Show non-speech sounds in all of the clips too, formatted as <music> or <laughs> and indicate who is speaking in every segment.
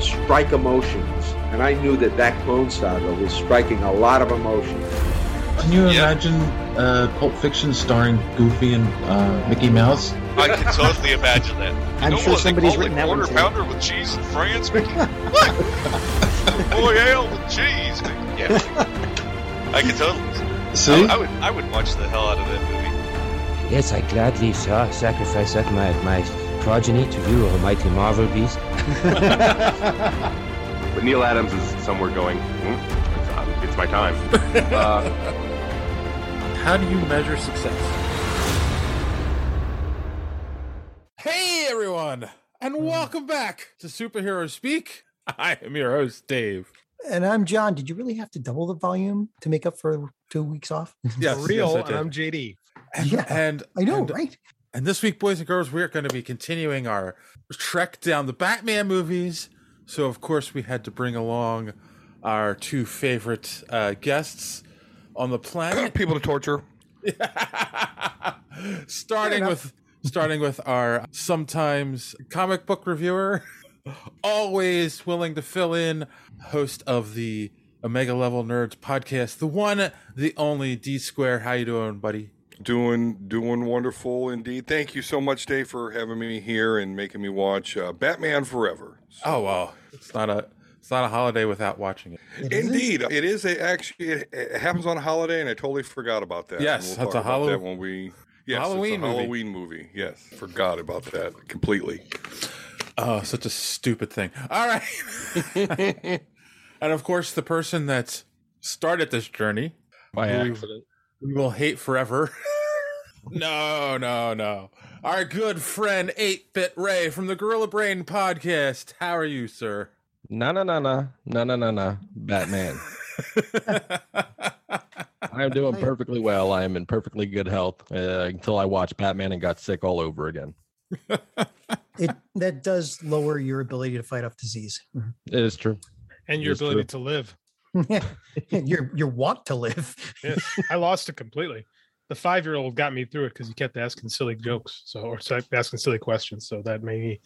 Speaker 1: strike emotions, and I knew that that Clone Saga was striking a lot of emotions.
Speaker 2: Can you imagine uh, Pulp Fiction starring Goofy and uh, Mickey Mouse?
Speaker 3: I can totally imagine that.
Speaker 4: I'm
Speaker 3: no
Speaker 4: sure
Speaker 3: one,
Speaker 4: somebody's
Speaker 3: they call
Speaker 4: written
Speaker 3: it
Speaker 4: that one
Speaker 3: quarter
Speaker 4: too.
Speaker 3: pounder with cheese in France, Mickey. what?
Speaker 4: <laughs>
Speaker 3: Royale with cheese, Mickey. Yeah. I can totally.
Speaker 2: See?
Speaker 5: Oh,
Speaker 3: I, I would. I would watch the hell out of that movie.
Speaker 6: Yes, I gladly sa- sacrifice up my, my progeny to you, O mighty Marvel Beast.
Speaker 7: But Neil Adams is somewhere going, hmm, it's, uh, it's my time. Uh,
Speaker 5: How do you measure success?
Speaker 8: Hey everyone,
Speaker 2: Mm.
Speaker 8: and welcome back to Superhero Speak. <laughs> I am your host, Dave.
Speaker 4: and I'm John. Did you really have to double the volume to make up for two weeks off?
Speaker 8: Yes, yes,
Speaker 5: Real,
Speaker 8: I
Speaker 5: and
Speaker 8: did.
Speaker 5: I'm JD.
Speaker 8: and,
Speaker 4: Yeah,
Speaker 8: and
Speaker 4: I know,
Speaker 8: and,
Speaker 5: uh,
Speaker 4: right?
Speaker 8: and this week, boys and girls, we are going to be continuing our trek down the Batman movies. So, of course, we had to bring along our two favorite uh, guests on the planet,
Speaker 9: <clears throat> people to torture.
Speaker 8: <laughs> starting with starting with our sometimes comic book reviewer, <laughs> always willing to fill in, host of the Omega Level Nerds podcast, the one, the only D Square. How you doing, buddy?
Speaker 9: Doing doing wonderful indeed. Thank you so much, Dave, for having me here and making me watch uh, Batman Forever.
Speaker 8: Oh well, it's not a it's not a holiday without watching it.
Speaker 9: indeed, it is a, actually it, it happens on a holiday, and I totally forgot about that.
Speaker 8: Yes,
Speaker 9: And
Speaker 8: that's
Speaker 9: talk
Speaker 8: a
Speaker 9: about that
Speaker 8: Hallow-
Speaker 9: when we. Yes,
Speaker 8: Halloween
Speaker 9: it's a
Speaker 8: movie.
Speaker 9: Halloween movie. Yes, forgot about that completely.
Speaker 8: Oh, such a stupid thing. All right. <laughs> and of course, the person that started this journey
Speaker 5: By
Speaker 8: accident. we will hate forever. <laughs> no, no, no. Our good friend 8-Bit Ray from the Gorilla Brain podcast. How are you, sir? <laughs>
Speaker 10: No, no, no, no, no, no, no, no, Batman. <laughs> I am doing perfectly well. I am in perfectly good health uh, until I watched Batman and got sick all over again.
Speaker 4: It that does lower your ability to fight off disease. <laughs>
Speaker 10: It is true.
Speaker 5: And your
Speaker 10: Yes,
Speaker 5: ability
Speaker 10: sir.
Speaker 5: to live.
Speaker 4: your your want to live.
Speaker 5: Yes, I lost it completely. The five year old got me through it because he kept asking silly jokes, so or so- asking silly questions. So that made me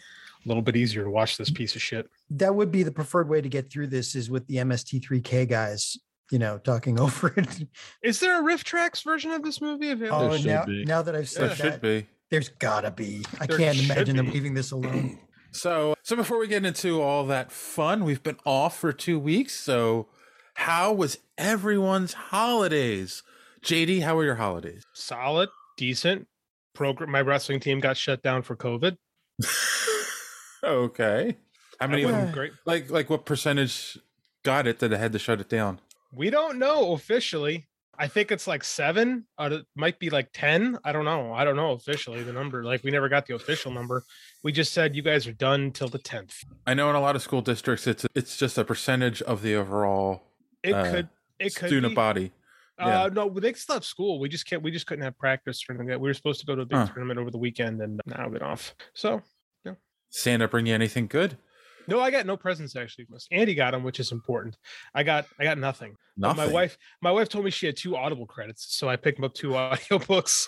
Speaker 5: a little bit easier to watch this piece of shit.
Speaker 4: <laughs> That would be the preferred way to get through this is with the MST3K guys, you know, talking <laughs> over it.
Speaker 5: Is there a Riff Tracks version of this movie available?
Speaker 4: Oh,
Speaker 10: should
Speaker 4: now,
Speaker 10: be.
Speaker 4: now that I've
Speaker 8: There
Speaker 4: said
Speaker 8: should
Speaker 4: that,
Speaker 8: be.
Speaker 4: there's gotta be. I
Speaker 5: There
Speaker 4: can't
Speaker 5: should
Speaker 4: imagine them
Speaker 5: be.
Speaker 4: leaving this
Speaker 5: <clears throat>
Speaker 4: alone.
Speaker 8: So, so before we get into all that fun, we've been off for 2 weeks, so how was everyone's holidays? JD, how were your holidays?
Speaker 5: Solid, decent. Program. My wrestling team got shut down for COVID.
Speaker 8: <laughs> okay. How many
Speaker 5: I
Speaker 8: of
Speaker 5: wasn't
Speaker 8: them,
Speaker 5: great.
Speaker 8: like like what percentage got it that they had to shut it down?
Speaker 5: We don't know officially. I think it's like seven. Out of, might be like ten. I don't know. I don't know officially the number. Like we never got the official number. We just said you guys are done till the tenth.
Speaker 8: I know in a lot of school districts it's it's just a percentage of the overall
Speaker 5: It
Speaker 8: Uh,
Speaker 5: could. It could.
Speaker 8: student
Speaker 5: be.
Speaker 8: body.
Speaker 5: Uh, no, they still have school. We just can't. We just couldn't have practice or anything. like that. We were supposed to go to a big
Speaker 8: Huh.
Speaker 5: tournament over the weekend, and now I've been off. So
Speaker 8: Santa bring you anything good?
Speaker 5: no, I got no presents actually. Andy got them, which is important. I got. I got nothing. But
Speaker 8: Nothing.
Speaker 5: My wife, my wife told me she had two Audible credits, so I picked up two <laughs> audiobooks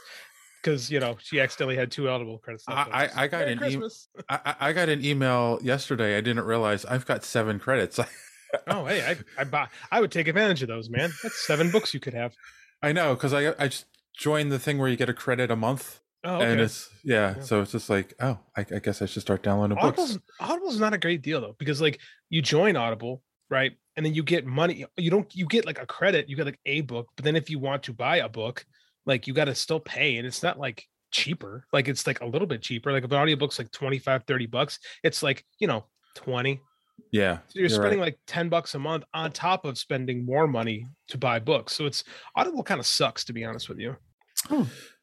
Speaker 5: because you know she accidentally had two Audible credits. left
Speaker 8: I-
Speaker 5: over.
Speaker 8: I- I got
Speaker 5: Merry
Speaker 8: an em-
Speaker 5: Christmas. <laughs>
Speaker 8: I, I- I got an email yesterday. I didn't realize I've got seven credits. <laughs>
Speaker 5: oh, hey, I I, buy, I would take advantage of those, man. That's seven books you could have.
Speaker 8: I know because I I just joined the thing where you get a credit a month,
Speaker 5: Oh,
Speaker 8: and
Speaker 5: okay.
Speaker 8: it's yeah,
Speaker 5: Yeah.
Speaker 8: So it's just like oh, I, I guess I should start downloading
Speaker 5: Audible's
Speaker 8: books.
Speaker 5: Audible's not a great deal though because like you join Audible, right? And then you get money. You don't. You get like a credit. You get like a book, but then if you want to buy a book, like you got to still pay, and it's not like cheaper. Like it's like a little bit cheaper. Like if an audiobook's like 25, 30 bucks, it's like you know twenty.
Speaker 8: Yeah,
Speaker 5: So you're,
Speaker 8: you're right.
Speaker 5: spending like 10 bucks a month on top of spending more money to buy books. So it's Audible kind of sucks to be honest with you.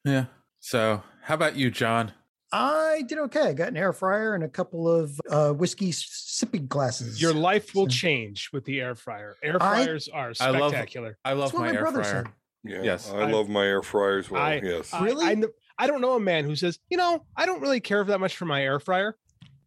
Speaker 8: Yeah. So how about you, John?
Speaker 4: I did okay. I got an air fryer and a couple of uh, whiskey s- sipping glasses.
Speaker 5: Your life will change with the air fryer. Air
Speaker 4: I-
Speaker 5: fryers are
Speaker 4: I love-
Speaker 5: spectacular.
Speaker 8: I love
Speaker 4: That's what my my air brother fryer. said.
Speaker 9: Yeah,
Speaker 8: Yes.
Speaker 9: I, love my air fryer as well.
Speaker 5: I,
Speaker 9: yes.
Speaker 5: I- I, kn- I don't know a man who says, you know, I don't really care that much for my air fryer.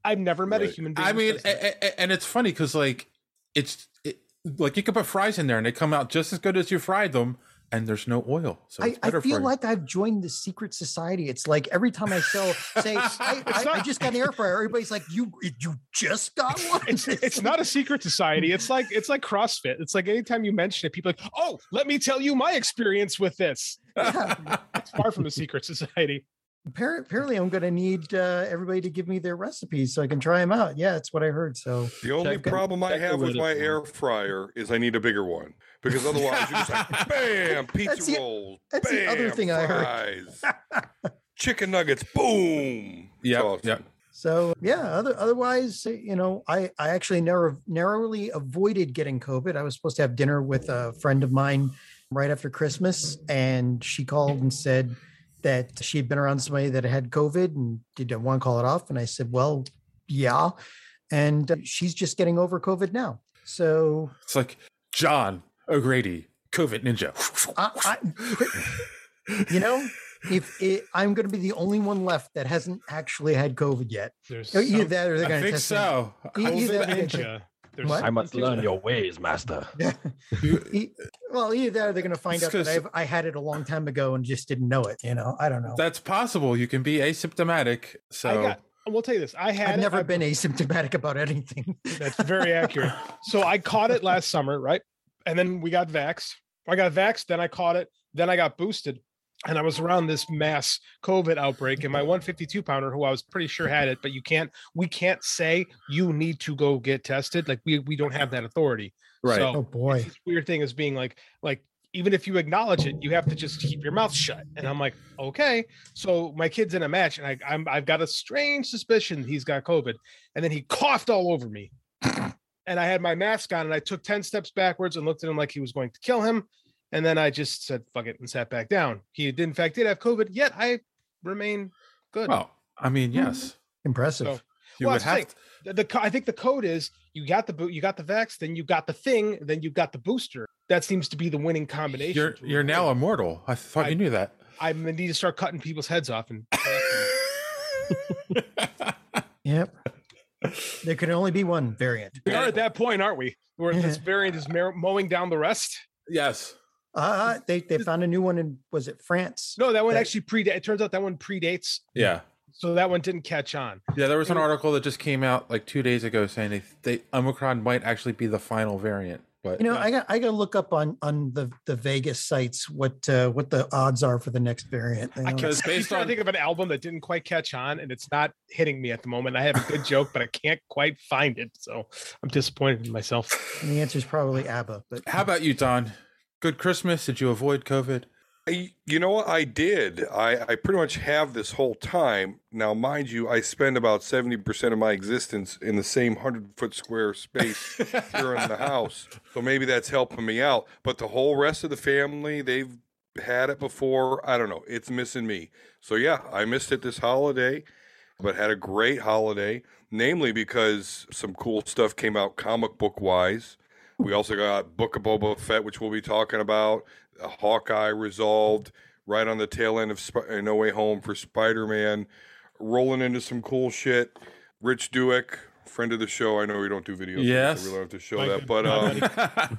Speaker 5: I've never met a human being.
Speaker 8: I
Speaker 5: who
Speaker 8: mean,
Speaker 5: says that.
Speaker 8: a- a- a- and it's funny because like it's it, like you can put fries in there and they come out just as good as you fried them, and there's no oil, so
Speaker 4: I,
Speaker 8: it's
Speaker 4: I
Speaker 8: better
Speaker 4: feel
Speaker 8: for
Speaker 4: like I've joined the secret society. It's like every time I sell,
Speaker 5: <laughs>
Speaker 4: say, I, I, I just got an air fryer. Everybody's like, you, you just got one.
Speaker 5: it's, it's
Speaker 4: <laughs>
Speaker 5: not a secret society. It's like it's like CrossFit. It's like anytime you mention it, people are like, oh, let me tell you my experience with this. it's far from a secret society.
Speaker 4: Apparently, apparently I'm going to need uh, everybody to give me their recipes so I can try them out. Yeah, that's what I heard. So
Speaker 9: The only problem I have with my air fryer is I need a bigger one because otherwise you're
Speaker 4: <laughs>
Speaker 9: just like bam pizza
Speaker 4: That's the-
Speaker 9: rolls,
Speaker 4: that's the other
Speaker 9: bam,
Speaker 4: thing I heard.
Speaker 9: fries,
Speaker 4: <laughs>
Speaker 9: chicken nuggets, boom.
Speaker 8: Yeah, yeah.
Speaker 4: So yeah, other, otherwise, eh, you know, I, I actually narrow, narrowly avoided getting COVID. I was supposed to have dinner with a friend of mine right after Christmas, and she called and said that she had been around somebody that had COVID and didn't want to call it off. And I said, well, yeah, and uh, she's just getting over COVID now. So
Speaker 8: It's like John O'Grady, COVID Ninja.
Speaker 4: I, I, you know, if it, I'm going to be the only one left that hasn't actually had COVID yet,
Speaker 5: There's
Speaker 4: either
Speaker 5: some-
Speaker 4: that or they're
Speaker 5: I
Speaker 4: going to
Speaker 5: think
Speaker 4: test
Speaker 5: so.
Speaker 4: Me. E-
Speaker 5: I was
Speaker 4: either
Speaker 5: the
Speaker 4: that or they're
Speaker 5: ninja.
Speaker 4: gonna-
Speaker 5: There's
Speaker 4: What?
Speaker 6: I must learn your ways, master.
Speaker 4: <laughs> E- well, either that or they're going to find
Speaker 8: It's
Speaker 4: out that
Speaker 8: 'cause-
Speaker 4: I've, I had it a long time ago and just didn't know it. You know, I don't know.
Speaker 8: That's possible. You can be asymptomatic. So
Speaker 5: I got. We'll tell you this. I had.
Speaker 4: I've
Speaker 5: it,
Speaker 4: never
Speaker 5: I-
Speaker 4: been asymptomatic about anything.
Speaker 5: That's very accurate. So I caught it last summer, right? And then we got vaxxed. I got vaxxed, then I caught it, then I got boosted. And I was around this mass COVID outbreak, and my 152 pounder, who I was pretty sure had it, but you can't, we can't say you need to go get tested. Like we we don't have that authority.
Speaker 8: Right.
Speaker 5: So
Speaker 4: <laughs> Oh boy.
Speaker 5: this weird thing is being like, like even if you acknowledge it, you have to just keep your mouth shut. And I'm like, okay. So my kid's in a match, and I, I'm I've got a strange suspicion he's got COVID, and then he coughed all over me and I had my mask on and I took 10 steps backwards and looked at him like he was going to kill him. And then I just said, fuck it, and sat back down. He, did, in fact, did have COVID, yet I remain good.
Speaker 8: well, I mean, yes,
Speaker 4: Impressive.
Speaker 5: So-
Speaker 8: you
Speaker 5: Well,
Speaker 8: would
Speaker 5: that's the
Speaker 8: have.
Speaker 5: thing. The, the co- I think the code is you got the boot, you got the vax, then you got the thing, then you got the booster. That seems to be the winning
Speaker 8: To,
Speaker 5: combination.
Speaker 8: you're
Speaker 5: to
Speaker 8: you're now immortal. I thought
Speaker 5: I-
Speaker 8: you
Speaker 5: <laughs>
Speaker 8: knew that. <laughs>
Speaker 5: I need to start cutting people's heads off and
Speaker 4: Yep. there can only be one variant.
Speaker 5: we are
Speaker 8: <laughs>
Speaker 5: at that point, aren't we? Where this variant is mar- mowing down the rest.
Speaker 8: Yes.
Speaker 4: Uh, they they found a new one in was it France?
Speaker 5: No, that one
Speaker 4: That-
Speaker 5: actually predates. It turns out that one predates,
Speaker 8: Yeah.
Speaker 5: so that one didn't catch on.
Speaker 8: Yeah, there was an article that just came out like two days ago saying they, they Omicron might actually be the final variant. But
Speaker 4: You know, I got I got to look up on on the the Vegas sites what uh, what the odds are for the next variant. you know?
Speaker 8: because
Speaker 5: Based
Speaker 8: based
Speaker 5: trying
Speaker 8: on
Speaker 5: to think of an album that didn't quite catch on, and it's not hitting me at the moment. I have a good joke, but I can't quite find it, so I'm disappointed in myself.
Speaker 4: And the answer is probably ABBA, but
Speaker 8: how about you, Don? Good Christmas. Did you avoid
Speaker 9: <laughs>
Speaker 8: COVID?
Speaker 9: I, you know what I did? I, I pretty much have this whole time. Now, mind you, I spend about 70% of my existence in the same 100 foot square space here in the house. So maybe that's helping me out. But the whole rest of the family, they've had it before. I don't know. It's missing me. So yeah, I missed it this holiday, but had a great holiday, namely because some cool stuff came out comic book wise. We also got Book of Boba Fett, which we'll be talking about. uh, Hawkeye resolved right on the tail end of Sp- uh, No Way Home for Spider Man. Rolling into some cool shit. Rich Duick, friend of the show. I know we don't do videos.
Speaker 8: Yes.
Speaker 9: so we don't have to show
Speaker 5: My
Speaker 9: that,
Speaker 5: good-
Speaker 9: but
Speaker 5: my
Speaker 9: um,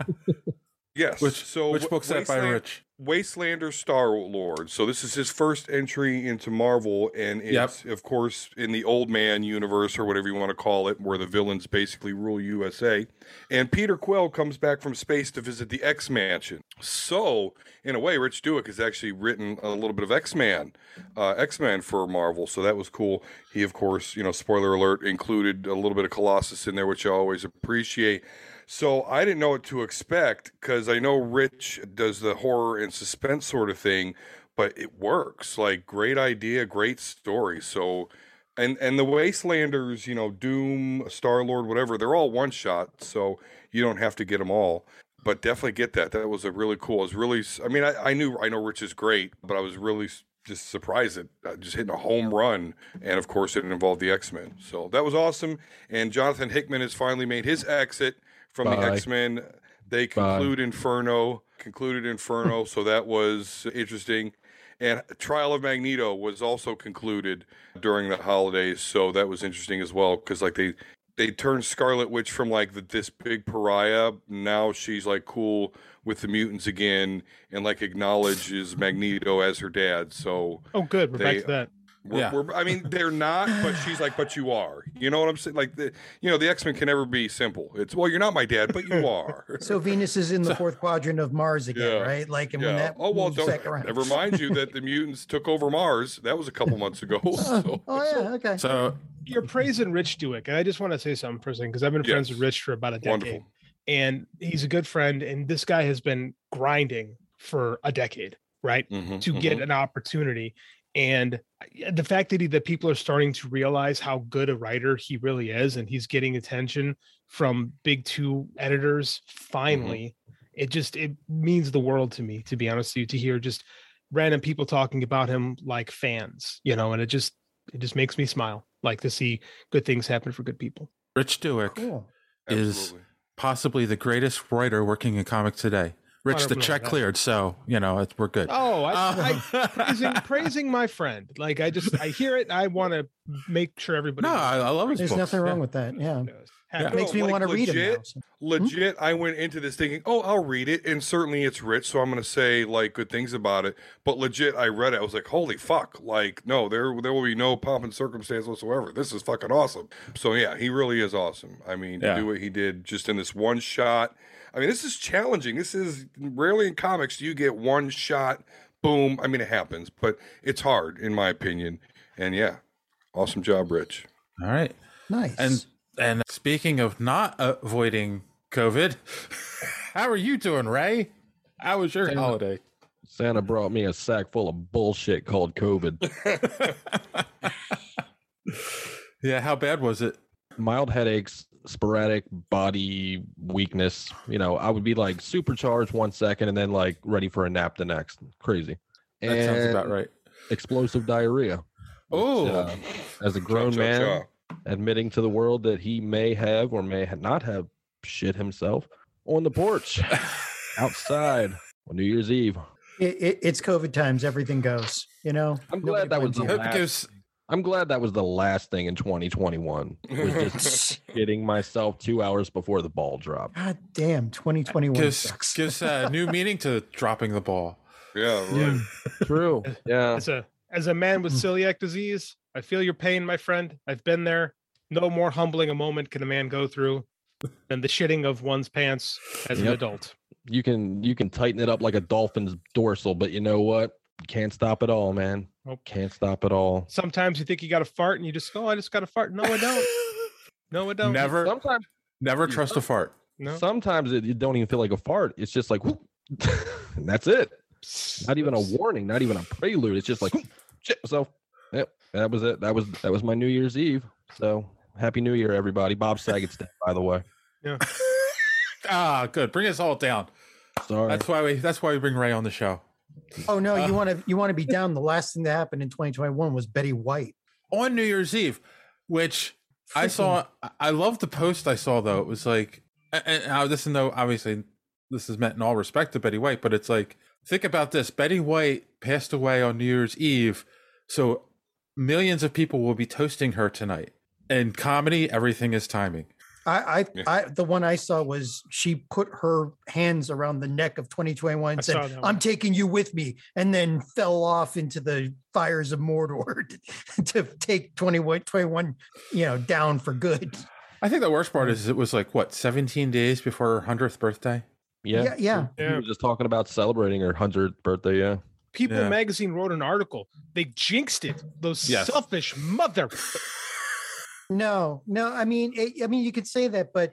Speaker 8: <laughs>
Speaker 9: yes.
Speaker 8: Which-
Speaker 9: so
Speaker 8: which
Speaker 9: Wa-
Speaker 8: book's that by
Speaker 9: Wasteland-
Speaker 8: Rich?
Speaker 9: Wastelander Star Lord. So this is his first entry into Marvel, and
Speaker 8: Yep.
Speaker 9: it's of course in the old man universe or whatever you want to call it, where the villains basically rule USA. And Peter Quill comes back from space to visit the X Mansion. So in a way, Rich Duick has actually written a little bit of X Man, uh, X Men for Marvel. So that was cool. He of course, you know, spoiler alert, included a little bit of Colossus in there, which I always appreciate. So I didn't know what to expect because I know Rich does the horror and suspense sort of thing, but it works. Like great idea, great story. So and and the Wastelanders, you know, Doom, Star Lord, whatever, they're all one shot, so you don't have to get them all. But definitely get that. That was a really cool. It was really. s- I mean, I, I knew I know Rich is great, but I was really s- just surprised that uh, just hitting a home run, and of course it involved the X Men. So that was awesome. And Jonathan Hickman has finally made his exit from the
Speaker 10: Bye.
Speaker 9: X Men. They
Speaker 10: Bye.
Speaker 9: conclude Inferno, concluded Inferno, so that was interesting. And Trial of Magneto was also concluded during the holidays, so that was interesting as well because like they they turned Scarlet Witch from like the, this big pariah. Now she's like cool with the mutants again, and like acknowledges Magneto as her dad. So
Speaker 5: Oh, good. We're
Speaker 9: They-
Speaker 5: back to that.
Speaker 9: we're,
Speaker 5: Yeah.
Speaker 9: we're, I mean, they're not, but she's like, but you are. You know what I'm saying? Like the you know the X Men can never be simple. It's well, you're not my dad, but
Speaker 5: <laughs>
Speaker 9: you are.
Speaker 4: So Venus is in the fourth quadrant of Mars again, right? Like, and when
Speaker 9: Yeah.
Speaker 4: that
Speaker 9: oh well,
Speaker 4: moves
Speaker 9: don't
Speaker 4: back around.
Speaker 9: I remind you that the mutants took over Mars. That was a couple
Speaker 4: <laughs>
Speaker 9: months ago. So.
Speaker 4: Oh yeah, okay.
Speaker 8: So
Speaker 5: you're praising Rich Duick, and I just want to say something for a second because I've been friends with Rich for about a decade,
Speaker 9: Wonderful.
Speaker 5: and he's a good friend. And this guy has been grinding for a decade, right,
Speaker 9: Mhm,
Speaker 5: to get
Speaker 9: mhm.
Speaker 5: an opportunity. And the fact that he, that people are starting to realize how good a writer he really is, and he's getting attention from big two editors
Speaker 8: Mm-hmm.
Speaker 5: finally, it just it means the world to me. To be honest with you, to hear just random people talking about him like fans, you know, and it just it just makes me smile like to see good things happen for good people
Speaker 8: Rich Duick is possibly the greatest writer working in comics today. Rich, the
Speaker 5: Honorable
Speaker 8: check
Speaker 5: mention.
Speaker 8: cleared, so you know it's, we're good. Uh,
Speaker 5: oh i, I
Speaker 8: <laughs>
Speaker 5: praising, praising my friend like i just i hear it i want to make sure everybody
Speaker 8: No, I- I love his
Speaker 4: There's nothing wrong with that. Yeah.
Speaker 5: Yeah.
Speaker 4: It makes me
Speaker 9: like,
Speaker 4: want to read him.
Speaker 9: legit- Legit, I went into this thinking, oh, I'll read it, and certainly it's rich, so I'm going to say like good things about it. But legit, I read it, I was like, holy fuck! Like, no, there there will be no pomp and circumstance whatsoever. This is fucking awesome. So yeah, he really is awesome. I mean,
Speaker 8: Yeah.
Speaker 9: to do what he did just in this one shot. I mean, this is challenging. This is rarely in comics do you get one shot. Boom. I mean, it happens, but it's hard in my opinion. And yeah, awesome job, Rich.
Speaker 8: All right.
Speaker 4: Nice.
Speaker 8: And and speaking of not avoiding COVID, <laughs> how are you doing, Ray? How was your holiday?
Speaker 10: Santa brought me a sack full of bullshit called COVID.
Speaker 8: yeah, how bad was it?
Speaker 10: Mild headaches, sporadic body weakness. You know, I would be like supercharged one second and then like ready for a nap the next. Crazy.
Speaker 8: That sounds about
Speaker 10: And uh,
Speaker 8: right.
Speaker 10: Explosive diarrhea.
Speaker 8: Oh,
Speaker 10: as a grown
Speaker 8: Cha-cha-cha.
Speaker 10: man admitting to the world that he may have or may ha- not have shit himself on
Speaker 8: <laughs>
Speaker 10: the porch outside on New Year's Eve.
Speaker 4: It, it, it's COVID times. Everything goes. You know.
Speaker 10: I'm glad that was the last. I'm glad that was the last thing in 2021. Was <laughs> just getting myself two hours before the ball dropped.
Speaker 4: God damn, 2021
Speaker 8: gives
Speaker 4: sucks.
Speaker 8: gives uh,
Speaker 10: <laughs>
Speaker 8: new meaning to dropping the ball.
Speaker 9: Yeah,
Speaker 5: right.
Speaker 10: True. <laughs> Yeah.
Speaker 5: as a as a man with celiac disease i feel your pain my friend i've been there no more humbling a moment can a man go through than the shitting of one's pants as an
Speaker 10: Yep.
Speaker 5: adult
Speaker 10: You can you can tighten it up like a dolphin's dorsal, but you know what? You can't stop it all, man.
Speaker 5: Nope.
Speaker 10: Can't stop it all.
Speaker 5: sometimes you think you got a fart and you just go "Oh, i just got a fart no i don't no i don't
Speaker 8: Never
Speaker 10: sometimes
Speaker 8: never trust a fart. <laughs>
Speaker 5: No.
Speaker 10: Sometimes it, you don't even feel like a fart. It's just like, whoop, <laughs> and that's it. Not even a warning. Not even a prelude. It's just like, whoop, shit myself. Yep. That was it. That was that was my New Year's Eve. So happy New Year, everybody. Bob Saget's dead, by the way.
Speaker 5: Yeah.
Speaker 8: ah, good. Bring us all down.
Speaker 10: Sorry.
Speaker 8: That's why we that's why we bring Ray on the show.
Speaker 4: Oh no, you want to you want to be down. The last thing that happened in 2021 was Betty White.
Speaker 8: on New Year's Eve, which I
Speaker 4: Freaking-
Speaker 8: saw. I- I love the post I saw though. It was like, and, and I- this is no obviously this is meant in all respect to Betty White, but it's like think about this: Betty White passed away on New Year's Eve, so millions of people will be toasting her tonight. In comedy, everything is timing.
Speaker 4: I, I, I, the one I saw was she put her hands around the neck of 2021
Speaker 5: I
Speaker 4: and
Speaker 5: saw
Speaker 4: said,
Speaker 5: that
Speaker 4: "I'm
Speaker 5: one.
Speaker 4: taking you with me," and then fell off into the fires of Mordor <laughs> to- to take 21, 21, you know, down for good.
Speaker 8: I think the worst part is it was like what 17 days before her 100th birthday.
Speaker 4: Yeah, yeah.
Speaker 10: We were just talking about celebrating her hundredth birthday. Yeah.
Speaker 5: People
Speaker 10: Yeah.
Speaker 5: magazine wrote an article. They jinxed it. Those
Speaker 10: Yes.
Speaker 5: selfish mother.
Speaker 4: No, no. I mean, it, I mean, you could say that, but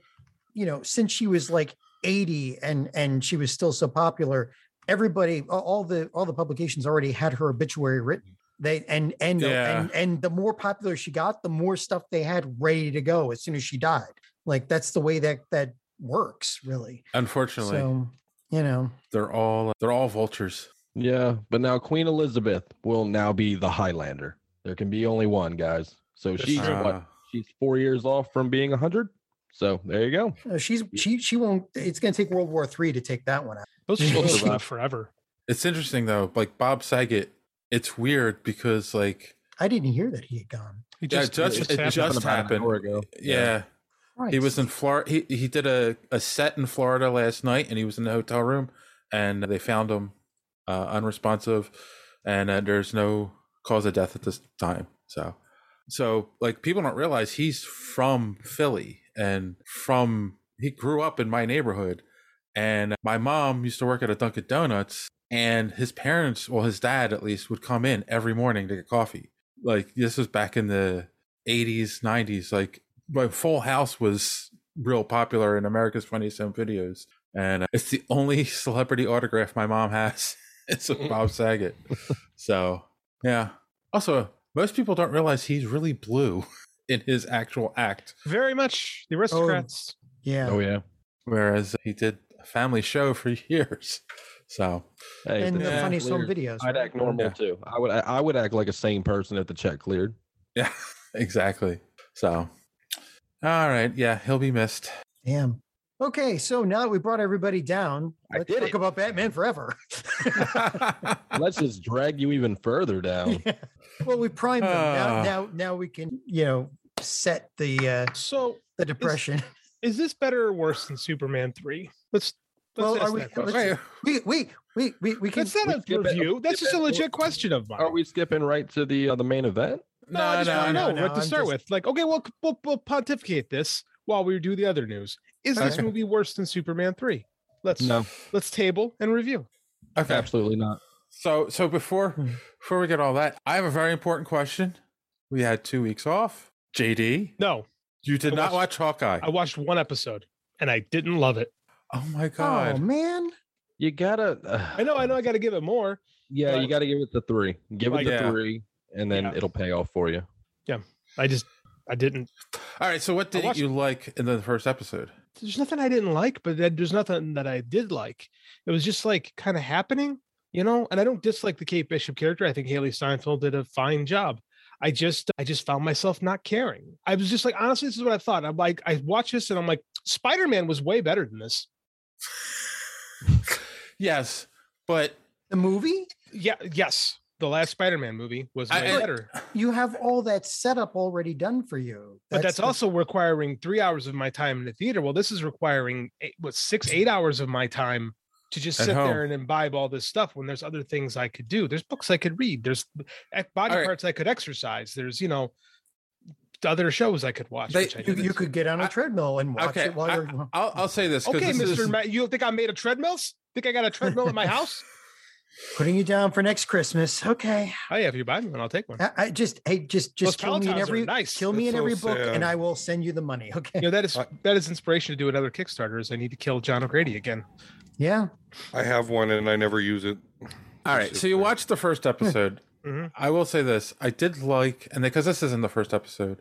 Speaker 4: you know, since she was like 80 and and she was still so popular, everybody, a- all the all the publications already had her obituary written. They and and
Speaker 8: Yeah.
Speaker 4: and and the more popular she got, the more stuff they had ready to go as soon as she died. Like that's the way that that works, really.
Speaker 8: Unfortunately,
Speaker 4: So you know,
Speaker 8: they're all they're all vultures.
Speaker 10: Yeah, but now Queen Elizabeth will now be the Highlander. There can be only one, guys. So
Speaker 4: That's
Speaker 10: she's
Speaker 4: true.
Speaker 8: Uh,
Speaker 10: what? She's four years off from being hundred. So there you go.
Speaker 4: Uh, she's she she won't. It's going to take World War Three to take that one out.
Speaker 5: Those
Speaker 8: She'll
Speaker 5: shows
Speaker 8: survive.
Speaker 5: live forever.
Speaker 8: It's interesting though, like Bob Saget. It's weird because like
Speaker 4: I didn't hear that he had gone.
Speaker 8: He just, it just happened. Yeah. He
Speaker 4: Christ.
Speaker 8: was in Florida. He, he did a, a set in Florida last night and he was in the hotel room and they found him uh, unresponsive and uh, there's no cause of death at this time. So, so like people don't realize he's from Philly and from, he grew up in my neighborhood. And my mom used to work at a Dunkin' Donuts, and his parents, well, his dad at least, would come in every morning to get coffee. Like this was back in the 80s, 90s. Like my Full House was real popular in America's Funniest Home Videos, and uh, it's the only <laughs> celebrity autograph my mom has. <laughs> It's
Speaker 5: Hmm.
Speaker 8: of Bob Saget. So yeah. Also, most people don't realize he's really blue <laughs> in his actual act.
Speaker 5: Very much the aristocrats.
Speaker 4: Oh, yeah.
Speaker 8: Oh yeah. Whereas he did a family show for <laughs> years. So
Speaker 10: Hey,
Speaker 4: And the
Speaker 10: check
Speaker 4: funniest home
Speaker 10: cleared,
Speaker 4: videos,
Speaker 10: I'd act
Speaker 4: right?
Speaker 10: normal
Speaker 4: Yeah.
Speaker 10: too. I would. I, I would act like a sane person if the check cleared.
Speaker 8: Yeah, exactly. So, all right. Yeah, he'll be missed.
Speaker 4: Damn. Okay, so now that we brought everybody down, let's talk about Batman Forever.
Speaker 10: Let's just drag you even
Speaker 5: <laughs>
Speaker 10: further down.
Speaker 4: well, we primed them.
Speaker 10: Ah.
Speaker 4: Now, now, now we can, you know, set the uh
Speaker 5: so
Speaker 4: the depression.
Speaker 5: Is this better or worse than Superman three? Let's let's
Speaker 4: well,
Speaker 5: ask
Speaker 4: are we,
Speaker 5: that
Speaker 4: let's-
Speaker 5: question.
Speaker 4: we? We we we we can.
Speaker 5: That's not a
Speaker 10: skip it.
Speaker 5: review. That's just a
Speaker 10: Skip it.
Speaker 5: legit question of
Speaker 4: oh,
Speaker 5: mine.
Speaker 10: Are we skipping right to the uh, the main event?
Speaker 5: No, I just want to know what to
Speaker 4: I'm
Speaker 5: start
Speaker 4: just-
Speaker 5: with. Like, okay, well, we'll, we'll pontificate this while we do the other news. Is this
Speaker 10: Okay.
Speaker 5: movie worse than Superman three? Let's
Speaker 10: No.
Speaker 5: let's table and review.
Speaker 8: Okay.
Speaker 10: Absolutely not.
Speaker 8: So, so before
Speaker 5: Hmm.
Speaker 8: before we get all that, I have a very important question. We had two weeks off. JD,
Speaker 5: No,
Speaker 8: you did
Speaker 5: I
Speaker 8: not watch
Speaker 5: watched-
Speaker 8: Hawkeye.
Speaker 5: I watched one episode and I didn't love it.
Speaker 8: Oh my god!
Speaker 4: Oh man,
Speaker 10: You gotta. <sighs> Uh,
Speaker 5: I know, I know, I got to give it more.
Speaker 10: yeah, you gotta give it the three. Give it
Speaker 5: Like-
Speaker 10: the
Speaker 5: Yeah.
Speaker 10: three, and then
Speaker 5: Yeah.
Speaker 10: it'll pay off for you.
Speaker 5: Yeah, I just I didn't.
Speaker 8: All right. So, what did
Speaker 5: watched-
Speaker 8: you like in the first episode?
Speaker 5: There's nothing I didn't like, but then there's nothing that I did like. It was just like kind of happening, you know. And I don't dislike the Kate Bishop character. I think Haley Steinfeld did a fine job. I just I just found myself not caring. I was just like, honestly, this is what I thought. I'm like, I watched this and I'm like, Spider Man was way better than this.
Speaker 8: Yes, but
Speaker 4: the movie.
Speaker 5: Yeah, yes, the last Spider Man movie was way
Speaker 4: I- I-
Speaker 5: better.
Speaker 4: You have all that setup already done for you.
Speaker 5: but that's
Speaker 4: the-
Speaker 5: also requiring three hours of my time in the theater. Well, this is requiring eight, what six, eight hours of my time to just
Speaker 8: At
Speaker 5: sit
Speaker 8: home.
Speaker 5: there and imbibe all this stuff when there's other things I could do. There's books I could read. There's eh, body
Speaker 8: All right.
Speaker 5: parts I could exercise. There's you know other shows I could watch.
Speaker 8: They- <laughs>
Speaker 5: which I
Speaker 4: you,
Speaker 5: didn't.
Speaker 4: you could get on a treadmill and watch
Speaker 8: Okay,
Speaker 4: it while
Speaker 8: I,
Speaker 4: you're.
Speaker 8: will I'll say this. 'cause
Speaker 5: okay,
Speaker 8: this
Speaker 5: Mister,
Speaker 8: is-
Speaker 5: Ma- you think I made a treadmills? Think I got a treadmill at my
Speaker 8: <laughs>
Speaker 5: house?
Speaker 4: putting you down for next Christmas. Okay.
Speaker 5: Oh yeah, if you buy me one, I'll take one.
Speaker 4: I, I just hey, just
Speaker 5: Those
Speaker 4: just kill me in
Speaker 5: Pelotons are
Speaker 4: every
Speaker 5: nice.
Speaker 4: kill me
Speaker 5: That's
Speaker 4: in
Speaker 5: so
Speaker 4: every book,
Speaker 5: sad.
Speaker 4: and I will send you the money. <laughs> Okay.
Speaker 5: You know that
Speaker 8: Uh
Speaker 5: is that is inspiration to do another Kickstarter. Is I need to kill John O'Grady again.
Speaker 4: Yeah.
Speaker 9: I have one and I never use it.
Speaker 8: All right. So you watched the first episode.
Speaker 5: Mhm.
Speaker 8: I will say this: I did like, and because this isn't the first episode,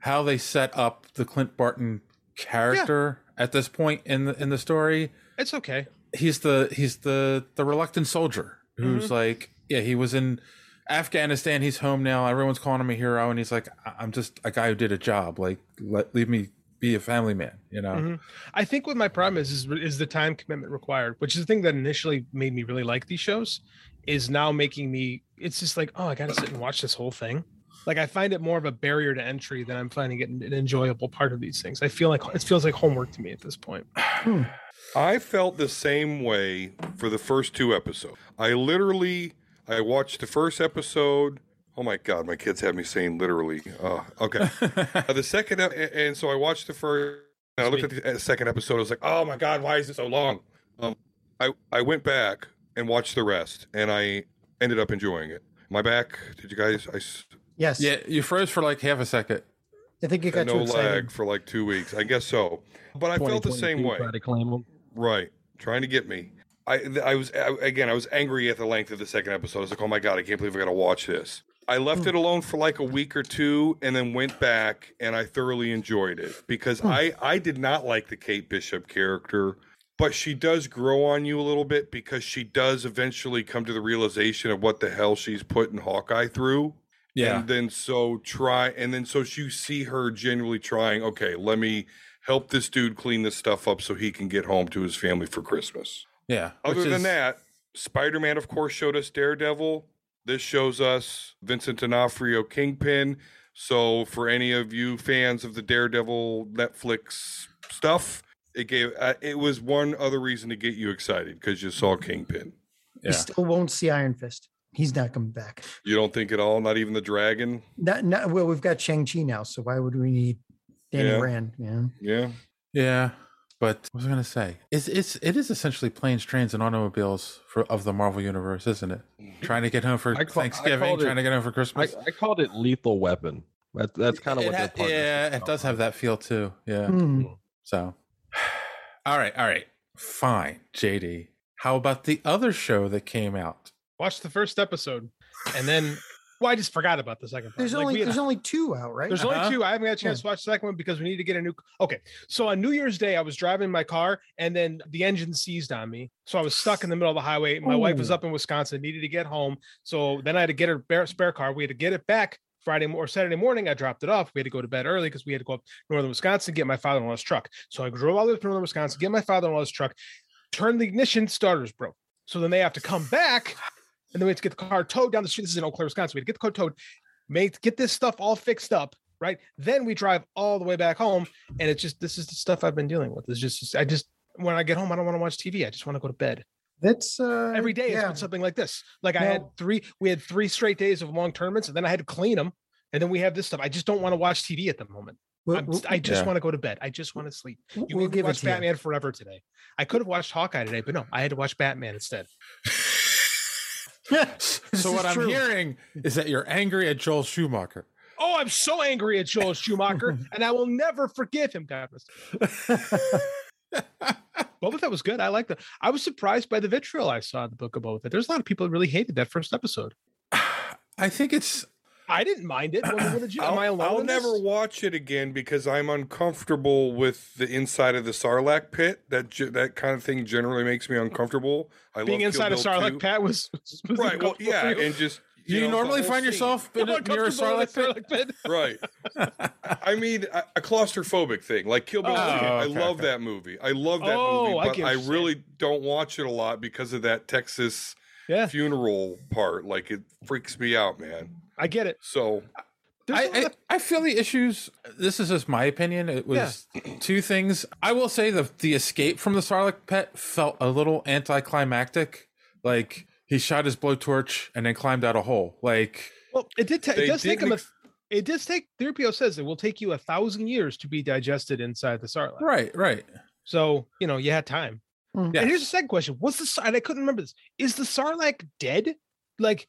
Speaker 8: how they set up the Clint Barton character at this point in the in the story.
Speaker 5: It's okay.
Speaker 8: He's the he's the the reluctant soldier who's
Speaker 5: Mhm.
Speaker 8: like, yeah, he was in Afghanistan. He's home now. Everyone's calling him a hero, and he's like, "I- I'm just a guy who did a job. Like, let, leave me be a family man. You know.
Speaker 5: Mhm. I think what my problem is, is is the time commitment required, which is the thing that initially made me really like these shows, is now making me. It's just like, oh, I gotta sit and watch this whole thing. Like I find it more of a barrier to entry than I'm finding it an an enjoyable part of these things. I feel like it feels like homework to me at this point.
Speaker 9: I felt the same way for the first two episodes. I literally, I watched the first episode. Oh my god, my kids have me saying literally. Uh,
Speaker 4: <laughs>
Speaker 9: okay, Uh, the second, ep- a- and so I watched the first. And I looked at the uh, second episode. I was like, oh my god, why is it so long? Um, I I went back and watched the rest, and I ended up enjoying it. Am I back? Did you guys? I s-
Speaker 8: <laughs>
Speaker 4: Yes.
Speaker 8: Yeah, you froze for like half a second.
Speaker 4: I think it got
Speaker 9: had
Speaker 4: too
Speaker 9: no
Speaker 4: excited.
Speaker 9: lag for like two weeks. I guess so. But I felt the same
Speaker 10: 2022,
Speaker 9: way.
Speaker 10: Try to claim 'em.
Speaker 9: Right, trying to get me. I th- I was I, again. I was angry at the length of the second episode. I was like, "Oh my god, I can't believe I got to watch this." I left it alone for like a week or two, and then went back and I thoroughly enjoyed it because I I did not like the Kate Bishop character but she does grow on you a little bit because she does eventually come to the realization of what the hell she's putting Hawkeye through.
Speaker 8: Yeah.
Speaker 9: And then so try and then so you see her genuinely trying, okay, let me help this dude clean this stuff up so he can get home to his family for Christmas.
Speaker 8: Yeah.
Speaker 9: Other
Speaker 8: which
Speaker 9: than
Speaker 8: is-
Speaker 9: that, Spider Man, of course, showed us Daredevil. This shows us Vincent D'Onofrio Kingpin. So, for any of you fans of the Daredevil Netflix stuff, it gave uh, it was one other reason to get you excited because you saw Kingpin.
Speaker 4: You still won't see Iron Fist. He's not coming back.
Speaker 9: You don't think at all, not even the dragon.
Speaker 4: Not, not well. We've got Shang Chi now, so why would we need Danny
Speaker 8: Yeah.
Speaker 4: Rand? Yeah.
Speaker 9: Yeah.
Speaker 8: Yeah. But what was I gonna say? It's it's it is essentially planes, trains, and automobiles for of the Marvel universe, isn't it? Trying to get home for
Speaker 10: Mm-hmm. I ca- I
Speaker 8: Thanksgiving,
Speaker 10: called
Speaker 8: trying
Speaker 10: it-
Speaker 8: to get home for Christmas.
Speaker 10: I, I called it Lethal Weapon. That, that's kind of
Speaker 8: It
Speaker 10: what
Speaker 8: ha-
Speaker 10: their partnership
Speaker 8: yeah,
Speaker 10: is
Speaker 8: it does have that feel too. Yeah.
Speaker 4: Hmm.
Speaker 10: Mm.
Speaker 8: So, <sighs> all right, all right, fine, JD. How about the other show that came out?
Speaker 5: Watch the first episode, and then well, I just forgot about the second. Part.
Speaker 4: There's
Speaker 5: Like,
Speaker 4: only
Speaker 5: we had-
Speaker 4: there's only two out, right?
Speaker 5: There's
Speaker 8: Uh-huh.
Speaker 10: <laughs>
Speaker 5: only two. I haven't got a chance to watch the second one because we need to get a new. Okay, so on New Year's Day, I was driving my car and then the engine seized on me, so I was stuck in the middle of the highway. My wife was
Speaker 8: Ooh.
Speaker 5: up in Wisconsin, needed to get home, so then I had to get her bare- spare car. We had to get it back Friday mo- or Saturday morning. I dropped it off. We had to go to bed early because we had to go up northern Wisconsin get my father-in-law's truck. So I drove all the way up to northern Wisconsin, get my father-in-law's truck, turn the ignition, starters broke. So then they have to come back and then we had to get the car towed down the street. This is in Eau Claire, Wisconsin. We had to get the car towed, make get this stuff all fixed up, right? Then we drive all the way back home, and it's just this is the stuff I've been dealing with. It's just I just when I get home, I don't want to watch TV. I just want to go to bed.
Speaker 4: That's uh,
Speaker 5: every day. It's
Speaker 4: yeah.
Speaker 5: been something like this. Like I had
Speaker 4: No.
Speaker 5: three, we had three straight days of long tournaments, and then I had to clean them, and then we have this stuff. I just don't want to watch TV at the moment.
Speaker 4: Well,
Speaker 5: I'm-
Speaker 4: well,
Speaker 5: I just
Speaker 4: yeah.
Speaker 5: want to go to bed. I just want to sleep. You
Speaker 4: we'll
Speaker 5: made me
Speaker 4: give it
Speaker 5: watch
Speaker 4: to you.
Speaker 5: Batman Forever today. I could have watched Hawkeye today, but no, I had to watch Batman instead.
Speaker 8: so
Speaker 5: is
Speaker 8: what I'm
Speaker 5: true.
Speaker 8: hearing is that you're angry at Joel Schumacher. <sighs>
Speaker 5: Oh, I'm so angry at Joel Schumacher, and I will never forgive him. God rest him. Boba Fett was good. I liked it. I was surprised by the vitriol I saw in the book of Boba Fett. There's a lot of people that really hated that first episode.
Speaker 8: I think it's.
Speaker 5: I didn't mind it. What, what did you? am I alone?
Speaker 9: I'll
Speaker 5: in this?
Speaker 9: never watch it again because I'm uncomfortable with the inside of the Sarlacc pit. That ge- that kind of thing generally makes me uncomfortable. I
Speaker 5: Being
Speaker 9: love Kill
Speaker 5: inside of
Speaker 9: Bill
Speaker 5: Sarlacc
Speaker 9: 2.
Speaker 5: Pat was, <laughs> was
Speaker 9: right. Well,
Speaker 5: uncomfortable
Speaker 9: yeah,
Speaker 5: for you.
Speaker 9: and just
Speaker 8: Do you,
Speaker 9: know, the
Speaker 8: normally
Speaker 9: whole
Speaker 8: find
Speaker 5: <laughs>
Speaker 9: scene.
Speaker 8: yourself in,
Speaker 5: I'm
Speaker 8: near a
Speaker 5: uncomfortable in
Speaker 8: Sarlacc pit?
Speaker 5: the Sarlacc pit.
Speaker 9: right. I mean, a, a claustrophobic thing like Kill Bill.
Speaker 5: Oh,
Speaker 9: 2. I
Speaker 8: okay,
Speaker 9: love
Speaker 8: okay.
Speaker 9: that movie. I love that
Speaker 5: Oh, I get
Speaker 9: movie,
Speaker 5: what
Speaker 9: but I,
Speaker 5: you're saying.
Speaker 9: really don't watch it a lot because of that Texas
Speaker 5: Yeah.
Speaker 9: funeral part. Like it freaks me out, man.
Speaker 5: I get it.
Speaker 9: So
Speaker 8: I, I, I feel the issues. This is just my opinion. It was two things. I will say the the escape from the Sarlacc pet felt a little anticlimactic. Like he shot his blowtorch and then climbed out a hole. Like
Speaker 5: Well, it did. ta-
Speaker 8: They
Speaker 5: it does take
Speaker 8: didn't
Speaker 5: him.
Speaker 8: ex-
Speaker 5: a, it does take. Therapio says it will take you a thousand years to be digested inside the Sarlacc.
Speaker 8: right, right.
Speaker 5: So you know you had time. And here's the second question: What's the Sar- and I couldn't remember this. Is the Sarlacc dead? Like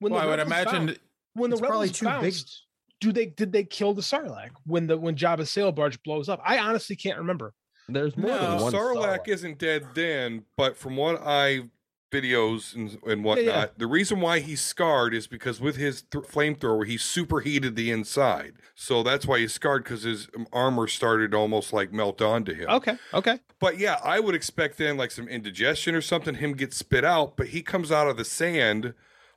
Speaker 5: when
Speaker 8: Well,
Speaker 5: the
Speaker 8: I would
Speaker 5: rebels
Speaker 8: imagine
Speaker 5: bound- when the
Speaker 4: it's probably
Speaker 5: rebels
Speaker 4: too big. <laughs>
Speaker 5: bounced, do they did they kill the Sarlacc when the when Jabba's sail barge blows up? I honestly can't remember.
Speaker 10: There's
Speaker 9: No,
Speaker 10: more than one.
Speaker 9: Sarlacc isn't dead then, but from what I videos and, and whatnot, the reason why he's scarred is because with his th- flamethrower, he superheated the inside. So that's why he's scarred because his um, armor started to almost like melt onto him.
Speaker 5: Okay, okay.
Speaker 9: But yeah, I would expect then like some indigestion or something, him get spit out, but he comes out of the sand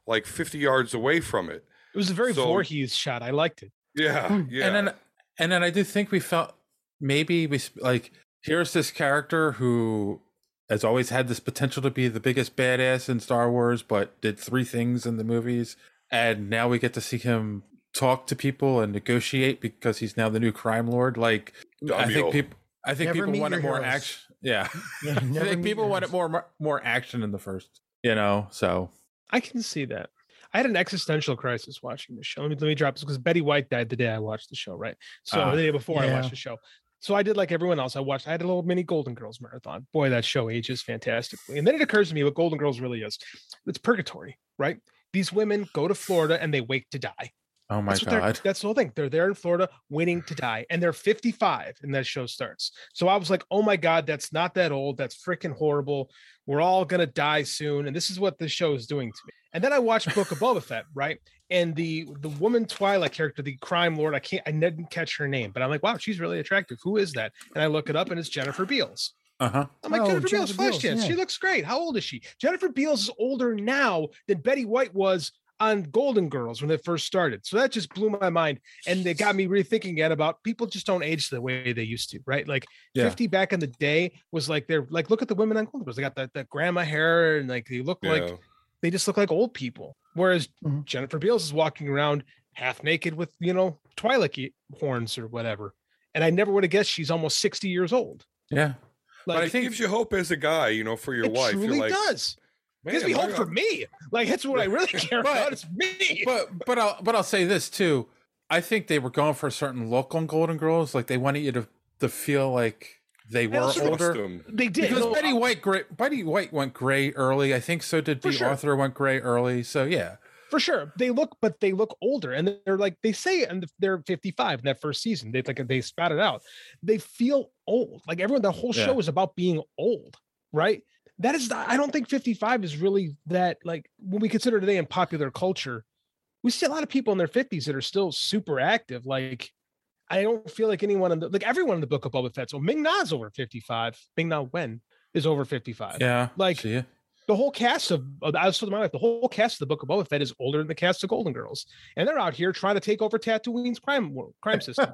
Speaker 9: like 50 yards away from it.
Speaker 5: It was a very
Speaker 9: So-
Speaker 5: Voorhees shot. I liked it. <clears throat>
Speaker 9: Yeah, yeah.
Speaker 8: And then and then I do think we felt maybe we sp- like here's this character who has always had this potential to be the biggest badass in Star Wars, but did three things in the movies, and now we get to see him talk to people and negotiate because he's now the new crime lord. Like I
Speaker 9: Dumb-yo.
Speaker 8: think people, I think
Speaker 4: Never
Speaker 8: people
Speaker 4: meet
Speaker 8: wanted
Speaker 4: your
Speaker 8: more
Speaker 4: heroes.
Speaker 8: action. Yeah, <laughs>
Speaker 4: Yeah,
Speaker 8: I
Speaker 4: never
Speaker 8: think
Speaker 4: meet
Speaker 8: people
Speaker 4: your
Speaker 8: wanted more more- more action in the first. You know, so
Speaker 5: I can see that. I had an existential crisis watching the show. Let me let me drop this because Betty White died the day I watched the show, right? So
Speaker 8: Ah,
Speaker 5: the day before I
Speaker 4: yeah.
Speaker 5: watched the show. So I did like everyone else. I watched. I had a little mini Golden Girls marathon. Boy, that show ages fantastically. And then it occurs to me what Golden Girls really is. It's purgatory, right? These women go to Florida and they wait to die.
Speaker 8: oh my
Speaker 5: that's what they're-
Speaker 8: god,
Speaker 5: that's the whole thing. They're there in Florida waiting to die, and they're 55, and that show starts. So I was like, oh my god, that's not that old. That's freaking horrible. We're all gonna die soon, and this is what this show is doing to me. And then I watched Book of Boba Fett, right? And the the woman Twilight character, the crime lord, I can't, I didn't catch her name, but I'm like, wow, she's really attractive. Who is that? And I look it up, and it's Jennifer Beals.
Speaker 8: Uh huh.
Speaker 5: I'm like
Speaker 8: Oh,
Speaker 5: Jennifer Beals,
Speaker 8: Jennifer
Speaker 5: flesh
Speaker 8: Beals,
Speaker 5: dance.
Speaker 8: yeah.
Speaker 5: She looks great. How old is she? Jennifer Beals is older now than Betty White was on Golden Girls when it first started. So that just blew my mind, and it got me rethinking again about people just don't age the way they used to, right? Like
Speaker 8: Yeah.
Speaker 5: 50 back in the day was like they're like look at the women on Golden Girls. They got that that grandma hair and like they look
Speaker 9: Yeah.
Speaker 5: like they just look like old people. Whereas Jennifer Beals is walking around half naked with you know Twilight horns or whatever. And I never would have guessed she's almost 60 years old.
Speaker 8: Yeah.
Speaker 9: but it gives you hope as a guy, you know, for your
Speaker 5: It
Speaker 9: wife.
Speaker 5: truly
Speaker 9: You're like,
Speaker 5: does.
Speaker 9: "Man,
Speaker 5: gives me
Speaker 9: look
Speaker 5: hope
Speaker 9: at-
Speaker 5: for me. Like that's what I really
Speaker 8: <laughs>
Speaker 5: care about. It's me.
Speaker 8: But but I'll but I'll say this too. I think they were going for a certain look on Golden Girls. Like they wanted you to to feel like they
Speaker 5: I
Speaker 8: were
Speaker 5: also-
Speaker 8: older.
Speaker 5: They did.
Speaker 8: because
Speaker 5: No,
Speaker 8: Betty White gray, Betty White went gray early. I think so did
Speaker 5: For
Speaker 8: Dee
Speaker 5: sure.
Speaker 8: Arthur went gray early. So yeah.
Speaker 5: for sure they look but they look older and they're like they say and they're 55 in that first season they like they spat it out they feel old like everyone the whole
Speaker 8: Yeah.
Speaker 5: show is about being old right that is i don't think 55 is really that like when we consider today in popular culture we see a lot of people in their 50s that are still super active like i don't feel like anyone in the like everyone in the book of Boba Fett so Ming Na's over 55 Ming Na Wen is over 55
Speaker 8: Yeah.
Speaker 5: like
Speaker 8: see ya.
Speaker 5: the whole cast of, of I was told in my life, the whole cast of the Book of Boba Fett is older than the cast of Golden Girls, and they're out here trying to take over Tatooine's crime wor- crime system.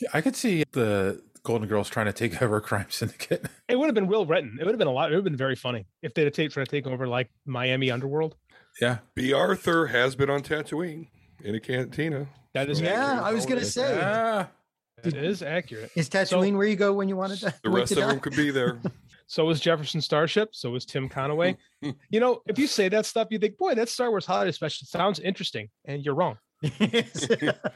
Speaker 8: Yeah, I could see the Golden Girls trying to take over <laughs> crime syndicate.
Speaker 5: it would have been Will Retton. It would have been a lot. It would have been very funny if they'd have taken trying to take over like Miami underworld.
Speaker 8: Yeah.
Speaker 9: B. Arthur has been on Tatooine in
Speaker 5: <laughs>
Speaker 9: a cantina.
Speaker 5: That is
Speaker 4: Yeah, I was gonna say.
Speaker 8: Ah.
Speaker 5: it is accurate.
Speaker 4: Is Tatooine where you go when you wanted to?
Speaker 9: The
Speaker 4: like
Speaker 9: rest
Speaker 4: to
Speaker 9: of
Speaker 4: die?
Speaker 9: them could be there.
Speaker 5: <laughs> So was Jefferson Starship. So was Tim Conaway. you know, if you say that stuff, you think, boy, that Star Wars holiday special sounds interesting, and you're wrong.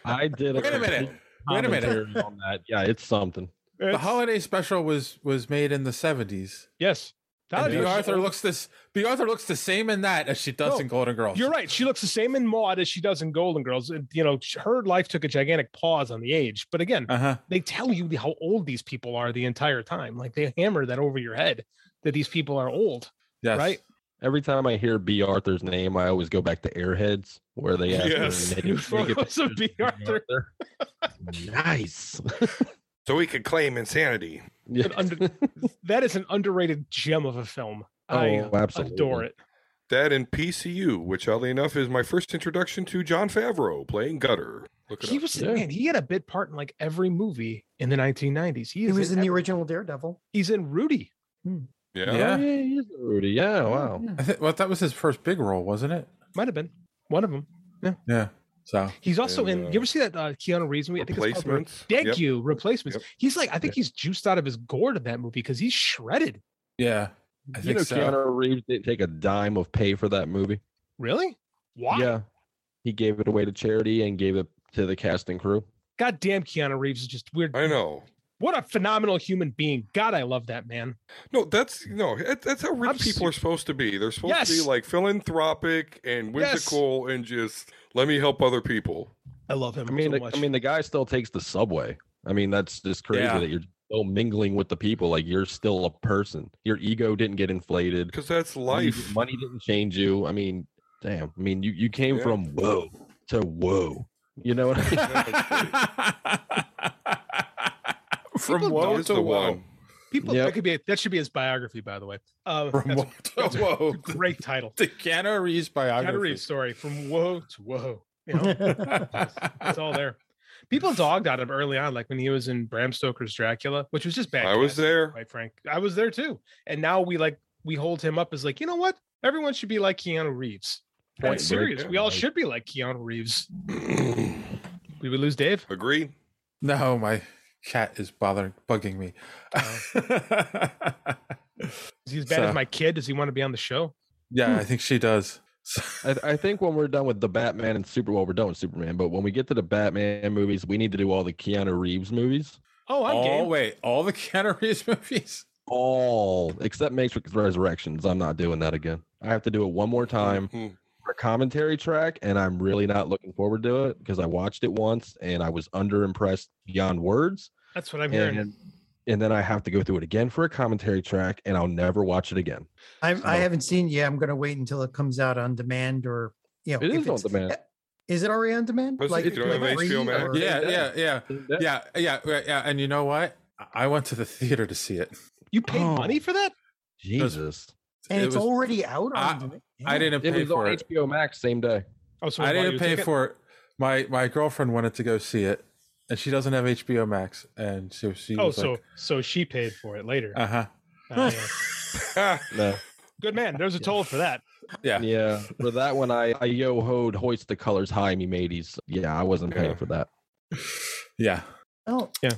Speaker 10: I did.
Speaker 8: Wait a minute. Wait a minute.
Speaker 10: commentary On that. Yeah, it's something.
Speaker 8: the holiday special was was made in the seventies.
Speaker 5: Yes.
Speaker 8: And
Speaker 5: Holiday
Speaker 8: B.
Speaker 5: special-
Speaker 8: Arthur looks this. B. Arthur looks the same in that as she does
Speaker 5: No,
Speaker 8: in Golden Girls.
Speaker 5: You're right. She looks the same in Maud as she does in Golden Girls. And, You know, sh- her life took a gigantic pause on the age. But again,
Speaker 8: uh-huh.
Speaker 5: they tell you how old these people are the entire time. Like they hammer that over your head that these people are old.
Speaker 8: Yes.
Speaker 5: Right?
Speaker 10: Every time I hear B. Arthur's name, I always go back to Airheads, where they ask
Speaker 9: Yes.
Speaker 10: for
Speaker 5: <laughs>
Speaker 9: New
Speaker 10: naked, naked
Speaker 9: photos
Speaker 5: of B. Arthur.
Speaker 10: <laughs> Nice.
Speaker 9: so we could claim insanity.
Speaker 10: <laughs>
Speaker 5: An under- that is an underrated gem of a film. I
Speaker 9: Oh, absolutely.
Speaker 5: adore it.
Speaker 9: That in PCU, which oddly enough is my first introduction to John Favreau playing Gutter. Look it
Speaker 5: He
Speaker 9: up.
Speaker 5: was man, he had a bit part in like every movie in the 1990s. He,
Speaker 4: <laughs> He
Speaker 5: is
Speaker 4: was in the
Speaker 5: every-
Speaker 4: original Daredevil.
Speaker 5: He's in Rudy.
Speaker 9: Yeah.
Speaker 10: Oh,
Speaker 8: Yeah.
Speaker 10: he's Rudy. Yeah.
Speaker 5: Oh.
Speaker 10: Wow.
Speaker 8: I thi- well, that was his first big role, wasn't it?
Speaker 5: Might have been one of them.
Speaker 8: Yeah. So
Speaker 5: He's also
Speaker 8: And,
Speaker 5: in.
Speaker 8: uh,
Speaker 5: You ever see that uh, Keanu Reeves movie? I think it's called Re-
Speaker 8: Replacements.
Speaker 5: Thank
Speaker 8: Yep.
Speaker 5: you, replacements. He's like, I think he's juiced out of his gourd in that movie because he's shredded.
Speaker 8: yeah. I
Speaker 10: you
Speaker 8: think
Speaker 10: know,
Speaker 8: so.
Speaker 10: Keanu Reeves didn't take a dime of pay for that movie.
Speaker 5: Really? Why?
Speaker 10: Yeah. He gave it away to charity and gave it to the casting crew.
Speaker 5: God damn, Keanu Reeves is just weird.
Speaker 9: I know.
Speaker 5: What a phenomenal human being. God, I love that man.
Speaker 9: No, that's no. that- That's how rich people are supposed to be. They're supposed to
Speaker 5: Yes.
Speaker 9: be like philanthropic
Speaker 5: Yes.
Speaker 9: and whimsical and just let me help other people.
Speaker 5: I love him.
Speaker 10: I mean, the- I mean, the guy still takes the subway. I mean, that's just crazy
Speaker 9: Yeah.
Speaker 10: that you're still mingling with the people. Like you're still a person. Your ego didn't get inflated.
Speaker 9: Because that's
Speaker 10: Money-
Speaker 9: life.
Speaker 10: Money, didn't change you. I mean, damn. I mean, you you came
Speaker 9: Yeah.
Speaker 10: from whoa to whoa. You know what I mean?
Speaker 8: <laughs> From
Speaker 5: People
Speaker 8: woe
Speaker 5: don't-
Speaker 8: to woe.
Speaker 5: <laughs> People,
Speaker 8: Yep.
Speaker 5: that could be that should be his biography, by the way. <laughs> Uh,
Speaker 8: From
Speaker 5: that's a-
Speaker 8: woe to
Speaker 5: that's a
Speaker 8: woe.
Speaker 5: great title.
Speaker 8: The Keanu Reeves biography.
Speaker 5: Keanu Reeves
Speaker 8: <laughs>
Speaker 5: story from whoa to whoa. You know, it's, it's all there. People dogged on him early on, like when he was in Bram Stoker's Dracula, which was just bad.
Speaker 9: I was
Speaker 5: casting,
Speaker 9: there.
Speaker 5: quite frank. I was there too. And now we like we hold him up as like, you know what? Everyone should be like Keanu Reeves.
Speaker 9: Point
Speaker 5: That's serious.
Speaker 9: break.
Speaker 5: We all should be like Keanu Reeves. we would lose Dave.
Speaker 9: Agree.
Speaker 8: No, my cat is bothering bugging me.
Speaker 5: <laughs> Is he as bad
Speaker 8: So-
Speaker 5: as my kid? Does he want to be on the show? Hmm.
Speaker 8: Yeah, I think she does. <laughs>
Speaker 10: I, I think when we're done with the Batman and Super, well, we're done with Superman, but when we get to the Batman movies, we need to do all the Keanu Reeves movies.
Speaker 5: Oh,
Speaker 8: all,
Speaker 5: I'm game.
Speaker 8: wait, all the Keanu Reeves <laughs> movies.
Speaker 10: All except Matrix Resurrections. I'm not doing that again. I have to do it one more time
Speaker 9: Hmm. <laughs>
Speaker 10: for a commentary track, and I'm really not looking forward to it because I watched it once and I was underimpressed beyond words.
Speaker 5: That's what I'm hearing.
Speaker 10: And, and then I have to go through it again for a commentary track, and I'll never watch it again.
Speaker 4: <laughs>
Speaker 5: <laughs>
Speaker 4: I, I haven't seen. Yeah, I'm gonna wait until it comes out on demand or you know.
Speaker 10: It
Speaker 4: if
Speaker 10: is on
Speaker 4: it's- eh,
Speaker 10: demand.
Speaker 4: Is it already on demand?
Speaker 9: Was it- do you have
Speaker 4: free
Speaker 9: HBO Max?
Speaker 4: or-
Speaker 8: Yeah, yeah, yeah, yeah, yeah, yeah, yeah. And you know what? I went to the theater to see it.
Speaker 5: You paid money
Speaker 10: Oh.
Speaker 5: for that?
Speaker 8: Jesus.
Speaker 4: and it's already out. On
Speaker 8: I-
Speaker 4: demand?
Speaker 8: I didn't
Speaker 10: It
Speaker 8: pay
Speaker 10: was
Speaker 8: for
Speaker 10: on
Speaker 8: it.
Speaker 10: HBO Max same day.
Speaker 5: Oh,
Speaker 8: I didn't pay for it. My my girlfriend wanted to go see it, and she doesn't have HBO Max, and so she.
Speaker 5: Oh,
Speaker 8: was
Speaker 5: so
Speaker 8: like,
Speaker 5: so she paid for it later.
Speaker 8: uh huh.
Speaker 5: Ah, yeah.
Speaker 10: No.
Speaker 5: Good man.
Speaker 4: <laughs>
Speaker 5: There's a toll for that.
Speaker 8: Yeah.
Speaker 10: Yeah. For that one, I, I yo hoed hoist the colors high, me mateys. Yeah, I wasn't paying for that.
Speaker 8: Yeah.
Speaker 4: Oh,
Speaker 5: yeah.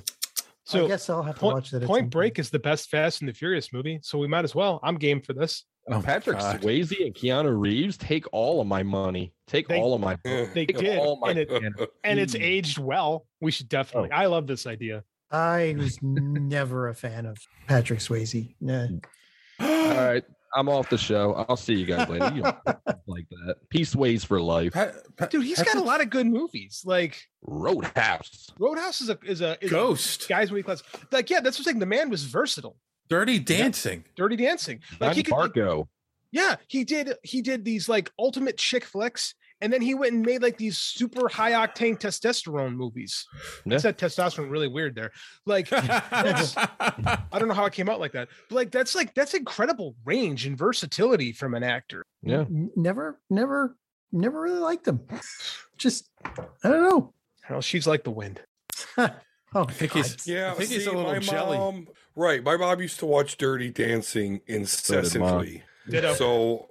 Speaker 5: So
Speaker 4: I guess I'll have to
Speaker 5: Point,
Speaker 4: watch that. at
Speaker 5: Point
Speaker 4: some-
Speaker 5: Break is the best Fast and the Furious movie, so we might as well. I'm game for this.
Speaker 8: Oh,
Speaker 10: Patrick Swayze and Keanu Reeves take all of my money. Take all of my.
Speaker 5: They
Speaker 10: take
Speaker 5: did, <laughs>
Speaker 10: all my
Speaker 5: and, it,
Speaker 10: Keanu
Speaker 5: and it's
Speaker 10: Reeves.
Speaker 5: aged well. We should definitely. I love this idea.
Speaker 4: I was <laughs> never a fan of Patrick Swayze. Nah.
Speaker 8: <gasps>
Speaker 10: All right, I'm off the show. I'll see you guys later.
Speaker 5: <laughs>
Speaker 10: You don't like that. Peace ways for life.
Speaker 5: Dude, he's got a lot of good movies. Like
Speaker 10: Roadhouse.
Speaker 5: Roadhouse is a is a is
Speaker 8: Ghost.
Speaker 5: a guys movie class. Like yeah, that's what I'm saying. The man was versatile.
Speaker 8: Dirty Dancing.
Speaker 5: Dirty Dancing. Like
Speaker 10: Johnny
Speaker 5: he could. like,
Speaker 10: Barco.
Speaker 5: yeah, he did. He did these like ultimate chick flicks, and then he went and made like these super high octane testosterone movies.
Speaker 10: Yeah.
Speaker 5: I said testosterone really weird there. Like,
Speaker 8: <laughs>
Speaker 5: that's- I don't know how it came out like that. But like that's like that's incredible range and versatility from an actor.
Speaker 10: Yeah.
Speaker 4: N- Never, never, never really liked them. Just, I don't know.
Speaker 5: Well, she's like the wind.
Speaker 4: <laughs> Oh,
Speaker 8: I think he's.
Speaker 9: Yeah,
Speaker 8: I think he's
Speaker 9: see,
Speaker 8: a little
Speaker 9: my
Speaker 8: jelly.
Speaker 9: mom- right, my mom used to watch Dirty Dancing incessantly.
Speaker 5: Ditto.
Speaker 9: So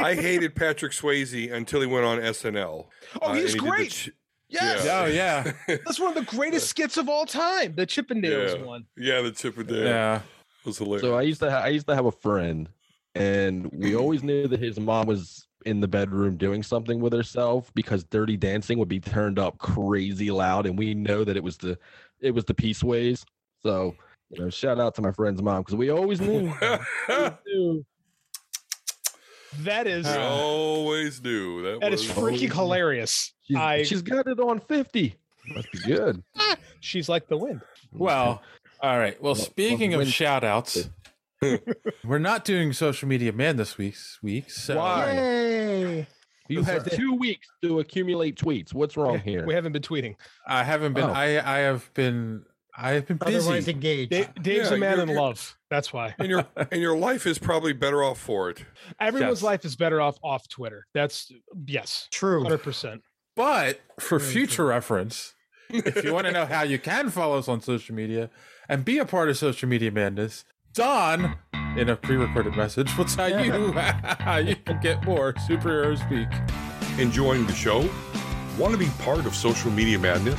Speaker 9: I hated Patrick Swayze until he went on SNL.
Speaker 5: Oh,
Speaker 9: Uh, and
Speaker 5: he's
Speaker 9: he did the
Speaker 5: great.
Speaker 9: ch-
Speaker 5: Yes.
Speaker 8: Oh yeah.
Speaker 9: <laughs>
Speaker 5: That's one of the greatest skits of all time. The Chippendales
Speaker 9: yeah,
Speaker 5: one.
Speaker 9: yeah, the tip of the
Speaker 8: Yeah.
Speaker 9: was hilarious. <laughs>
Speaker 10: So I used to ha- I used to have a friend, and we always knew that his mom was in the bedroom doing something with herself because Dirty Dancing would be turned up crazy loud, and we know that it was the it was the Peaceways. So you know, shout out to my friend's mom because we always
Speaker 9: <laughs>
Speaker 10: knew. knew.
Speaker 5: That is
Speaker 9: I always do. That,
Speaker 5: that is
Speaker 9: was
Speaker 5: freaking hilarious.
Speaker 10: She's,
Speaker 5: I
Speaker 10: she's got it on fifty. Must be good.
Speaker 5: <laughs>
Speaker 10: Mm-hmm.
Speaker 5: she's like the wind.
Speaker 8: Well, all right. Well,
Speaker 10: Well,
Speaker 8: speaking
Speaker 10: well,
Speaker 8: of
Speaker 10: when-
Speaker 5: <laughs>
Speaker 8: shout outs, we're not doing social media man this week's week. So
Speaker 10: Why?
Speaker 4: Yay.
Speaker 5: <laughs>
Speaker 10: You had two weeks to accumulate tweets. What's wrong here?
Speaker 5: We haven't been tweeting.
Speaker 8: I haven't been
Speaker 10: Oh.
Speaker 8: I I have been I have been
Speaker 4: Otherwise
Speaker 8: busy.
Speaker 4: engaged.
Speaker 5: Da- Dave's
Speaker 9: Yeah,
Speaker 5: a man
Speaker 9: you're-
Speaker 5: in
Speaker 9: you're-
Speaker 5: love. That's why.
Speaker 9: and your and your life is probably better off for it.
Speaker 5: Everyone's
Speaker 8: Yes.
Speaker 5: life is better off off Twitter. That's yes,
Speaker 4: True.
Speaker 5: hundred percent.
Speaker 8: But for future reference, if you want to know how you can follow us on social media and be a part of social media madness, Don in a pre-recorded message will tell you <laughs> how you can get more superhero speak.
Speaker 9: Enjoying the show? Want to be part of social media madness?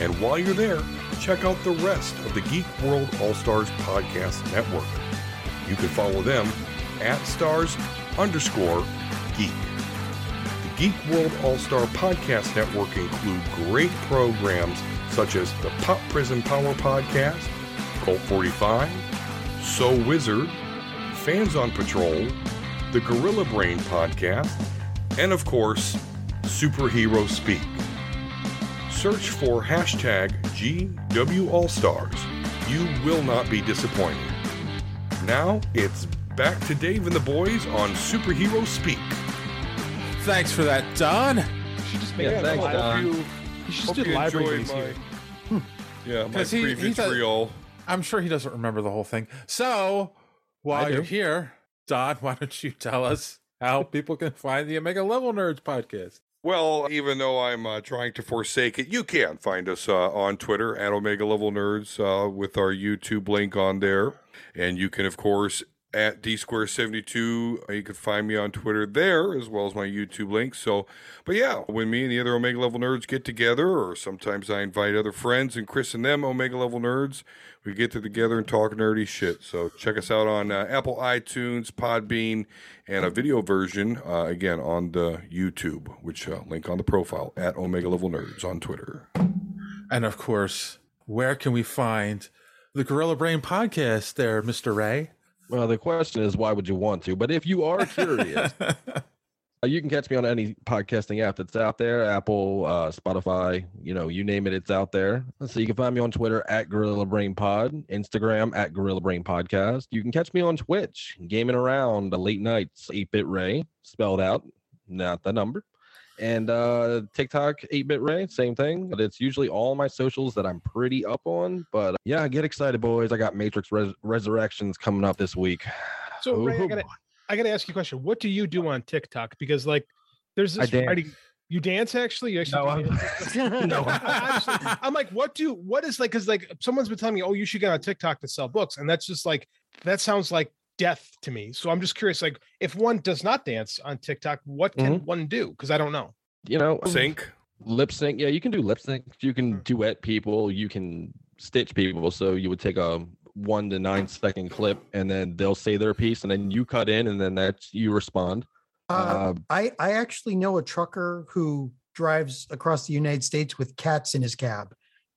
Speaker 9: And while you're there, check out the rest of the Geek World All Stars Podcast Network. You can follow them at stars underscore geek. The Geek World All Star Podcast Network include great programs such as the Pop Prison Power Podcast, Cult 45, So Wizard, Fans on Patrol, the Gorilla Brain Podcast, and of course, Superhero Speak. Search for hashtag GWAllStars. You will not be disappointed. Now it's back to Dave and the boys on Superhero Speak.
Speaker 8: Thanks for that, Don.
Speaker 5: She just made
Speaker 10: Yeah,
Speaker 5: it
Speaker 10: thanks,
Speaker 5: live.
Speaker 10: Don.
Speaker 5: You should just
Speaker 9: hope
Speaker 5: do
Speaker 9: you
Speaker 5: library
Speaker 9: enjoyed
Speaker 5: days here.
Speaker 9: Yeah, my
Speaker 8: 'Cause he- he
Speaker 9: previous
Speaker 8: does-
Speaker 9: reel.
Speaker 8: I'm sure he doesn't remember the whole thing. So while
Speaker 10: do.
Speaker 8: you're here, Don, why don't you tell us how people can find the Omega Level Nerds podcast?
Speaker 9: Well, even though I'm uh, trying to forsake it, you can find us uh, on Twitter at Omega Level Nerds uh, with our YouTube link on there. And you can, of course, at D Square 72, you can find me on Twitter there as well as my YouTube link. So, but yeah, when me and the other Omega Level Nerds get together, or sometimes I invite other friends and Chris and them Omega Level Nerds, we get to together and talk nerdy shit. So check us out on uh, Apple iTunes, Podbean, and a video version uh, again on the YouTube, which uh, link on the profile at Omega Level Nerds on Twitter.
Speaker 8: And of course, where can we find the Gorilla Brain podcast there, Mr. Ray?
Speaker 10: Well, the question is, why would you want to? But if you are curious, uh,
Speaker 8: <laughs>
Speaker 10: you can catch me on any podcasting app that's out there Apple, uh, Spotify, you know, you name it, it's out there. So you can find me on Twitter at Gorilla Brain Pod, Instagram at Gorilla Brain Podcast. You can catch me on Twitch, gaming around the late nights, 8 bit Ray, spelled out, not the number. And uh, TikTok, 8 bit Ray, same thing. But it's usually all my socials that I'm pretty up on. But uh, yeah, get excited, boys. I got Matrix Res- Resurrections coming up this week.
Speaker 5: So Ray, I
Speaker 10: Ooh,
Speaker 5: gotta, I gotta ask you a question. What do you do on TikTok? Because like, there's
Speaker 10: I
Speaker 5: this
Speaker 10: dance.
Speaker 5: writing. You dance actually? You actually do dance? <laughs>
Speaker 10: No.
Speaker 5: I'm, just- I'm like, what do? What is like? Because like, someone's been telling me, oh, you should get on TikTok to sell books, and that's just like that sounds like death to me. So I'm just curious, like, if one does not dance on TikTok, what
Speaker 10: Mm-hmm.
Speaker 5: can one do? Because I don't know.
Speaker 10: you know, um,
Speaker 9: sync,
Speaker 10: lip sync. Yeah, you can do lip sync. You can duet people. You can stitch people. So you would take a one to nine second clip, and then they'll say their piece, and then you cut in, and then that's you respond.
Speaker 4: Uh, I I actually know a trucker who drives across the United States with cats in his cab,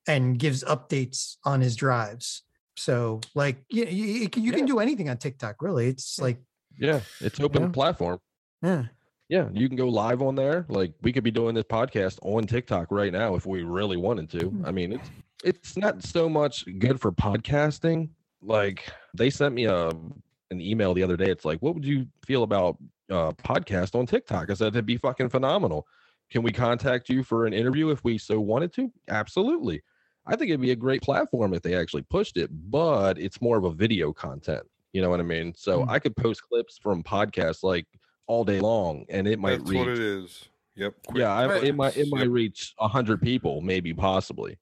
Speaker 4: and gives updates on his drives. So like you you, you can you can do anything on TikTok really. It's like
Speaker 10: Yeah, it's open
Speaker 4: Yeah.
Speaker 10: platform.
Speaker 4: yeah.
Speaker 10: Yeah, you can go live on there. Like we could be doing this podcast on TikTok right now if we really wanted to. I mean, it's it's not so much good for podcasting. Like they sent me a an email the other day. It's like, what would you feel about uh podcast on TikTok? I said it'd be fucking phenomenal. Can we contact you for an interview if we so wanted to? Absolutely. I think it'd be a great platform if they actually pushed it, but it's more of a video content. You know what I mean? So
Speaker 9: Mm.
Speaker 10: I could post clips from podcasts like all day long, and it might
Speaker 9: That's
Speaker 10: reach.
Speaker 9: what it is. Yep. quick
Speaker 10: yeah, I, it might it
Speaker 9: clips,
Speaker 10: might
Speaker 9: yep.
Speaker 10: reach hundred people, maybe possibly.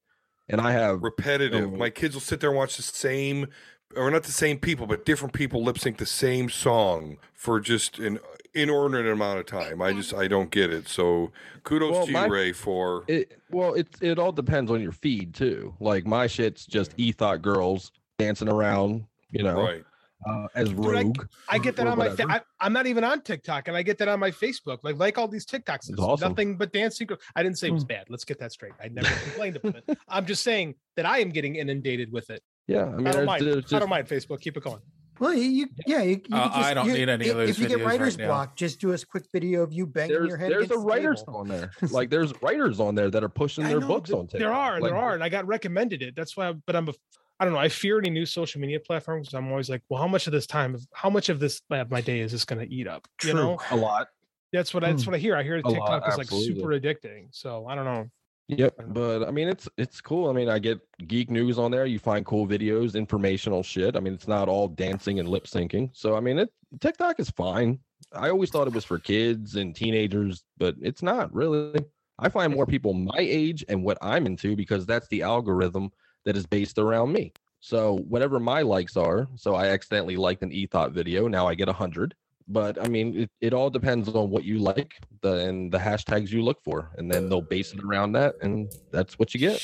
Speaker 10: And I have
Speaker 9: repetitive.
Speaker 10: Oh.
Speaker 9: My kids will sit there and watch the same, or not the same people, but different people lip sync the same song for just an inordinate amount of time. I just I don't get it. So kudos
Speaker 10: Well,
Speaker 9: to
Speaker 10: my-
Speaker 9: you, Ray, for
Speaker 10: it. Well, it it all depends on your feed too. Like my shit's just ethot girls dancing around, you know,
Speaker 9: Right.
Speaker 10: uh, as
Speaker 5: Dude, I-
Speaker 10: rogue.
Speaker 5: I get that
Speaker 10: or
Speaker 5: on my. Fa-
Speaker 10: Mm-hmm. whatever.
Speaker 5: I, I'm not even on TikTok, and I get that on my Facebook. Like, like all these TikToks, it's
Speaker 10: awesome. Hmm.
Speaker 5: nothing but dancing. girl- I didn't say it was bad. Let's get that straight.
Speaker 10: <laughs>
Speaker 5: I <laughs> never complained about it. I'm just saying that I am getting inundated with it.
Speaker 10: Yeah, I mean,
Speaker 5: I don't
Speaker 10: there's-
Speaker 5: mind.
Speaker 10: there's
Speaker 5: I
Speaker 10: just-
Speaker 5: don't mind Facebook. Keep it going.
Speaker 4: Well, you- you yeah you, you could
Speaker 10: Uh, I don't
Speaker 4: you-
Speaker 10: need any
Speaker 4: if,
Speaker 10: of those
Speaker 4: if you get
Speaker 10: videos right
Speaker 4: writer's
Speaker 10: now.
Speaker 4: block, just do a quick video of you banging
Speaker 10: there's,
Speaker 4: your head.
Speaker 10: there's
Speaker 4: against
Speaker 10: a
Speaker 4: the
Speaker 10: writer's
Speaker 4: table.
Speaker 5: <laughs>
Speaker 10: on there. Like there's writers on there that are pushing
Speaker 5: I
Speaker 10: their
Speaker 5: know,
Speaker 10: books
Speaker 5: th-
Speaker 10: on TikTok.
Speaker 5: There are,
Speaker 10: Like,
Speaker 5: there are, and I got recommended it. That's why. I, but I'm a, I don't know. I fear any new social media platforms. I'm always like, well, how much of this time, how much of this of my day is this going to eat up? You know,
Speaker 10: a lot.
Speaker 5: that's what I, that's what I hear. I hear
Speaker 10: A lot,
Speaker 5: TikTok is like super
Speaker 10: absolutely.
Speaker 5: addicting. So I don't know.
Speaker 10: Yep, but I mean it's it's cool. I mean I get geek news on there. You find cool videos, informational shit. I mean it's not all dancing and lip syncing. So I mean it TikTok is fine. I always thought it was for kids and teenagers, but it's not really. I find more people my age and what I'm into because that's the algorithm that is based around me. So whatever my likes are, so I accidentally liked an ethot video, now I get a hundred. But I mean, it, it all depends on what you like the and the hashtags you look for, and then they'll base it around that, and that's what you get.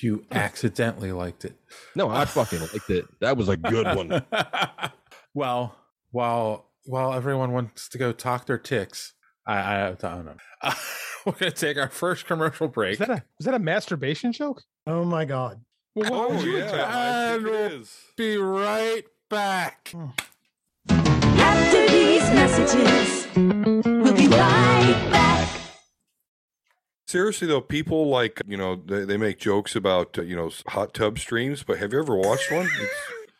Speaker 8: You accidentally liked it.
Speaker 10: No, I fucking liked it. That was a good one.
Speaker 8: <laughs> well, while while everyone wants to go talk their ticks, I I, I don't know. <laughs> we're gonna take our first commercial break.
Speaker 5: Is that a is that a masturbation joke?
Speaker 4: Oh my god!
Speaker 5: Well, why
Speaker 9: Oh,
Speaker 5: would you
Speaker 8: yeah. And we'll be right back.
Speaker 11: After these messages, we'll be right back.
Speaker 9: Seriously though, people like you know they, they make jokes about uh, you know hot tub streams, but have you ever watched one?
Speaker 5: <laughs>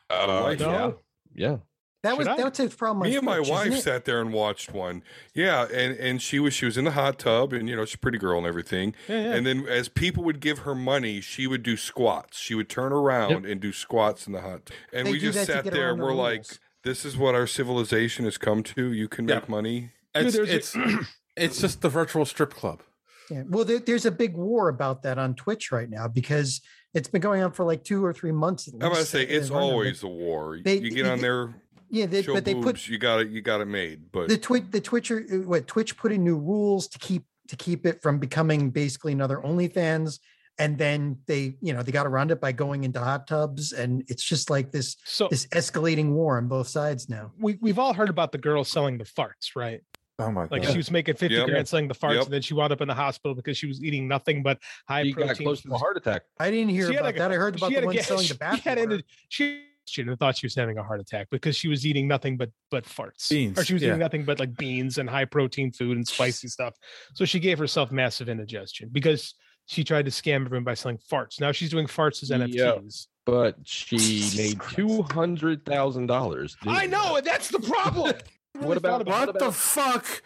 Speaker 9: It's
Speaker 5: Uh,
Speaker 9: a life.
Speaker 4: no.
Speaker 10: Yeah.
Speaker 4: That was that's his problem. on
Speaker 9: Me and my
Speaker 4: Twitch, isn't
Speaker 9: wife
Speaker 4: it?
Speaker 9: sat there and watched one. Yeah, and and she was she was in the hot tub, and you know she's a pretty girl and everything.
Speaker 5: Yeah, yeah.
Speaker 9: And then as people would give her money, she would do squats. She would turn around and do squats in the hot. tub. And
Speaker 4: They
Speaker 9: we
Speaker 4: do
Speaker 9: just
Speaker 4: that to
Speaker 9: sat
Speaker 4: get
Speaker 9: there
Speaker 4: around
Speaker 9: and
Speaker 4: the
Speaker 9: we're like, "This is what our civilization has come to. You can make money."
Speaker 8: It's it's, <clears throat> it's just the virtual strip club.
Speaker 4: Yeah. Well, there, there's a big war about that on Twitch right now because it's been going on for like two or three months. At
Speaker 9: I'm gonna
Speaker 4: least,
Speaker 9: say
Speaker 4: that they're
Speaker 9: it's
Speaker 4: running it.
Speaker 9: always a war.
Speaker 4: They-
Speaker 9: you get on there,
Speaker 4: Yeah, they,
Speaker 9: show
Speaker 4: but they
Speaker 9: boobs,
Speaker 4: put
Speaker 9: you got it, you got it made. But
Speaker 4: the Twitch, the Twitcher, uh, what Twitch put in new rules to keep to keep it from becoming basically another OnlyFans, and then they, you know, they got around it by going into hot tubs, and it's just like this this escalating war on both sides now.
Speaker 5: We we've all heard about the girl selling the farts, right?
Speaker 8: Oh my
Speaker 5: Like she was making 50
Speaker 10: Yep.
Speaker 5: grand selling the farts,
Speaker 10: Yep.
Speaker 5: and then she wound up in the hospital because she was eating nothing but high
Speaker 10: He got
Speaker 5: protein.
Speaker 10: close to a heart attack.
Speaker 4: I didn't hear
Speaker 5: She had
Speaker 4: about
Speaker 5: like a-
Speaker 4: that. I heard
Speaker 5: <laughs>
Speaker 4: about
Speaker 5: she
Speaker 4: the
Speaker 5: had a
Speaker 4: one
Speaker 5: gas-
Speaker 4: selling the
Speaker 5: she had
Speaker 4: bathwater.
Speaker 5: an- She shit and thought she was having a heart attack because she was eating nothing but but farts.
Speaker 8: Beans,
Speaker 5: Or she was
Speaker 8: yeah.
Speaker 5: eating nothing but like beans and high protein food and spicy stuff. So she gave herself massive indigestion because she tried to scam everyone by selling farts. Now she's doing farts as NFTs.
Speaker 10: But she made two hundred thousand dollars.
Speaker 5: I know, and that's the
Speaker 8: <laughs>
Speaker 5: problem.
Speaker 10: What about-
Speaker 8: what the fuck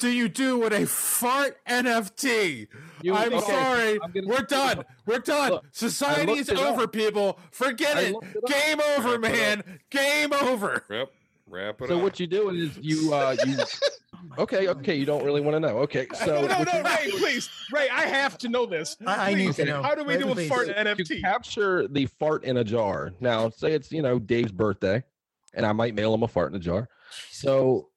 Speaker 8: do you do with a fart NFT?
Speaker 10: <laughs> You-
Speaker 8: I'm
Speaker 10: okay,
Speaker 8: sorry.
Speaker 10: I'm gonna-
Speaker 8: We're done. We're done.
Speaker 10: Look,
Speaker 8: Society
Speaker 10: I
Speaker 8: is
Speaker 10: looked it up.
Speaker 8: over, people. Forget
Speaker 10: I
Speaker 8: it.
Speaker 10: looked it up.
Speaker 8: Game over,
Speaker 10: Wrap it up.
Speaker 8: man. Game over.
Speaker 9: Yep. Wrap it
Speaker 10: So
Speaker 9: up.
Speaker 10: what you do is you uh you okay okay you don't really want to know okay so
Speaker 5: no, no,
Speaker 10: what
Speaker 5: no,
Speaker 10: you-
Speaker 5: Ray, please, Ray, I have to know this.
Speaker 4: I- I need
Speaker 5: Please,
Speaker 4: to know.
Speaker 5: How do we
Speaker 4: Ray,
Speaker 5: do a
Speaker 4: please.
Speaker 5: fart
Speaker 4: You
Speaker 5: NFT?
Speaker 10: you capture the fart in a jar. Now, say it's you know Dave's birthday, and I might mail him a fart in a jar. So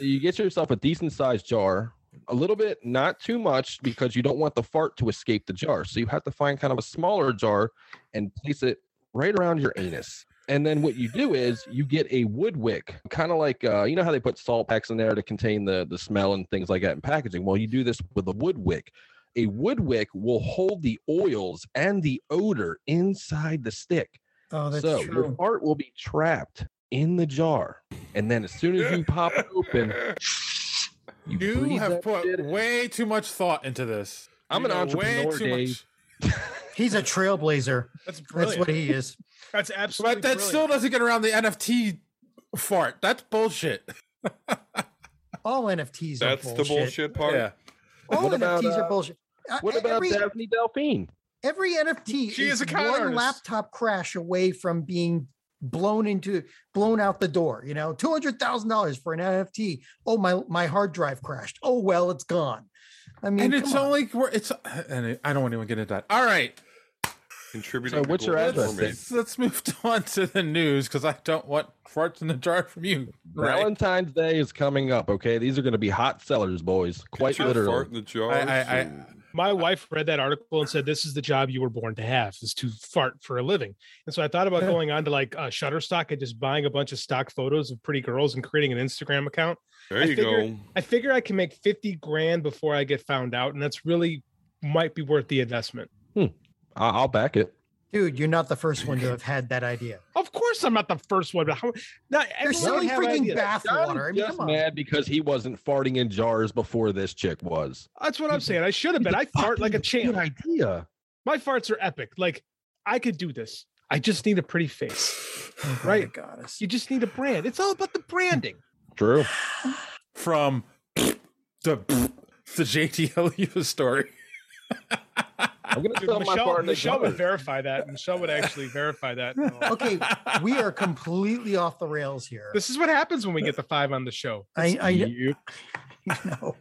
Speaker 10: you get yourself a decent sized jar, a little bit, not too much, because you don't want the fart to escape the jar. So you have to find kind of a smaller jar and place it right around your anus. And then what you do is you get a wood wick, kind of like uh, you know how they put salt packs in there to contain the the smell and things like that in packaging. Well, you do this with a wood wick a wood wick will hold the oils and the odor inside the stick.
Speaker 4: Oh, that's
Speaker 10: so your
Speaker 4: true.
Speaker 10: fart will be trapped in the jar. And then as soon as you pop it open, you,
Speaker 8: You
Speaker 10: breathe
Speaker 8: have
Speaker 10: that-
Speaker 8: put way too much thought into this.
Speaker 10: I'm
Speaker 8: You
Speaker 10: an
Speaker 8: know way
Speaker 10: entrepreneur,
Speaker 8: too
Speaker 10: Dave.
Speaker 8: much-
Speaker 4: He's a trailblazer.
Speaker 5: That's
Speaker 4: That's what he is.
Speaker 5: That's absolutely.
Speaker 8: But that still doesn't get around the NFT fart. That's bullshit.
Speaker 4: All NFTs
Speaker 9: That's
Speaker 4: are
Speaker 9: the
Speaker 4: bullshit.
Speaker 9: bullshit part.
Speaker 8: Yeah.
Speaker 4: All
Speaker 10: What
Speaker 4: NFTs
Speaker 10: about,
Speaker 4: are
Speaker 10: uh,
Speaker 4: bullshit. Uh,
Speaker 10: What
Speaker 4: e-
Speaker 10: about
Speaker 4: every,
Speaker 10: Daphne Delphine?
Speaker 4: every NFT
Speaker 5: <laughs> She is a con
Speaker 4: one
Speaker 5: artist.
Speaker 4: laptop crash away from being blown into blown out the door, you know, two hundred thousand dollars for an NFT. Oh, my my hard drive crashed. Oh well, it's gone. I mean
Speaker 8: and it's
Speaker 4: come on.
Speaker 8: only we're- it's and it- I don't want anyone get into that. All right,
Speaker 9: Contributing.
Speaker 10: So
Speaker 9: to
Speaker 10: what's your
Speaker 9: global
Speaker 10: address,
Speaker 9: warming.
Speaker 8: let's, let's move <laughs> on to the news because I don't want farts in the jar from you. Right?
Speaker 10: Valentine's Day is coming up. Okay, these are going to be hot sellers, boys. Quite
Speaker 9: Get your
Speaker 10: literally.
Speaker 9: Fart in the jar.
Speaker 8: I- I- I-
Speaker 5: My wife read that article and said, "This is the job you were born to have: is to fart for a living." And so I thought about going on to like uh, Shutterstock and just buying a bunch of stock photos of pretty girls and creating an Instagram account.
Speaker 9: there
Speaker 5: I
Speaker 9: you
Speaker 5: figure-
Speaker 9: go.
Speaker 5: I figure I can make fifty grand before I get found out, and that's really might be worth the investment.
Speaker 10: I- I'll back it.
Speaker 4: dude, you're not the
Speaker 5: <laughs>
Speaker 4: first one to have had that idea.
Speaker 5: Of course, I'm not the first one, but how? Not,
Speaker 4: They're
Speaker 5: everyone
Speaker 4: selling
Speaker 5: have
Speaker 4: freaking
Speaker 5: ideas.
Speaker 4: bath water. I mean,
Speaker 10: Just
Speaker 4: come on.
Speaker 10: mad because he wasn't farting in jars before this chick was.
Speaker 5: That's what I'm saying. I should have been. I fart like a champ.
Speaker 10: Good idea.
Speaker 5: my farts are epic. Like I could do this. I just need a pretty face, <laughs> right?
Speaker 4: Goddess.
Speaker 5: You just need a brand. It's all about the branding.
Speaker 10: True.
Speaker 8: From the the JTLU story. <laughs>
Speaker 10: I'm gonna
Speaker 5: Dude,
Speaker 10: sell my
Speaker 5: Michelle,
Speaker 10: fart in a
Speaker 5: Michelle
Speaker 10: jar.
Speaker 5: would verify that. Michelle would actually verify that.
Speaker 4: Okay, <laughs> we are completely off the rails here.
Speaker 5: This is what happens when we get the five on the show.
Speaker 4: I,
Speaker 10: You-
Speaker 4: <laughs> I know.
Speaker 8: All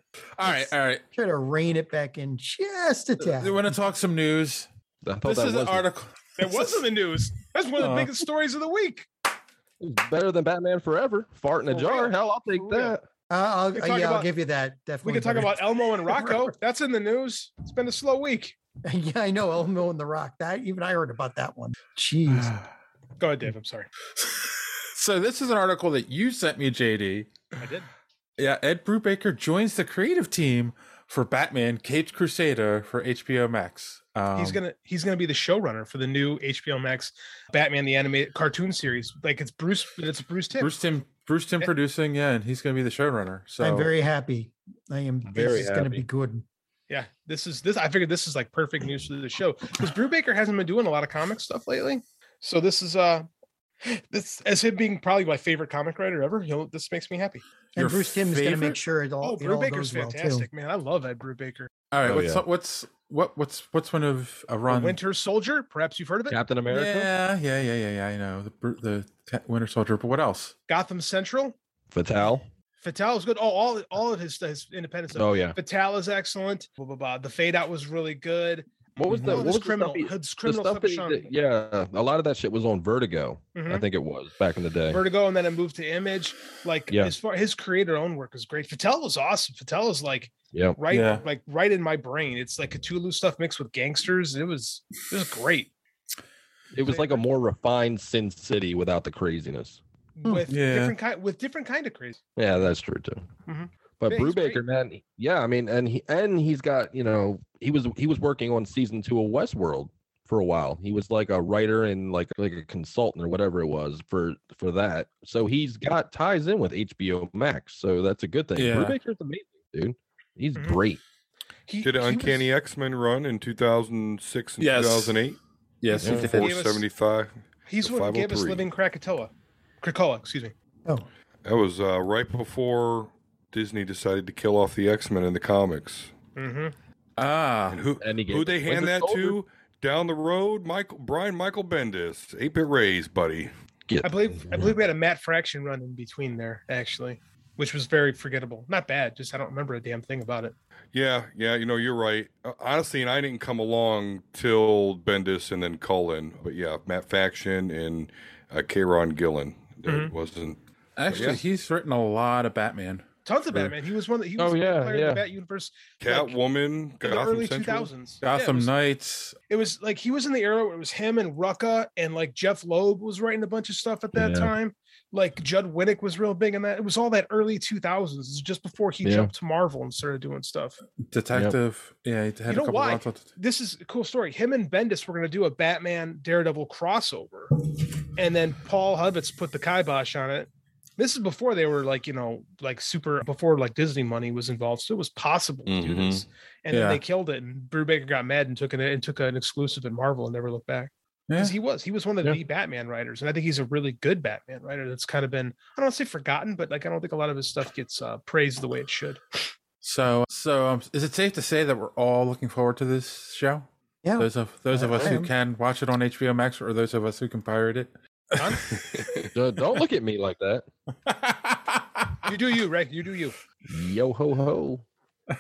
Speaker 8: right, all right.
Speaker 4: Try to rein it back in just a tad.
Speaker 8: We want to talk some news.
Speaker 10: I thought
Speaker 8: This
Speaker 10: that
Speaker 8: is
Speaker 10: was
Speaker 8: an article.
Speaker 5: That was in the news. That's one of the
Speaker 8: Uh.
Speaker 5: biggest <laughs> stories of the week.
Speaker 10: better than Batman Forever. Fart in a
Speaker 5: For
Speaker 10: jar.
Speaker 5: real.
Speaker 10: Hell, I'll take
Speaker 5: For real.
Speaker 10: that.
Speaker 4: Uh, I'll,
Speaker 5: We
Speaker 4: yeah,
Speaker 5: could talk
Speaker 4: I'll
Speaker 5: about-
Speaker 4: give you that. Definitely.
Speaker 5: We could talk
Speaker 4: better.
Speaker 5: about Elmo
Speaker 4: <laughs>
Speaker 5: and Rocco. That's in the news. It's been a slow week.
Speaker 4: yeah, I know Elmo and the Rock. That even I heard about that one. Jeez.
Speaker 8: Ah,
Speaker 5: Go ahead, Dave. I'm sorry.
Speaker 8: Uh, <sighs> So this is an article that you sent me, JD.
Speaker 5: I did.
Speaker 8: Yeah, Ed Brubaker joins the creative team for Batman: Cage Crusader for HBO Max. Um,
Speaker 5: he's gonna he's gonna be the showrunner for the new HBO Max Batman the animated cartoon series. Like it's Bruce, it's Bruce Timm.
Speaker 8: Bruce Tim Bruce Tim
Speaker 5: Yeah.
Speaker 8: producing, yeah, and he's gonna be the showrunner. So
Speaker 4: I'm very happy. I am.
Speaker 10: Very
Speaker 4: this is going to
Speaker 10: happy.
Speaker 4: be good.
Speaker 5: Yeah, this is this. I figured this is like perfect news for the show because Brew Baker hasn't been doing a lot of comic stuff lately. So this is uh, this as him being probably my favorite comic writer ever. You know, this makes me happy.
Speaker 4: And
Speaker 8: Your
Speaker 4: Bruce Tim is going to
Speaker 8: favorite?
Speaker 4: make sure it all,
Speaker 5: Oh,
Speaker 4: it all
Speaker 5: Brew Baker's
Speaker 4: goes well too.
Speaker 5: fantastic, man. I love Ed Brew Baker.
Speaker 8: all right.
Speaker 10: Oh,
Speaker 8: what's
Speaker 10: yeah.
Speaker 8: what's what what's what's one of a
Speaker 5: The
Speaker 10: Um,
Speaker 8: run?
Speaker 5: Winter Soldier. Perhaps you've heard of it.
Speaker 10: Captain America.
Speaker 8: Yeah, yeah, yeah, yeah, yeah. I know the Bru- the Ca- Winter Soldier, but what else?
Speaker 5: Gotham Central.
Speaker 10: Fatale.
Speaker 5: Fatale is good. Oh, all all of his his independent stuff.
Speaker 10: Oh yeah.
Speaker 5: Fatale is excellent. Blah blah blah. uh, The Fade Out was really good.
Speaker 10: What was
Speaker 5: All
Speaker 10: the what
Speaker 5: this
Speaker 10: was
Speaker 5: criminal?
Speaker 10: The stuff he-
Speaker 5: his
Speaker 10: the
Speaker 5: criminal
Speaker 10: stuff
Speaker 5: stuff
Speaker 10: that
Speaker 5: with
Speaker 10: he
Speaker 5: Sean
Speaker 10: did- yeah, a lot of that shit was on Vertigo. I
Speaker 5: Mhm.
Speaker 10: think it was back in the day.
Speaker 5: Vertigo and then it moved to Image. Like
Speaker 10: Yeah.
Speaker 5: as far his creator own work is great. Fatale was awesome. Fatale is like
Speaker 10: yeah,
Speaker 5: right
Speaker 8: Yeah.
Speaker 5: like right in my brain. It's like Cthulhu stuff mixed with gangsters. It was it was great
Speaker 10: it was like a more refined Sin City without the craziness.
Speaker 5: with
Speaker 8: Yeah.
Speaker 5: different kind with different kind of crazy.
Speaker 10: Yeah, that's true too.
Speaker 5: Mhm.
Speaker 10: But
Speaker 5: Yeah, he's great.
Speaker 10: Brubaker, man, yeah, I mean, and he and he's got you know he was he was working on season two of Westworld for a while. He was like a writer and like like a consultant or whatever it was for for that. So he's got ties in with HBO Max. So that's a good thing.
Speaker 9: Yeah.
Speaker 10: Brubaker's amazing, dude. He's
Speaker 5: Mm-hmm.
Speaker 10: great.
Speaker 9: Did Uncanny X Men run in 2006 and
Speaker 10: Yes.
Speaker 9: 2008?
Speaker 10: Yes, he
Speaker 9: Yeah.
Speaker 10: did.
Speaker 9: 475.
Speaker 5: He's
Speaker 9: to
Speaker 5: what gave
Speaker 10: oh
Speaker 5: us
Speaker 9: 503.
Speaker 5: Living Krakatoa. Krakoa, excuse me.
Speaker 9: That was uh, right before Disney decided to kill off the X Men in the comics.
Speaker 5: Mm-hmm.
Speaker 8: Ah,
Speaker 9: and who
Speaker 10: and
Speaker 9: who they hand that to down the road? Michael Brian Michael Bendis, Eight Bit Rays, buddy.
Speaker 5: I believe I believe we had a Matt Fraction run in between there actually, which was very forgettable. Not bad, just I don't remember a damn thing about it.
Speaker 9: Yeah, yeah, you know you're right. Uh, Honestly, and I didn't come along till Bendis and then Cullen, but yeah, Matt Faction and uh, Kieron Gillen. It
Speaker 8: Mhm.
Speaker 9: wasn't
Speaker 8: Actually,
Speaker 9: yeah.
Speaker 8: he's written a lot of Batman.
Speaker 5: Tons of
Speaker 8: Sure.
Speaker 5: Batman. He was one that he was
Speaker 8: Oh,
Speaker 5: a
Speaker 8: yeah,
Speaker 5: player in
Speaker 8: yeah.
Speaker 5: the Bat universe. like,
Speaker 9: Catwoman,
Speaker 5: the
Speaker 9: Gotham
Speaker 5: early
Speaker 9: Central.
Speaker 5: 2000s. Yeah, it
Speaker 8: Gotham
Speaker 5: was-
Speaker 8: Knights.
Speaker 5: it was like he was in the era where it was him and Rucka and like Jeff Loeb was writing a bunch of stuff at that
Speaker 8: Yeah.
Speaker 5: time. Like Judd Winnick was real big in that. It was all that early 2000s, It was just before he
Speaker 8: Yeah.
Speaker 5: jumped to Marvel and started doing stuff.
Speaker 8: Detective. Yeah, he had
Speaker 5: you
Speaker 8: a
Speaker 5: know
Speaker 8: couple
Speaker 5: why?
Speaker 8: lots of-
Speaker 5: This is a cool story. Him and Bendis were going to do a Batman Daredevil crossover, and then Paul Hubitz put the kibosh on it. This is before they were like you know like super before like Disney money was involved, so it was possible to do this. And then they killed it, and Brubaker got mad and took an and took an exclusive at Marvel and never looked back. Because he was he was one of the Batman writers, and I think he's a really good Batman writer. That's kind of been I don't want to say forgotten, but like I don't think a lot of his stuff gets uh, praised the way it should.
Speaker 8: So, so um, is it safe to say that we're all looking forward to this show?
Speaker 4: Yeah.
Speaker 8: Those of those of
Speaker 4: I-
Speaker 8: us
Speaker 4: I
Speaker 8: who
Speaker 4: am.
Speaker 8: can watch it on HBO Max, or those of us who can pirate it.
Speaker 10: Don't look at me like that.
Speaker 8: <laughs>
Speaker 5: You do you, right? You do you.
Speaker 10: Yo ho ho.
Speaker 8: <laughs>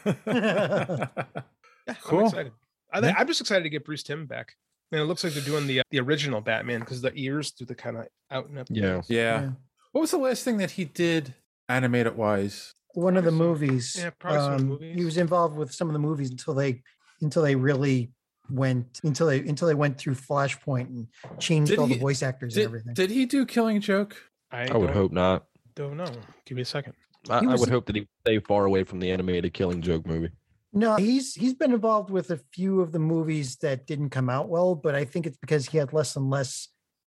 Speaker 5: Cool. I'm, excited. I, thi- I'm just excited to get Bruce Tim back. And it looks like they're doing the the original Batman because the ears do the kind of out and up.
Speaker 8: yeah. What was the last thing that he did animated wise?
Speaker 4: one of the movies. um,
Speaker 5: yeah, probably some of the
Speaker 4: He was involved with some of the movies until they until they really went until they until they went through Flashpoint and changed
Speaker 8: Did
Speaker 4: all
Speaker 8: he-
Speaker 4: the voice actors
Speaker 8: Did,
Speaker 4: and everything.
Speaker 8: did he do Killing Joke?
Speaker 5: I,
Speaker 10: I would
Speaker 5: don't-
Speaker 10: hope not.
Speaker 5: Don't know. Give me a second.
Speaker 10: I,
Speaker 4: He
Speaker 10: I
Speaker 4: was-
Speaker 10: would hope that he would stay far away from the animated Killing Joke movie.
Speaker 4: No, he's he's been involved with a few of the movies that didn't come out well, but I think it's because he had less and less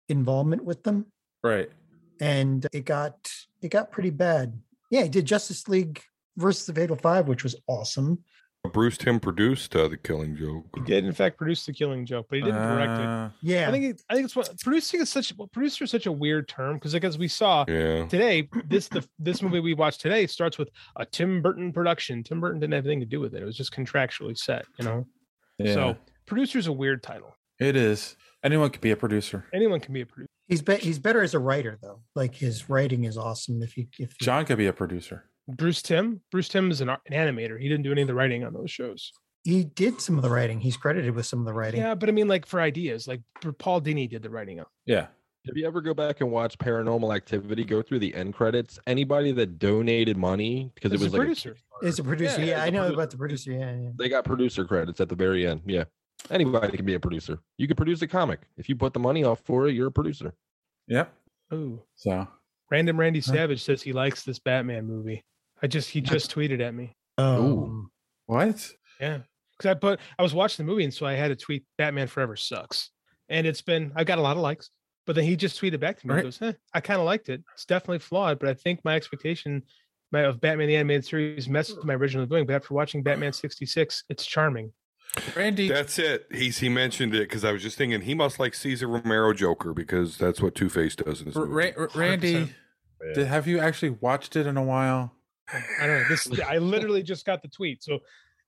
Speaker 4: involvement with them,
Speaker 8: Right.
Speaker 4: and it got it got pretty bad. Yeah, he did Justice League versus the Fatal Five, which was awesome.
Speaker 9: Uh, Bruce Tim produced uh, the Killing Joke.
Speaker 5: Did in fact produce the Killing Joke, but he didn't
Speaker 9: Uh,
Speaker 5: direct it.
Speaker 4: Yeah,
Speaker 5: I think it, I think it's what producing is such well, producer is such a weird term because like as we saw
Speaker 9: Yeah.
Speaker 5: today, this the this movie we watched today starts with a Tim Burton production. Tim Burton didn't have anything to do with it; it was just contractually set, you know.
Speaker 8: Yeah.
Speaker 5: So producer's a weird title.
Speaker 8: It is. Anyone could be a producer.
Speaker 5: Anyone can be a producer.
Speaker 4: He's be- he's better as a writer though. Like his writing is awesome. If you if you-
Speaker 8: John could be a producer.
Speaker 5: Bruce Tim. Bruce Tim is an, ar- an animator. He didn't do any of the writing on those shows.
Speaker 4: he did some of the writing, he's credited with some of the writing.
Speaker 5: Yeah, but I mean, like for ideas, like for Paul Dini did the writing on.
Speaker 8: Yeah.
Speaker 10: If you ever go back and watch Paranormal Activity, go through the end credits. Anybody that donated money because it
Speaker 4: As a
Speaker 10: was like a
Speaker 4: producer. Is a producer.
Speaker 10: Yeah,
Speaker 4: Yeah,
Speaker 10: as
Speaker 4: I
Speaker 10: a
Speaker 4: know about the producer. Yeah, yeah.
Speaker 10: They got producer credits at the very end. Yeah. Anybody can be a producer. You could produce a comic. If you put the money off for it, you're a producer.
Speaker 8: Yep.
Speaker 5: Oh,
Speaker 8: So
Speaker 5: random Randy Savage says he likes this Batman movie. I just he just tweeted at me.
Speaker 4: Um,
Speaker 8: Ooh. What?
Speaker 5: Yeah, because I put I was watching the movie and so I had to tweet Batman Forever sucks, and it's been I've got a lot of likes. But then he just tweeted back to me.
Speaker 8: Right.
Speaker 5: He goes, eh, I kind of liked it. It's definitely flawed, but I think my expectation my, of Batman the Animated Series messed with my original doing. But after watching Batman 66, it's charming.
Speaker 8: Randy.
Speaker 9: That's it. He's he mentioned it because I was just thinking he must like Caesar Romero Joker because that's what Two Face does in this
Speaker 8: R-
Speaker 9: movie.
Speaker 8: Ra- R- Randy, did, have you actually watched it in a while?
Speaker 5: I don't know. This I literally just got the tweet, so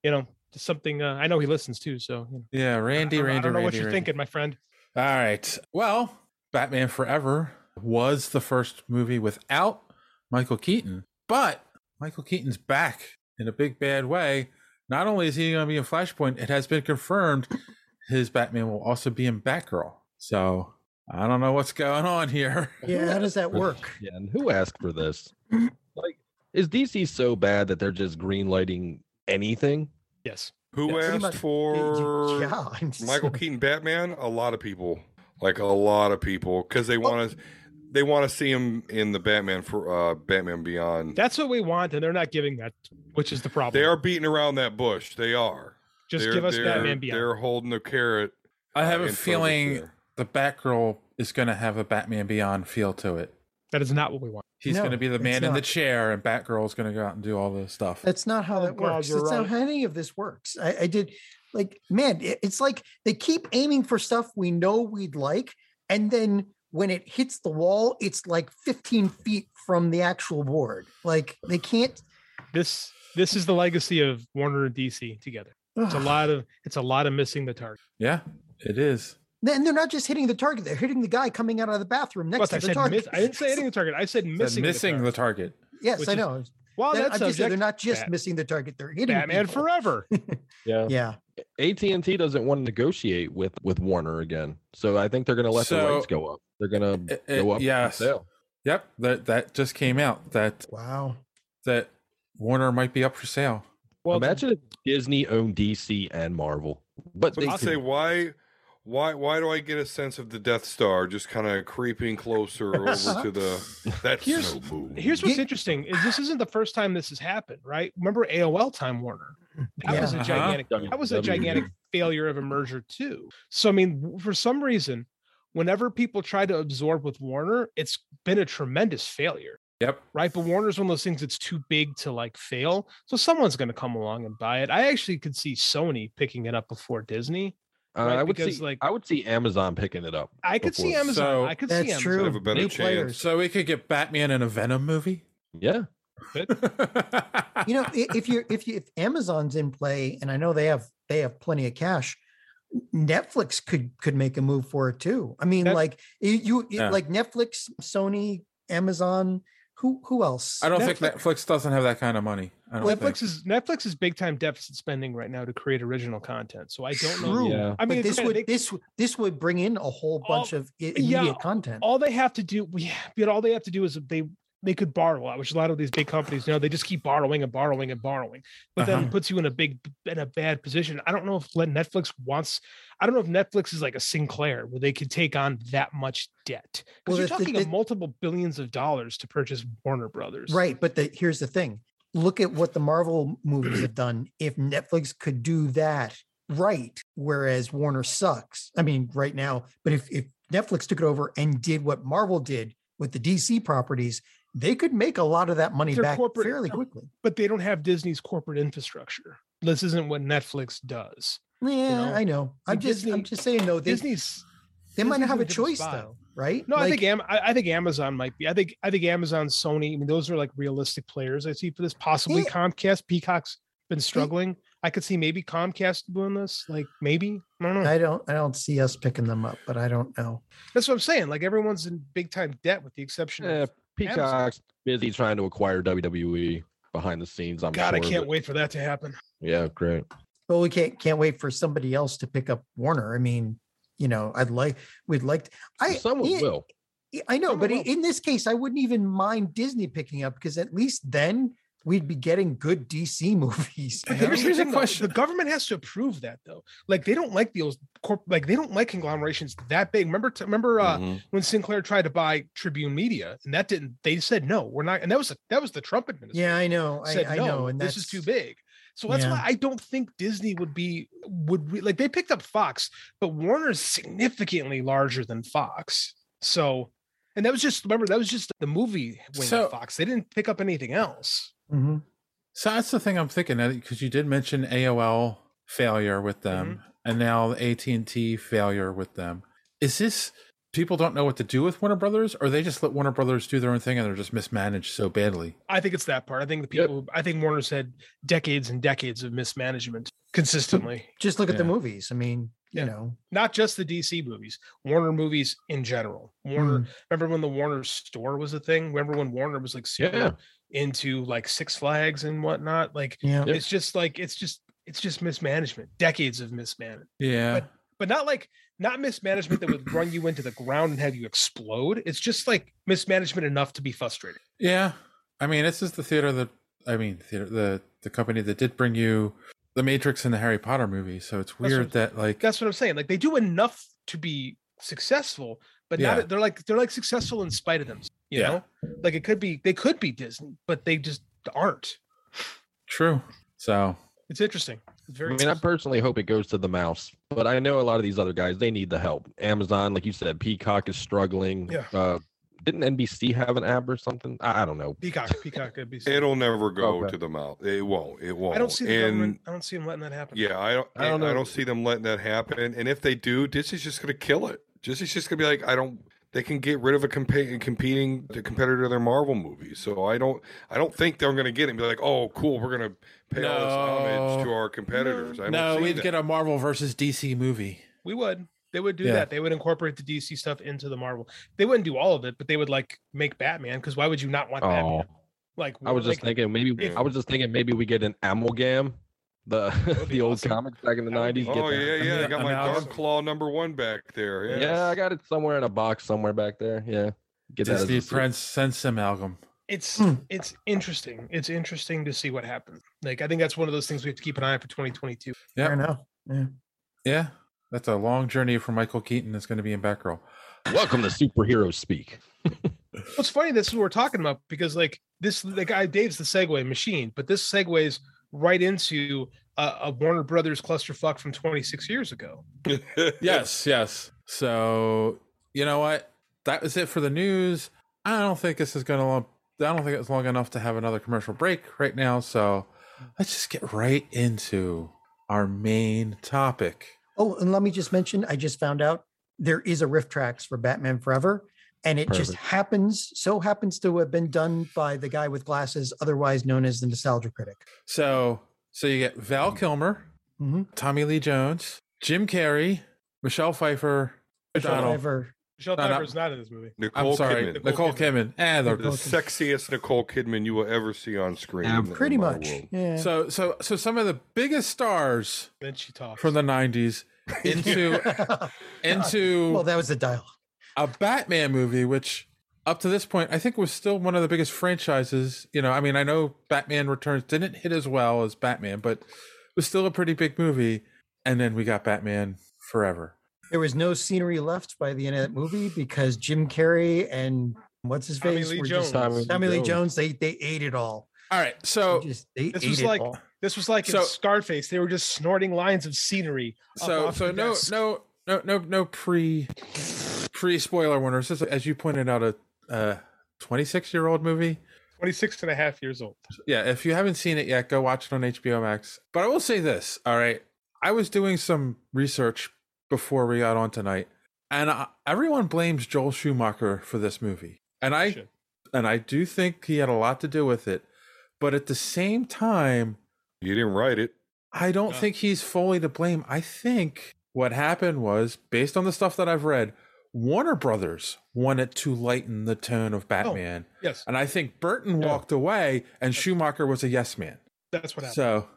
Speaker 5: you know just something. Uh, I know he listens too, so you know.
Speaker 8: Yeah, Randy,
Speaker 5: I don't, know-
Speaker 8: Randy,
Speaker 5: I don't know
Speaker 8: Randy,
Speaker 5: what you're
Speaker 8: Randy.
Speaker 5: thinking, my friend.
Speaker 8: All right. Well, Batman Forever was the first movie without Michael Keaton, but Michael Keaton's back in a big bad way. Not only is he going to be in Flashpoint, it has been confirmed his Batman will also be in Batgirl. So I don't know what's going on here. <laughs>
Speaker 4: Yeah, how does that work?
Speaker 10: Yeah, and who asked for this?
Speaker 5: <laughs>
Speaker 10: like, is DC so bad that they're just greenlighting anything?
Speaker 5: Yes.
Speaker 9: Who
Speaker 10: Pretty
Speaker 9: asked
Speaker 10: much-
Speaker 9: for
Speaker 4: yeah, <laughs> I'm
Speaker 9: Michael
Speaker 4: just-
Speaker 9: Keaton Batman? A lot of people, like a lot of people, because they want to they want to see him in the Batman for uh, Batman Beyond.
Speaker 5: That's what we want, and they're not giving that, which is the problem.
Speaker 9: They are beating around that bush. They are.
Speaker 5: Just
Speaker 9: They're-
Speaker 5: give us
Speaker 9: they're-
Speaker 5: Batman Beyond.
Speaker 9: They're holding the carrot
Speaker 8: I have
Speaker 3: Uh,
Speaker 8: a
Speaker 3: in
Speaker 8: feeling the Batgirl is going to have a Batman Beyond feel to it.
Speaker 5: That is not what we want.
Speaker 8: He's
Speaker 4: No,
Speaker 8: going to be the
Speaker 4: it's
Speaker 8: man in the
Speaker 4: not.
Speaker 8: chair, and Batgirl is going to go out and do all this stuff.
Speaker 4: That's not how that
Speaker 1: God,
Speaker 4: works.
Speaker 1: you're
Speaker 4: That's not
Speaker 1: right.
Speaker 4: how any of this works. I, I did like, man, it- it's like they keep aiming for stuff we know we'd like, and then when it hits the wall, it's like 15 feet from the actual board. Like they can't.
Speaker 5: This this is the legacy of Warner and DC together. It's a lot of it's a lot of missing the target.
Speaker 8: Yeah, it is.
Speaker 4: And they're not just hitting the target; they're hitting the guy coming out of the bathroom
Speaker 5: Plus,
Speaker 4: next to
Speaker 5: I
Speaker 4: the
Speaker 5: said
Speaker 4: target.
Speaker 5: miss- I didn't say hitting the target. I said
Speaker 8: Missing,
Speaker 5: missing.
Speaker 8: missing the target.
Speaker 4: yes,
Speaker 5: which
Speaker 4: I
Speaker 5: is-
Speaker 4: know.
Speaker 5: Well,
Speaker 4: They're-
Speaker 5: that
Speaker 4: I'm just saying
Speaker 5: subject-
Speaker 4: they're not just
Speaker 5: Bat-
Speaker 4: missing the target; they're hitting
Speaker 5: Batman
Speaker 4: people.
Speaker 5: Forever.
Speaker 10: Yeah.
Speaker 4: <laughs> Yeah.
Speaker 10: AT&T doesn't want to negotiate with with Warner again. So I think they're going to let the
Speaker 8: So-
Speaker 10: rates go up. They're going
Speaker 5: eh,
Speaker 10: to
Speaker 8: It- it-
Speaker 10: go up. for
Speaker 8: yes.
Speaker 10: sale.
Speaker 8: Yep. That that just came out. That
Speaker 4: wow.
Speaker 8: That Warner might be up for sale.
Speaker 10: Imagine if Disney owned DC and Marvel. But
Speaker 9: But
Speaker 10: they
Speaker 9: I say
Speaker 10: can-
Speaker 9: why, why, why do I get a sense of the Death Star just kind of creeping
Speaker 8: <laughs>
Speaker 9: closer over to the? That's
Speaker 5: Here's-
Speaker 9: no move.
Speaker 5: Here's what's interesting: is this isn't the first time this has happened, right? Remember AOL Time Warner? That was a
Speaker 8: Yeah.
Speaker 5: gigantic.
Speaker 8: Uh-huh.
Speaker 5: That was a
Speaker 8: WW.
Speaker 5: gigantic failure of a merger too. So I mean, w- for some reason, whenever people try to absorb with Warner, it's been a tremendous failure.
Speaker 8: Yep.
Speaker 5: Right, but Warner's one of those things that's too big to like fail. So someone's going to come along and buy it. I actually could see Sony picking it up before Disney.
Speaker 10: Uh,
Speaker 5: right?
Speaker 10: I would
Speaker 5: because
Speaker 10: see
Speaker 5: like
Speaker 10: I would see Amazon picking it up.
Speaker 5: I could see
Speaker 10: before-
Speaker 5: Amazon.
Speaker 8: So-
Speaker 5: I could see
Speaker 4: That's
Speaker 5: Amazon.
Speaker 4: true.
Speaker 9: have a better
Speaker 4: New
Speaker 9: chance.
Speaker 4: players.
Speaker 8: So we could get Batman in a Venom movie.
Speaker 10: Yeah.
Speaker 4: you know, i- if you're if you if Amazon's in play, and I know they have they have plenty of cash, Netflix could could make a move for it too. I mean,
Speaker 8: That-
Speaker 4: like you, you you-
Speaker 8: Yeah.
Speaker 4: like Netflix, Sony, Amazon, who who else?
Speaker 8: <laughs> I don't think Netflix doesn't have that kind of money. I don't think.
Speaker 5: Netflix is Netflix is big time deficit spending right now to create original content. So I don't know.
Speaker 4: True.
Speaker 10: Yeah.
Speaker 5: I mean,
Speaker 4: but this
Speaker 5: granted,
Speaker 4: would
Speaker 5: they-
Speaker 4: this w- this would bring in a whole
Speaker 5: All-
Speaker 4: bunch of i-
Speaker 5: yeah,
Speaker 4: immediate content.
Speaker 5: all they have to do, yeah, but all they have to do is they they could borrow a lot, which a lot of these big companies, you know, they just keep borrowing and borrowing and borrowing. But then
Speaker 8: Uh-huh.
Speaker 5: it puts you in a big in a bad position. I don't know if let- Netflix wants. I don't know if Netflix is like a Sinclair where they could take on that much debt because
Speaker 4: Well,
Speaker 5: you're
Speaker 4: the- the-
Speaker 5: talking
Speaker 4: the-
Speaker 5: of multiple billions of dollars to purchase Warner Brothers.
Speaker 4: Right, but the, here's the thing: look at what the Marvel movies have done. If Netflix could do that right, whereas Warner sucks. I mean, right now, but if if Netflix took it over and did what Marvel did with the DC properties, they could make a lot of that money
Speaker 5: They're
Speaker 4: back
Speaker 5: corporate-
Speaker 4: fairly
Speaker 5: they're-
Speaker 4: quickly.
Speaker 5: But they don't have Disney's corporate infrastructure. This isn't what Netflix does.
Speaker 4: Yeah,
Speaker 5: know,
Speaker 4: I know.
Speaker 5: so
Speaker 4: I'm just I'm
Speaker 5: Disney-
Speaker 4: just saying though. They,
Speaker 5: Disney's
Speaker 4: they might not
Speaker 5: Disney's
Speaker 4: have
Speaker 5: in
Speaker 4: a
Speaker 5: different
Speaker 4: choice
Speaker 5: spot.
Speaker 4: though, right?
Speaker 5: No, I
Speaker 4: Like,
Speaker 5: think Am- I, I think Amazon might be. I think I think Amazon, Sony. I mean, those are like realistic players I see for this. Possibly
Speaker 4: Yeah.
Speaker 5: Comcast. Peacock's been struggling. I could see maybe Comcast doing this. Like maybe I don't know.
Speaker 4: I don't I don't see us picking them up, but I don't know.
Speaker 5: That's what I'm saying. Like everyone's in big time debt, with the exception
Speaker 10: Yeah,
Speaker 5: of
Speaker 10: Eh, Peacock's
Speaker 5: Amazon.
Speaker 10: busy trying to acquire WWE behind the scenes. I'm
Speaker 5: God. I
Speaker 10: sure,
Speaker 5: can't
Speaker 10: but-
Speaker 5: wait for that to happen.
Speaker 10: Yeah, great.
Speaker 4: Well, we can't can't wait for somebody else to pick up Warner. I mean, you know, I'd like we'd like to, I
Speaker 10: Someone
Speaker 4: yeah,
Speaker 10: will.
Speaker 4: yeah, I know,
Speaker 5: Someone
Speaker 4: but i-
Speaker 5: will.
Speaker 4: in this case, I wouldn't even mind Disney picking up because at least then we'd be getting good DC <laughs> movies. you know?
Speaker 5: Here's, here's
Speaker 8: a
Speaker 5: the question:
Speaker 8: question.
Speaker 5: the government has to approve that, though. Like they don't like those corp, like they don't like conglomerations that big. Remember, t- remember
Speaker 4: Mm.
Speaker 5: uh,
Speaker 8: Mm-hmm.
Speaker 5: when Sinclair tried to buy Tribune Media, and that didn't. They said no, we're not. And that was that was the Trump administration.
Speaker 4: yeah, I know, I,
Speaker 5: said
Speaker 4: I
Speaker 5: no,
Speaker 4: know, and
Speaker 5: this
Speaker 4: that's
Speaker 5: is too big. So that's
Speaker 4: Yeah.
Speaker 5: why I don't think Disney would be would re- like they picked up Fox, but Warner's significantly larger than Fox. So, and that was just remember that was just the movie wing
Speaker 8: So-
Speaker 5: of Fox. They didn't pick up anything else.
Speaker 4: Mhm.
Speaker 8: So that's the thing I'm thinking because you did mention AOL failure with them,
Speaker 5: Mm-hmm.
Speaker 8: and now AT and T failure with them. Is this people don't know what to do with Warner Brothers, or they just let Warner Brothers do their own thing and they're just mismanaged so badly?
Speaker 5: I think it's that part. I think the people. I think Warner's had decades and decades of mismanagement consistently.
Speaker 4: Just look at the
Speaker 8: Yeah.
Speaker 4: movies. I mean,
Speaker 5: Yeah.
Speaker 4: you know,
Speaker 5: Not just the DC movies, Warner movies in general. Warner.
Speaker 4: hmm.
Speaker 5: Remember when the Warner store was a thing? Remember when Warner was like super
Speaker 10: Yeah.
Speaker 5: into like Six Flags and whatnot? Like
Speaker 4: yeah,
Speaker 10: Yep.
Speaker 5: It's just like it's just it's just mismanagement, decades of mismanagement,
Speaker 8: Yeah,
Speaker 5: but not like not mismanagement that would run you into the ground and have you explode. It's just like mismanagement enough to be frustrated.
Speaker 8: yeah. I mean, this is the theater that I mean, theater, the the company that did bring you the Matrix and the Harry Potter movie. So it's
Speaker 5: what
Speaker 8: weird that like
Speaker 5: That's what I'm saying. Like they do enough to be successful, but
Speaker 8: Yeah.
Speaker 5: not they're like they're like successful in spite of them. You
Speaker 8: Yeah.
Speaker 5: know, like it could be they could be Disney, but they just aren't.
Speaker 8: true. So
Speaker 5: It's interesting.
Speaker 10: I mean, I personally hope it goes to the mouse, but I know a lot of these other guys they need the help. Amazon, like you said, Peacock is struggling.
Speaker 5: Yeah.
Speaker 10: Uh, didn't NBC have an app or something? I, I don't know.
Speaker 5: Peacock, Peacock, it'd be so-
Speaker 9: It'll never go
Speaker 10: Okay.
Speaker 9: to the mouth. It won't. It won't.
Speaker 5: I don't see the
Speaker 9: and
Speaker 5: government. I don't see him letting that happen.
Speaker 9: yeah, I don't. I
Speaker 5: I
Speaker 9: don't,
Speaker 5: don't know.
Speaker 9: see them letting that happen. And if they do, Disney's just going to kill it. Disney's just going to be like, I don't. They can get rid of a compa- competing the competitor to their Marvel movie. So I don't. I don't think they're going to get it. And be like, oh, cool. We're going to pay all this homage to
Speaker 8: No.
Speaker 9: our competitors. I don't
Speaker 8: no,
Speaker 9: see
Speaker 8: we'd
Speaker 9: that.
Speaker 8: get a Marvel versus DC movie.
Speaker 5: We would. They would do
Speaker 8: Yeah.
Speaker 5: that. They would incorporate the DC stuff into the Marvel. They wouldn't do all of it, but they would like make Batman because why would you not want Batman?
Speaker 10: Oh,
Speaker 5: Like
Speaker 10: I was just
Speaker 5: like,
Speaker 10: thinking maybe
Speaker 5: if-
Speaker 10: I was just thinking maybe we get an amalgam, the <laughs> the old comics back in the nineties.
Speaker 9: Oh yeah, yeah. I got my Dark Claw number one back there. Yeah.
Speaker 10: Yeah, I got it somewhere in a box somewhere back there. Yeah, get that as
Speaker 8: Disney
Speaker 10: a suit.
Speaker 8: Prince Sense Amalgam.
Speaker 5: it's it's interesting. It's interesting to see what happens. Like I think that's one of those things we have to keep an eye on for 2022.
Speaker 8: Yeah. Fair
Speaker 4: enough. Yeah.
Speaker 8: Yeah. That's a long journey for Michael Keaton that's going to be in Batgirl.
Speaker 10: Welcome to Superhero Speak.
Speaker 5: What's funny, this is what we're talking about because like this the guy Dave's the Segway machine, but this segues right into a, a Warner Brothers clusterfuck from 26 years ago.
Speaker 9: <laughs>
Speaker 8: yes, yes. So you know what? That was it for the news. I don't think this is gonna. Long, I don't think it's long enough to have another commercial break right now. So let's just get right into our main topic.
Speaker 4: Oh, and let me just mention, I just found out there is a riff tracks for Batman Forever, and it just
Speaker 10: Perfect.
Speaker 4: happens so happens to have been done by the guy with glasses, otherwise known as the nostalgia critic.
Speaker 8: So so you get Val Kilmer, Tommy Lee Jones, Jim Carrey, Michelle Pfeiffer,
Speaker 4: Michelle
Speaker 8: O'Donnell.
Speaker 4: Pfeiffer.
Speaker 5: Michelle
Speaker 8: No, no.
Speaker 5: Pfeiffer's not in this movie.
Speaker 8: I'm sorry, Nicole, Kidman. Eh,
Speaker 9: the
Speaker 8: they're-
Speaker 9: sexiest Nicole Kidman you will ever see on screen. in
Speaker 4: Pretty
Speaker 9: my
Speaker 4: much.
Speaker 9: world.
Speaker 4: Yeah. <laughs>
Speaker 8: So so so some of the biggest stars
Speaker 5: Then she talks.
Speaker 8: from the 90s into into
Speaker 4: well, that was the dial.
Speaker 8: a Batman movie which up to this point I think was still one of the biggest franchises, you know, I mean I know Batman Returns didn't hit as well as Batman, but was still a pretty big movie and then we got Batman Forever.
Speaker 4: There was no scenery left by the end of that movie because Jim Carrey and what's his
Speaker 5: Tommy
Speaker 4: face
Speaker 5: Lee
Speaker 4: were
Speaker 5: Jones.
Speaker 4: just
Speaker 5: Tommy Lee
Speaker 4: Tommy, Lee
Speaker 5: Jones.
Speaker 4: Jones. They they ate it all.
Speaker 8: All right, so
Speaker 4: just, they
Speaker 5: This
Speaker 4: ate
Speaker 5: was
Speaker 4: it
Speaker 5: like
Speaker 4: all.
Speaker 5: this was like
Speaker 8: So-
Speaker 5: in Scarface. They were just snorting lines of scenery. up
Speaker 8: So
Speaker 5: off
Speaker 8: so
Speaker 5: the
Speaker 8: no
Speaker 5: desk.
Speaker 8: no no no no pre pre spoiler warners This is, as you pointed out a uh 26 year old movie
Speaker 5: 26 and a half years old.
Speaker 8: yeah if you haven't seen it yet go watch it on hbo max but i will say this all right i was doing some research before we got on tonight and I, everyone blames joel schumacher for this movie and i and i do think he had a lot to do with it but at the same time
Speaker 9: You didn't write it.
Speaker 8: I don't
Speaker 5: Yeah.
Speaker 8: think he's fully to blame. I think what happened was, based on the stuff that I've read, Warner Brothers wanted to lighten the tone of Batman.
Speaker 5: Oh, yes.
Speaker 8: And I think Burton walked away and Schumacher was a yes man.
Speaker 5: That's what happened.
Speaker 8: So,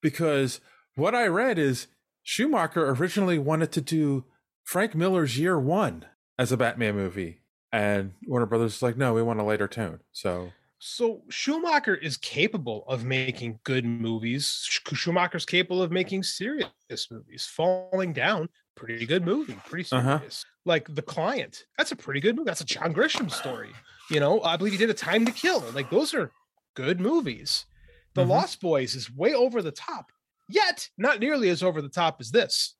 Speaker 8: because what I read is Schumacher originally wanted to do Frank Miller's Year One as a Batman movie. And Warner Brothers is like, no, we want a lighter tone. So,
Speaker 5: So Schumacher is capable of making good movies. Sch- Schumacher's capable of making serious movies. Falling Down, pretty good movie, pretty serious.
Speaker 8: Uh-huh.
Speaker 5: Like The Client, that's a pretty good movie. That's a John Grisham story. You know, I believe he did A Time to Kill. Like those are good movies. The
Speaker 8: Mhm.
Speaker 4: Mm-hmm.
Speaker 5: Lost Boys is way over the top, yet not nearly as over the top as this.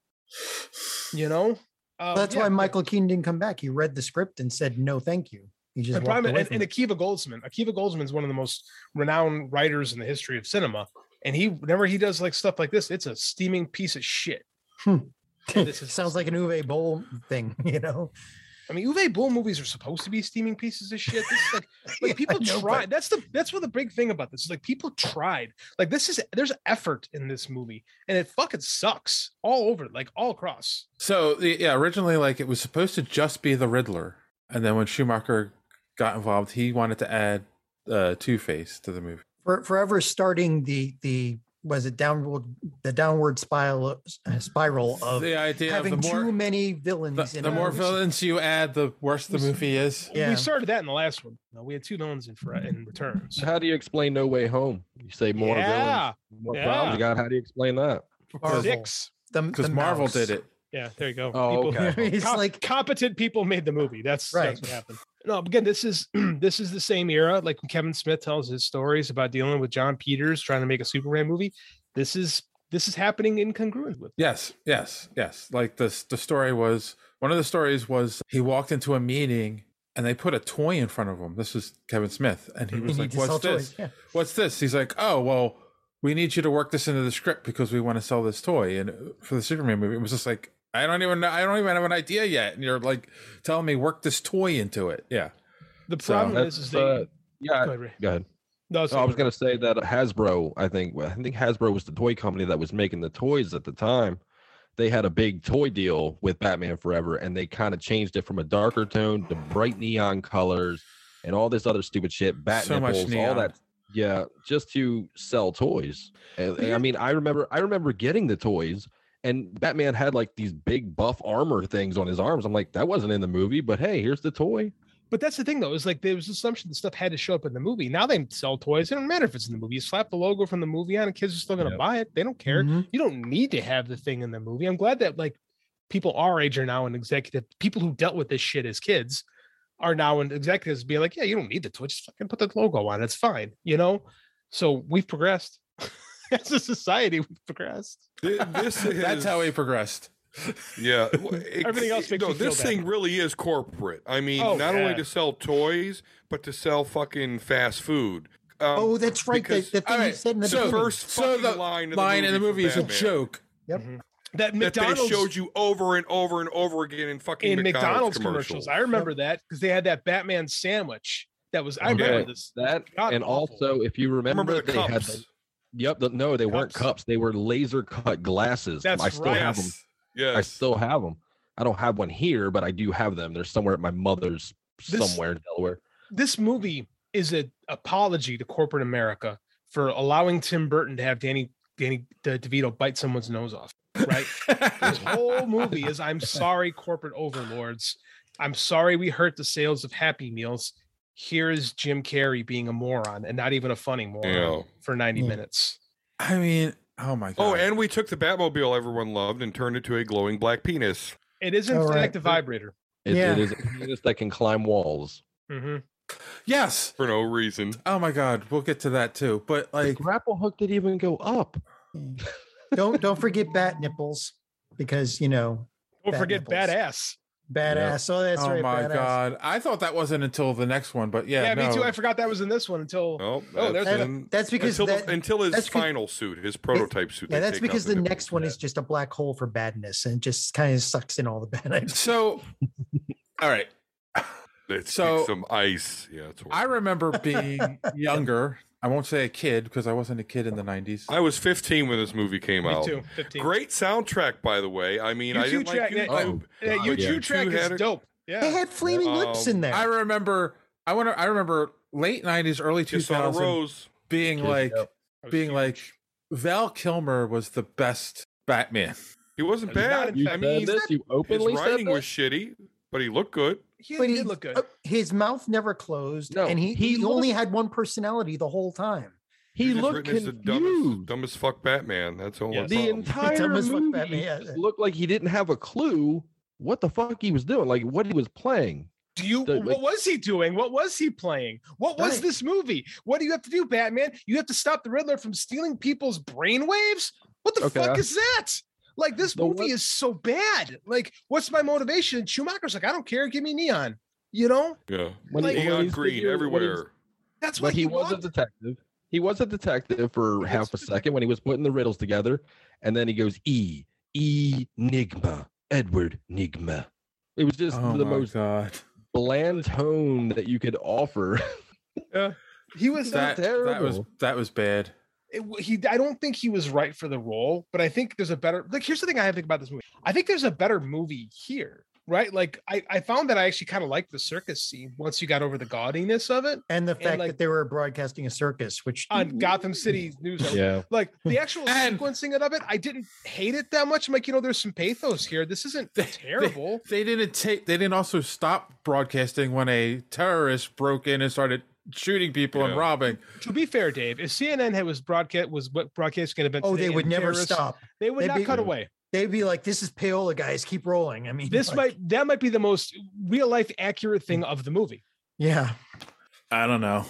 Speaker 5: You know, uh,
Speaker 4: that's
Speaker 5: yeah,
Speaker 4: why
Speaker 5: yeah.
Speaker 4: Michael Keaton didn't come back. He read the script and said no, thank you. He just
Speaker 5: And,
Speaker 4: walked
Speaker 5: Prime-
Speaker 4: away
Speaker 5: and,
Speaker 4: from
Speaker 5: and
Speaker 4: it.
Speaker 5: Akiva Goldsman. Akiva Goldsman is one of the most renowned writers in the history of cinema. And he, whenever he does like stuff like this, it's a steaming piece of shit. this
Speaker 4: sounds like an Uwe Boll thing, <laughs> you know.
Speaker 5: I mean, Uwe Boll movies are supposed to be steaming pieces of shit. This is like, like people
Speaker 4: <laughs> I know,
Speaker 5: tried.
Speaker 4: but-
Speaker 5: That's the that's what the big thing about this is like people tried. Like this is there's effort in this movie, and it fucking sucks all over, like all across.
Speaker 8: So the- yeah, originally like it was supposed to just be the Riddler, and then when Schumacher got involved, he wanted to add uh, Two Face to the movie.
Speaker 4: For, forever starting the the was it downward the downward spiral uh, spiral of
Speaker 8: The idea of
Speaker 4: having
Speaker 8: the more
Speaker 4: too many villains.
Speaker 8: the,
Speaker 4: in
Speaker 8: the
Speaker 4: a
Speaker 8: more
Speaker 4: movie.
Speaker 8: villains you add, the worse the movie is.
Speaker 4: Yeah.
Speaker 5: We started that in the last one. No, we had two villains in for in returns.
Speaker 10: So how do you explain No Way Home? You say more
Speaker 5: Yeah,
Speaker 10: villains, more problems.
Speaker 5: yeah.
Speaker 10: You got how do you explain that?
Speaker 4: Marvel.
Speaker 5: Six.
Speaker 4: The-
Speaker 8: Because
Speaker 4: the
Speaker 8: Marvel
Speaker 4: mouse.
Speaker 8: did it.
Speaker 5: Yeah, there you go.
Speaker 10: Oh, okay.
Speaker 4: <laughs> It's
Speaker 5: Com-
Speaker 4: like-
Speaker 5: competent people made the movie. That's
Speaker 4: Right.
Speaker 5: that's what happened. No, again, this is <clears throat> this is the same era. Like when Kevin Smith tells his stories about dealing with John Peters trying to make a Superman movie. This is this is happening incongruent with.
Speaker 8: Yes, yes, yes. Like this, the story was one of the stories was he walked into a meeting and they put a toy in front of him. This is Kevin Smith, and he was
Speaker 5: He
Speaker 8: like,
Speaker 5: just
Speaker 8: "What's
Speaker 5: saw
Speaker 8: this?
Speaker 5: toys, yeah.
Speaker 8: What's this?" He's like, "Oh, well, we need you to work this into the script because we want to sell this toy." And for the Superman movie, it was just like, "I don't even, know, I don't even have an idea yet," and you're like telling me work this toy into it. Yeah,
Speaker 5: the
Speaker 8: problem
Speaker 5: is- is they-
Speaker 10: Oh, uh, yeah.
Speaker 5: Go ahead, Ray.
Speaker 10: Go ahead.
Speaker 5: No, it's
Speaker 10: No, I
Speaker 5: okay.
Speaker 10: was gonna say that Hasbro. I think I think Hasbro was the toy company that was making the toys at the time. They had a big toy deal with Batman Forever, and they kind of changed it from a darker tone to bright neon colors and all this other stupid shit. Bat
Speaker 8: So much
Speaker 10: nipples, all
Speaker 8: neon.
Speaker 10: that. Yeah, just to sell toys. And- and I mean, I remember, I remember getting the toys, and Batman had like these big buff armor things on his arms. I'm like, that wasn't in the movie, but hey, here's the toy.
Speaker 5: But that's the thing, though, is like there was an assumption that stuff had to show up in the movie. Now they sell toys. It don't matter if it's in the movie. You slap the logo from the movie on, and kids are still going to buy it. They don't care. You don't need to have the thing in the movie. I'm glad that like people our age are now in executive. People who dealt with this shit as kids are now in executives being like, yeah, you don't need the toy. Just fucking put the logo on. It's fine. You know. So we've progressed <laughs> as a society. We've progressed.
Speaker 9: <laughs> This is,
Speaker 8: that's how he progressed.
Speaker 9: Yeah,
Speaker 5: <laughs>
Speaker 9: it-
Speaker 5: Everything else makes
Speaker 9: no,
Speaker 5: me feel
Speaker 9: this
Speaker 5: bad.
Speaker 9: thing really is corporate. I mean,
Speaker 5: Oh,
Speaker 9: not only
Speaker 5: yeah.
Speaker 9: to sell toys, but to sell fucking fast food. Um,
Speaker 4: Oh, that's right, the-
Speaker 9: because
Speaker 4: the thing you Alright, said in the
Speaker 9: so
Speaker 4: beginning.
Speaker 9: first
Speaker 4: so
Speaker 9: fucking
Speaker 4: the
Speaker 9: line, in the
Speaker 8: line in the movie is
Speaker 9: from
Speaker 8: a
Speaker 9: Batman
Speaker 8: joke.
Speaker 4: Yep.
Speaker 5: That
Speaker 9: that they
Speaker 5: McDonald's
Speaker 9: showed you over and over and over again in fucking
Speaker 5: in McDonald's,
Speaker 9: McDonald's,
Speaker 5: commercials. I remember that because they had that Batman sandwich. That was I remember
Speaker 10: Yeah,
Speaker 5: this.
Speaker 10: That
Speaker 5: God
Speaker 10: and also, if you remember,
Speaker 5: Remember the
Speaker 10: they had.
Speaker 5: cups.
Speaker 10: The, yep. the- no, they weren't cups. They were laser cut glasses.
Speaker 5: That's
Speaker 10: I still have them.
Speaker 5: right.
Speaker 10: I still have them. I don't have one here, but I do have them. They're somewhere at my mother's
Speaker 5: This-
Speaker 10: somewhere in Delaware.
Speaker 5: this movie is an apology to corporate America for allowing Tim Burton to have Danny Danny De- DeVito bite someone's nose off. Right?
Speaker 10: <laughs>
Speaker 5: this whole movie is I'm sorry, corporate overlords. I'm sorry we hurt the sales of Happy Meals. Here is Jim Carrey being a moron and not even a funny moron
Speaker 9: Yeah.
Speaker 5: for 90
Speaker 9: Yeah.
Speaker 5: minutes.
Speaker 8: I mean, oh my god.
Speaker 9: Oh, and we took the Batmobile everyone loved and turned it to a glowing black penis.
Speaker 5: It is in
Speaker 9: All
Speaker 5: fact
Speaker 9: right.
Speaker 5: a vibrator.
Speaker 10: It,
Speaker 9: Yeah.
Speaker 10: it is a penis that can climb walls.
Speaker 5: Mm-hmm.
Speaker 8: Yes.
Speaker 9: For no reason.
Speaker 8: Oh my god, we'll get to that too. But like
Speaker 10: grapple hook didn't even go up.
Speaker 4: <laughs> don't don't forget bat nipples because you know.
Speaker 5: Don't forget
Speaker 4: nipples.
Speaker 8: Yep.
Speaker 4: Badass. Oh, that's
Speaker 8: oh
Speaker 4: right.
Speaker 8: my
Speaker 4: badass.
Speaker 8: god. I thought that wasn't until the next one, but yeah.
Speaker 5: Yeah, me too.
Speaker 8: no.
Speaker 5: I forgot that was in this one until
Speaker 9: Oh,
Speaker 5: oh, there's
Speaker 4: That-
Speaker 5: one.
Speaker 4: that's because
Speaker 9: until, the-
Speaker 4: that-
Speaker 9: until his
Speaker 4: that's 'cause-
Speaker 9: final suit, his prototype suit.
Speaker 4: Yeah,
Speaker 9: they
Speaker 4: that's
Speaker 9: take out
Speaker 4: because the
Speaker 9: nipple.
Speaker 4: next one is just a black hole for badness and just kind of sucks in all the bad ideas.
Speaker 8: So, all right.
Speaker 9: Let's
Speaker 8: So-
Speaker 9: so, some ice. Yeah, that's what
Speaker 8: I remember being younger. I won't say a kid because I wasn't a kid in the 90s.
Speaker 9: I was 15 when this movie came
Speaker 8: <laughs> Me
Speaker 9: out.
Speaker 8: too,
Speaker 9: Great soundtrack, by the way. I mean, I
Speaker 8: U2
Speaker 9: didn't
Speaker 8: track,
Speaker 9: like Oh,
Speaker 8: that-
Speaker 10: Oh,
Speaker 9: YouTube.
Speaker 8: that- that U2 track is
Speaker 9: had a-
Speaker 5: dope. Yeah. They
Speaker 4: had flaming lips in there.
Speaker 8: I remember I want to I remember late 90s early
Speaker 9: Kiss on a
Speaker 8: 2000s
Speaker 9: Rose.
Speaker 8: being
Speaker 9: Kiss,
Speaker 8: like
Speaker 9: yep.
Speaker 8: being like Val Kilmer was the best Batman.
Speaker 9: He wasn't bad. I mean, his writing was shitty, but he looked good.
Speaker 4: but he, look good. his mouth never closed, and he, he, only had one personality the whole time.
Speaker 10: He
Speaker 9: Just written as the dumbest, dumbest fuck Batman. That's the only <laughs>
Speaker 10: The
Speaker 9: problem.
Speaker 10: entire
Speaker 4: Dumb as fuck,
Speaker 10: movie
Speaker 4: Batman, yeah.
Speaker 10: just looked like he didn't have a clue what the fuck he was doing, like what he was playing.
Speaker 5: Do you
Speaker 10: The-
Speaker 5: what was he doing? What was he playing? What was this movie? What do you have to do, Batman? You have to stop the Riddler from stealing people's brainwaves? What the
Speaker 10: Okay.
Speaker 5: fuck is that? Like this movie is so bad. Like, what's my motivation? Schumacher's like, I don't care, give me neon. You know?
Speaker 9: Yeah,
Speaker 10: When he- when
Speaker 9: neon
Speaker 10: he's
Speaker 9: green
Speaker 10: figuring- when he's-
Speaker 9: everywhere.
Speaker 5: That's
Speaker 10: but he was a detective. He was a detective for half a second when he was putting the riddles together, and then he goes E E Nigma Edward Nigma. It was just
Speaker 8: Oh
Speaker 10: the
Speaker 8: my
Speaker 10: most <laughs>
Speaker 8: God.
Speaker 10: bland tone that you could offer. <laughs>
Speaker 5: Yeah. He was
Speaker 8: That, that was that was bad.
Speaker 5: it, w- he I don't think he was right for the role, but I think there's a better like here's the thing I have to think about this movie. I think there's a better movie here, right? Like I, I found that I actually kind of liked the circus scene once you got over the gaudiness of it.
Speaker 4: And the fact
Speaker 5: like-
Speaker 4: that they were broadcasting a circus, which
Speaker 5: on Gotham City news. Network.
Speaker 4: Yeah.
Speaker 5: Like the actual sequencing of it, I didn't hate it that much. I'm like, you know, there's some pathos here. This
Speaker 10: <laughs>
Speaker 5: isn't terrible.
Speaker 8: They didn't take. They didn't also stop broadcasting when a terrorist broke in and started shooting people and
Speaker 5: Yeah.
Speaker 8: robbing.
Speaker 5: to be fair, Dave, if CNN had was broadcast was what broadcasting an event,
Speaker 4: Oh,
Speaker 5: today
Speaker 4: they would
Speaker 5: and
Speaker 4: never
Speaker 5: terrorists-
Speaker 4: stop.
Speaker 5: They would
Speaker 4: They'd
Speaker 5: not
Speaker 4: be-
Speaker 5: cut away.
Speaker 4: They'd be like, "This is payola, guys. Keep rolling." I mean,
Speaker 5: This
Speaker 4: like,
Speaker 5: might that might be the most real life accurate thing of the movie.
Speaker 4: yeah.
Speaker 8: I don't know.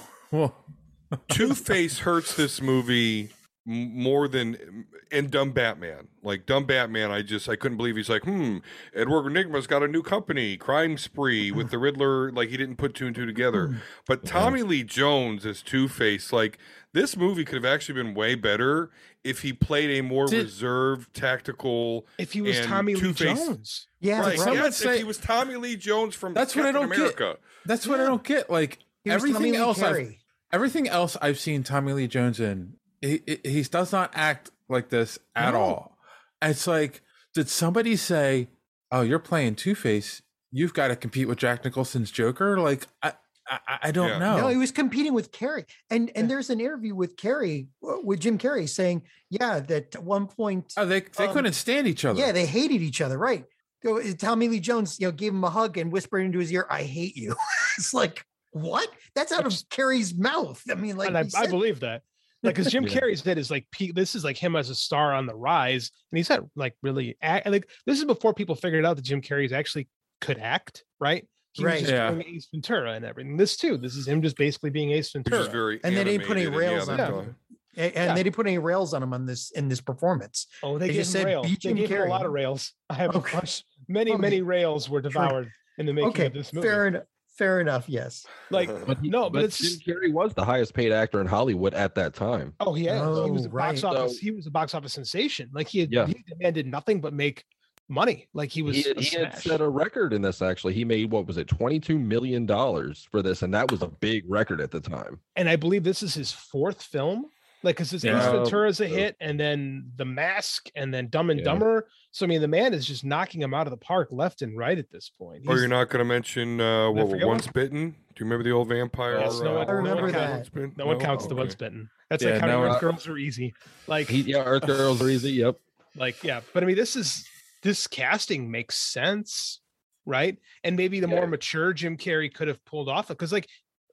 Speaker 9: Two Face hurts this movie m- more than and dumb Batman. Like dumb Batman, I just I couldn't believe he's like, hmm, Edward Enigma's got a new company, Crime Spree with the Riddler. Like he didn't put two and two together. But Tommy Lee Jones as Two Face, like this movie could have actually been way better if he played a more
Speaker 5: Did-
Speaker 9: reserved, tactical.
Speaker 5: If he was
Speaker 9: and
Speaker 5: Tommy Lee
Speaker 9: Two-Face-
Speaker 5: Jones.
Speaker 9: Yeah, right.
Speaker 8: Some would
Speaker 9: yes,
Speaker 8: say-
Speaker 9: if he was Tommy Lee Jones from
Speaker 8: That's what I
Speaker 9: Captain
Speaker 8: don't
Speaker 9: America.
Speaker 8: get. That's what I don't get. Like
Speaker 9: He was Tommy
Speaker 8: everything
Speaker 9: Lee
Speaker 8: else, I've,
Speaker 9: Carey.
Speaker 8: everything else I've seen Tommy Lee Jones in, he, he he does not act like this at all. It's like, did somebody say, "Oh, you're playing Two Face. You've got to compete with Jack Nicholson's Joker"? Like, I I, I don't know.
Speaker 4: No, he was competing with Carrie, and and there's an interview with Carrie w- with Jim Carrey saying, yeah, that at one point
Speaker 8: oh, they they couldn't stand each other.
Speaker 4: Um, Yeah, they hated each other, right? So, uh, Tommy Lee Jones, you know, gave him a hug and whispered into his ear, "I hate you." <laughs> it's like what? That's out of Carrie's mouth. I mean, like
Speaker 5: and I,
Speaker 4: he
Speaker 5: I
Speaker 4: said-
Speaker 5: believe that. Like, because Jim
Speaker 4: Yeah.
Speaker 5: Carrey's dead is like peak. This is like him as a star on the rise, and he's not like really act. Like this is before people figured out that Jim Carrey's actually could act, right? He was
Speaker 4: Right.
Speaker 5: just
Speaker 4: Yeah.
Speaker 5: doing Ace Ventura and everything. This too. This is him just basically being Ace Ventura.
Speaker 9: very
Speaker 4: And they didn't put any rails on him, A- and
Speaker 5: Yeah.
Speaker 4: they didn't put any rails on him on this in this performance.
Speaker 5: Oh, they, gave
Speaker 4: just
Speaker 5: him
Speaker 4: said
Speaker 5: rails.
Speaker 4: "Be
Speaker 5: They
Speaker 4: Jim
Speaker 5: gave him a lot of
Speaker 4: Carrey."
Speaker 5: rails. <laughs> I have a bunch. Many,
Speaker 4: Oh,
Speaker 5: many
Speaker 4: yeah.
Speaker 5: rails were devoured in the making
Speaker 4: okay,
Speaker 5: of this movie.
Speaker 4: fair enough. Fair enough. Yes.
Speaker 5: Like no, but, it's
Speaker 10: Jim Carrey was the highest paid actor in Hollywood at that time.
Speaker 5: Oh, he had, he was
Speaker 4: Oh,
Speaker 5: a box
Speaker 4: right.
Speaker 5: office.
Speaker 10: So-
Speaker 5: he was a box office sensation. Like he, had,
Speaker 10: Yeah.
Speaker 5: he demanded nothing but make money. Like he was.
Speaker 10: he, had,
Speaker 5: a
Speaker 10: he had
Speaker 5: smash.
Speaker 10: set a record in this actually he made what was it 22 million dollars for this and that was a big record at the time
Speaker 5: and I believe this is his fourth film. Like, because his Ace
Speaker 10: Yeah.
Speaker 5: Ventura is a hit, and then The Mask, and then Dumb and
Speaker 9: Yeah.
Speaker 5: Dumber. So I mean, the man is just knocking him out of the park left and right at this point.
Speaker 9: Or
Speaker 5: He's-
Speaker 9: Oh, you're not going to mention
Speaker 5: Did I
Speaker 9: uh, what
Speaker 5: forget
Speaker 9: once bitten? Do you remember the old vampire?
Speaker 5: Yes, no
Speaker 9: uh,
Speaker 5: one- I remember
Speaker 9: Once
Speaker 5: that.
Speaker 9: Bitten?
Speaker 5: No one counts the Once Bitten. That's like how
Speaker 10: no,
Speaker 5: Earth
Speaker 10: uh,
Speaker 5: Girls are easy. Like
Speaker 10: he, yeah earth girls are easy yep
Speaker 5: like yeah but i mean this is this casting makes sense right and maybe the more mature jim carrey could have pulled off it because like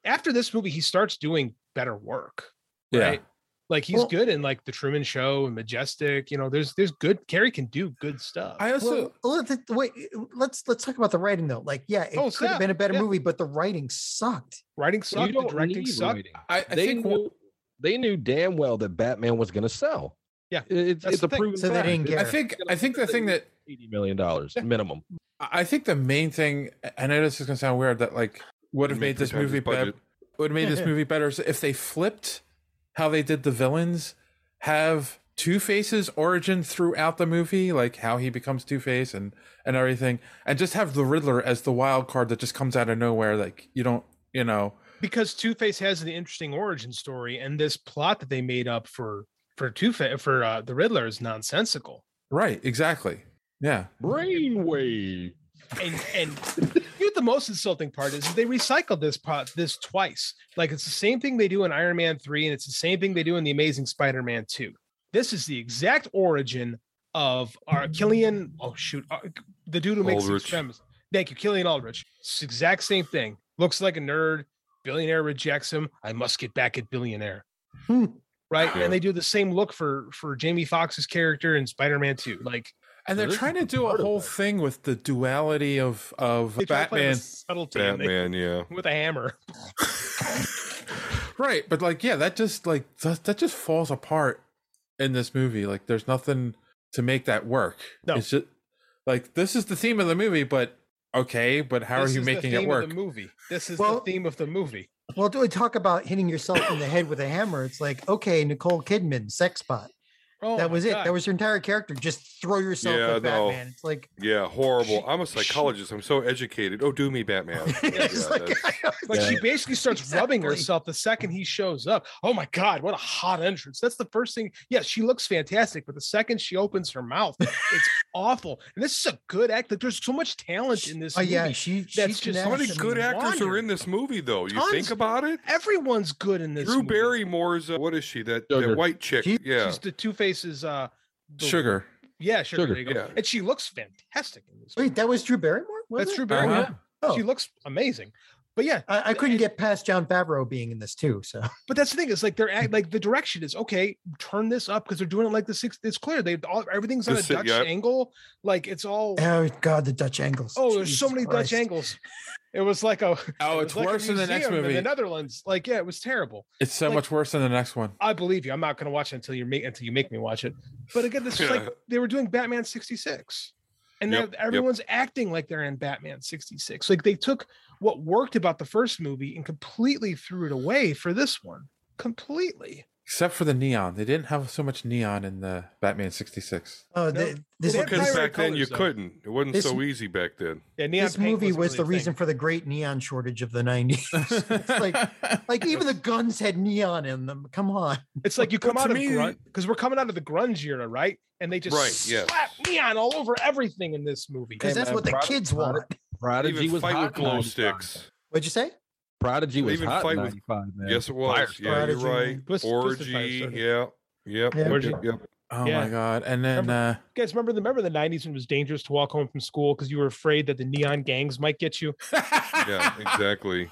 Speaker 5: after this movie he starts doing better work
Speaker 8: Yeah.
Speaker 5: right like he's good in like the truman show and majestic you know there's there's good carrey can do good stuff
Speaker 8: I
Speaker 4: Well, let the- wait, let's let's talk about the writing though. Like, yeah, it
Speaker 5: Oh,
Speaker 4: could have
Speaker 5: snap,
Speaker 4: been a better
Speaker 5: yeah.
Speaker 4: movie, but the writing sucked.
Speaker 5: writing sucked the
Speaker 10: don't
Speaker 5: directing
Speaker 10: need
Speaker 5: sucked
Speaker 10: writing.
Speaker 8: I, I
Speaker 10: they
Speaker 8: think
Speaker 10: knew, they knew damn well that batman was going to sell
Speaker 5: yeah
Speaker 10: it's,
Speaker 5: that's
Speaker 10: it's
Speaker 5: the
Speaker 10: a
Speaker 5: thing.
Speaker 10: proven
Speaker 4: So they
Speaker 10: fact.
Speaker 4: didn't
Speaker 10: It's
Speaker 4: get
Speaker 8: I
Speaker 4: her.
Speaker 8: think I think the thing that
Speaker 10: 80 million dollars
Speaker 5: <laughs>
Speaker 10: minimum
Speaker 8: I I think the main thing, and I know this is gonna sound weird, that like would have
Speaker 9: Didn't make
Speaker 8: made this
Speaker 9: three times
Speaker 8: movie
Speaker 9: his
Speaker 8: better.
Speaker 9: budget.
Speaker 8: Would have made
Speaker 5: <laughs>
Speaker 8: this movie better is if they flipped how they did the villains, have Two Face's origin throughout the movie, like how he becomes Two Face and and everything, and just have the Riddler as the wild card that just comes out of nowhere. Like you don't, you know,
Speaker 5: because Two Face has an interesting origin story, and this plot that they made up for for Two Face for uh, the Riddler is nonsensical.
Speaker 8: right? Exactly. Yeah.
Speaker 10: brainwave
Speaker 5: And and you know, the most insulting part is they recycled this pot this twice. Like it's the same thing they do in Iron Man three, and it's the same thing they do in the Amazing Spider Man two. This is the exact origin of our Killian. Oh shoot, uh, the dude who makes the
Speaker 9: Aldrich.
Speaker 5: extremis. Thank you, Killian Aldrich. It's the exact same thing. Looks like a nerd. Billionaire rejects him. I must get back at billionaire.
Speaker 4: Hmm.
Speaker 5: right?
Speaker 8: Yeah.
Speaker 5: And they do the same look for for Jamie Foxx's character in Spider-Man 2. Like
Speaker 8: And they're trying to do a whole thing with the duality of of
Speaker 5: they try to play
Speaker 8: Batman.
Speaker 5: with subtlety and they-
Speaker 9: Batman, yeah.
Speaker 5: with a hammer.
Speaker 8: right but like yeah that just like that, that just falls apart in this movie like there's nothing to make that work
Speaker 5: No.
Speaker 8: it's just like this is the theme of the movie but okay but how
Speaker 5: This
Speaker 8: are you
Speaker 5: is the
Speaker 8: making
Speaker 5: theme
Speaker 8: it
Speaker 5: of
Speaker 8: work
Speaker 5: The movie. This is
Speaker 4: Well-
Speaker 5: the theme of the movie.
Speaker 4: Well, do we talk about hitting yourself in the head with a hammer? It's like, okay, Nicole Kidman, sex bot.
Speaker 5: Oh,
Speaker 4: that
Speaker 5: my
Speaker 4: was it.
Speaker 5: God.
Speaker 4: That was her entire character. Just throw yourself
Speaker 9: Yeah,
Speaker 4: at
Speaker 9: no.
Speaker 4: Batman. It's like,
Speaker 9: Yeah, horrible.
Speaker 5: <laughs>
Speaker 9: I'm a psychologist. I'm so educated. Oh, do
Speaker 4: <laughs>
Speaker 9: me, Batman.
Speaker 4: it's like,
Speaker 5: Like she
Speaker 9: Yeah.
Speaker 5: basically starts rubbing herself the second he shows up. Oh my god, what a hot entrance! That's the first thing. Yeah, she looks fantastic, but the second she opens her mouth,
Speaker 10: <laughs>
Speaker 5: it's awful. And this is a good act. Like there's so much talent in this.
Speaker 4: Oh, yeah,
Speaker 5: movie
Speaker 4: she- she
Speaker 5: that's just
Speaker 9: How many good actors are in this movie, though? You
Speaker 5: Tons.
Speaker 9: think about it.
Speaker 5: Everyone's good in this.
Speaker 9: Drew
Speaker 5: movie.
Speaker 9: Barrymore's uh, what is she? That, that white chick? yeah,
Speaker 5: She's the Two Faces. Uh, the-
Speaker 8: sugar
Speaker 5: Yeah, sugar.
Speaker 8: Sugar,
Speaker 5: there you go.
Speaker 8: yeah.
Speaker 5: And she looks fantastic. in this.
Speaker 4: wait, that was Drew Barrymore? Was
Speaker 5: That's
Speaker 4: it?
Speaker 5: Drew Barrymore.
Speaker 4: Uh-huh. Oh.
Speaker 5: She looks amazing. But yeah,
Speaker 4: I, I couldn't get past John Favreau being in this too. So
Speaker 5: but that's the thing is like they're act, like the direction is okay. Turn this up because they're doing it like the six. It's clear they all everything's on
Speaker 4: This-
Speaker 5: a Dutch
Speaker 4: yeah.
Speaker 5: angle. Like it's all
Speaker 4: <laughs> oh god, the Dutch angles.
Speaker 5: oh, there's so
Speaker 4: Jesus
Speaker 5: many
Speaker 4: Christ.
Speaker 5: Dutch angles.
Speaker 3: It was like a
Speaker 8: Oh,
Speaker 3: it
Speaker 8: it's
Speaker 3: was like a
Speaker 8: worse than the next
Speaker 3: museum
Speaker 8: movie.
Speaker 3: in the Netherlands. Like, yeah, it was terrible.
Speaker 8: It's so
Speaker 3: Like-
Speaker 8: much worse than the next one.
Speaker 3: I believe you. I'm not going to watch it until you make until you make me watch it. But again, this is like they were doing Batman 66, and now
Speaker 8: Yep, yep.
Speaker 3: everyone's acting like they're in Batman 66. Like they took what worked about the first movie and completely threw it away for this one. Completely.
Speaker 8: Except for the neon. They didn't have so much neon in the Batman 66.
Speaker 4: Oh, th- this
Speaker 9: because back then you
Speaker 3: though.
Speaker 9: couldn't. It wasn't
Speaker 4: This-
Speaker 9: so easy back then.
Speaker 4: this movie was the reason for the great neon shortage of the 90s. it's like, <laughs> like even the guns had neon in them. Come on.
Speaker 3: It's like you come out of grunge because we're coming out of the grunge era, right? And they just
Speaker 9: Right, yeah.
Speaker 3: slap neon all over everything in this movie
Speaker 4: 'Cause that's what the kids want.
Speaker 10: Prodigy
Speaker 9: Even
Speaker 10: was
Speaker 9: fight
Speaker 10: hot
Speaker 9: with glow
Speaker 10: in
Speaker 9: sticks.
Speaker 4: What'd you say?
Speaker 10: Prodigy was hot in 95, man.
Speaker 9: Yes, it was.
Speaker 10: Firestarter.
Speaker 9: Yeah, you're right.
Speaker 3: Twist- Twisted
Speaker 9: Orgy. Yeah. Yep.
Speaker 3: Yeah.
Speaker 9: Yep.
Speaker 3: Orgy.
Speaker 9: Yep. yep.
Speaker 8: <laughs> Oh
Speaker 3: Yeah.
Speaker 8: my god. And then uh
Speaker 3: You guys remember the remember the 90s when it was dangerous to walk home from school because you were afraid that the neon gangs might get you?
Speaker 9: Yeah.
Speaker 3: <laughs>
Speaker 9: Exactly.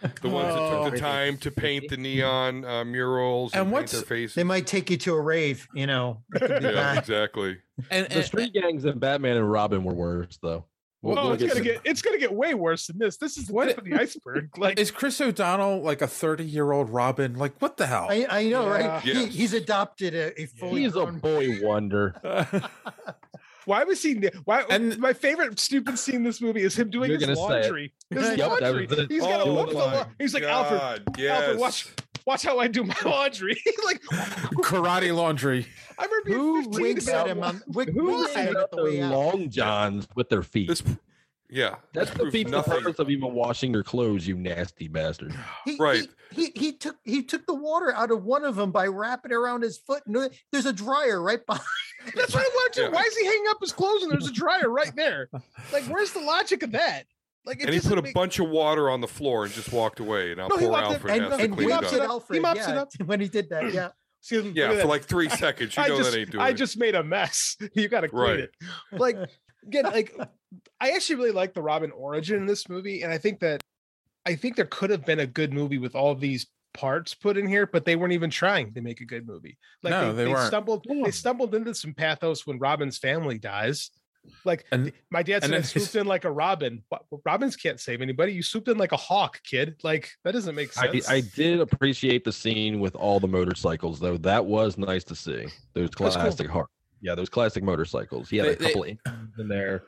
Speaker 9: The ones that took the time to paint the neon uh, murals and, paint their faces.
Speaker 4: They might take you to a rave, you know. It <laughs> could be
Speaker 9: Yeah,
Speaker 4: bad.
Speaker 9: exactly.
Speaker 8: uh,
Speaker 10: the street gangs and Batman and Robin were worse though. We'll-
Speaker 3: oh,
Speaker 10: we'll
Speaker 3: it's
Speaker 10: get
Speaker 3: gonna
Speaker 10: to-
Speaker 3: get it's gonna get way worse than this. This is the tip of the iceberg. Like
Speaker 8: is Chris O'Donnell like a 30 year old Robin? Like what the hell?
Speaker 4: I, I know, right?
Speaker 8: Yeah.
Speaker 4: He, he's adopted a, a fully
Speaker 10: He's a
Speaker 4: grown-
Speaker 10: boy
Speaker 8: <laughs>
Speaker 10: wonder.
Speaker 3: Why was he? Why? my favorite stupid scene in this movie is him doing
Speaker 10: You're
Speaker 3: his
Speaker 10: gonna say it.
Speaker 3: laundry. His
Speaker 10: Yep, that
Speaker 3: laundry.
Speaker 10: was
Speaker 3: <laughs>
Speaker 10: it.
Speaker 3: He's got to
Speaker 10: Oh
Speaker 3: whoop the
Speaker 10: my
Speaker 3: laundry. He's like Alfred.
Speaker 9: God,
Speaker 3: Alfred,
Speaker 9: yes.
Speaker 3: watch, watch how I do my laundry. <laughs> like
Speaker 8: Karate laundry.
Speaker 3: I remember being fifteen.
Speaker 4: winks
Speaker 3: and
Speaker 4: at
Speaker 3: being
Speaker 4: him
Speaker 3: like,
Speaker 4: on Wick,
Speaker 3: Who
Speaker 4: winks at him at the way
Speaker 10: They're
Speaker 4: out.
Speaker 10: long johns with their feet.
Speaker 9: yeah.
Speaker 10: That's the
Speaker 9: proves
Speaker 10: feet the
Speaker 9: nothing.
Speaker 10: purpose of even washing your clothes, you nasty bastard.
Speaker 4: He,
Speaker 9: Right.
Speaker 4: He, he he took he took the water out of one of them by wrapping it around his foot. No, there's a dryer right behind.
Speaker 3: That's what I want to.
Speaker 9: Yeah.
Speaker 3: Why is he hanging up his clothes and there's a dryer right there? Like, where's the logic of that? Like, it
Speaker 9: and he
Speaker 3: doesn't
Speaker 9: put a
Speaker 3: make-
Speaker 9: bunch of water on the floor and just walked away. And now
Speaker 3: No, he
Speaker 9: poor
Speaker 3: walked up
Speaker 9: Alfred
Speaker 3: and-
Speaker 9: has to
Speaker 3: and
Speaker 9: clean
Speaker 3: he
Speaker 9: it
Speaker 3: mops it
Speaker 9: up.
Speaker 3: up. He mops it
Speaker 4: yeah,
Speaker 3: up.
Speaker 4: <laughs> when he did that. Yeah,
Speaker 3: Excuse me,
Speaker 9: Yeah,
Speaker 3: look at that.
Speaker 9: for like three seconds. You
Speaker 3: I
Speaker 9: know
Speaker 3: just,
Speaker 9: that ain't doing
Speaker 3: I
Speaker 9: it.
Speaker 3: just made a mess. <laughs> You got to clean
Speaker 9: Right.
Speaker 3: it. Like again, like I actually really like the Robin origin in this movie, and I think that I think there could have been a good movie with all these parts put in here, but they weren't even trying to make a good movie. Like
Speaker 8: No,
Speaker 3: they,
Speaker 8: they
Speaker 3: they
Speaker 8: weren't.
Speaker 3: stumbled, they stumbled into some pathos when Robin's family dies. Like
Speaker 8: And-
Speaker 3: my
Speaker 8: and
Speaker 3: dad said, I
Speaker 8: then his-
Speaker 3: swooped in like a Robin. What- Robins can't save anybody. You swooped in like a hawk, kid. Like that doesn't make
Speaker 10: I,
Speaker 3: sense.
Speaker 10: I did appreciate the scene with all the motorcycles, though. That was nice to see. Those
Speaker 3: cool.
Speaker 10: classic hard, yeah, those classic motorcycles. He had a
Speaker 8: They- they-
Speaker 10: couple of
Speaker 8: <clears throat>
Speaker 10: engines in there.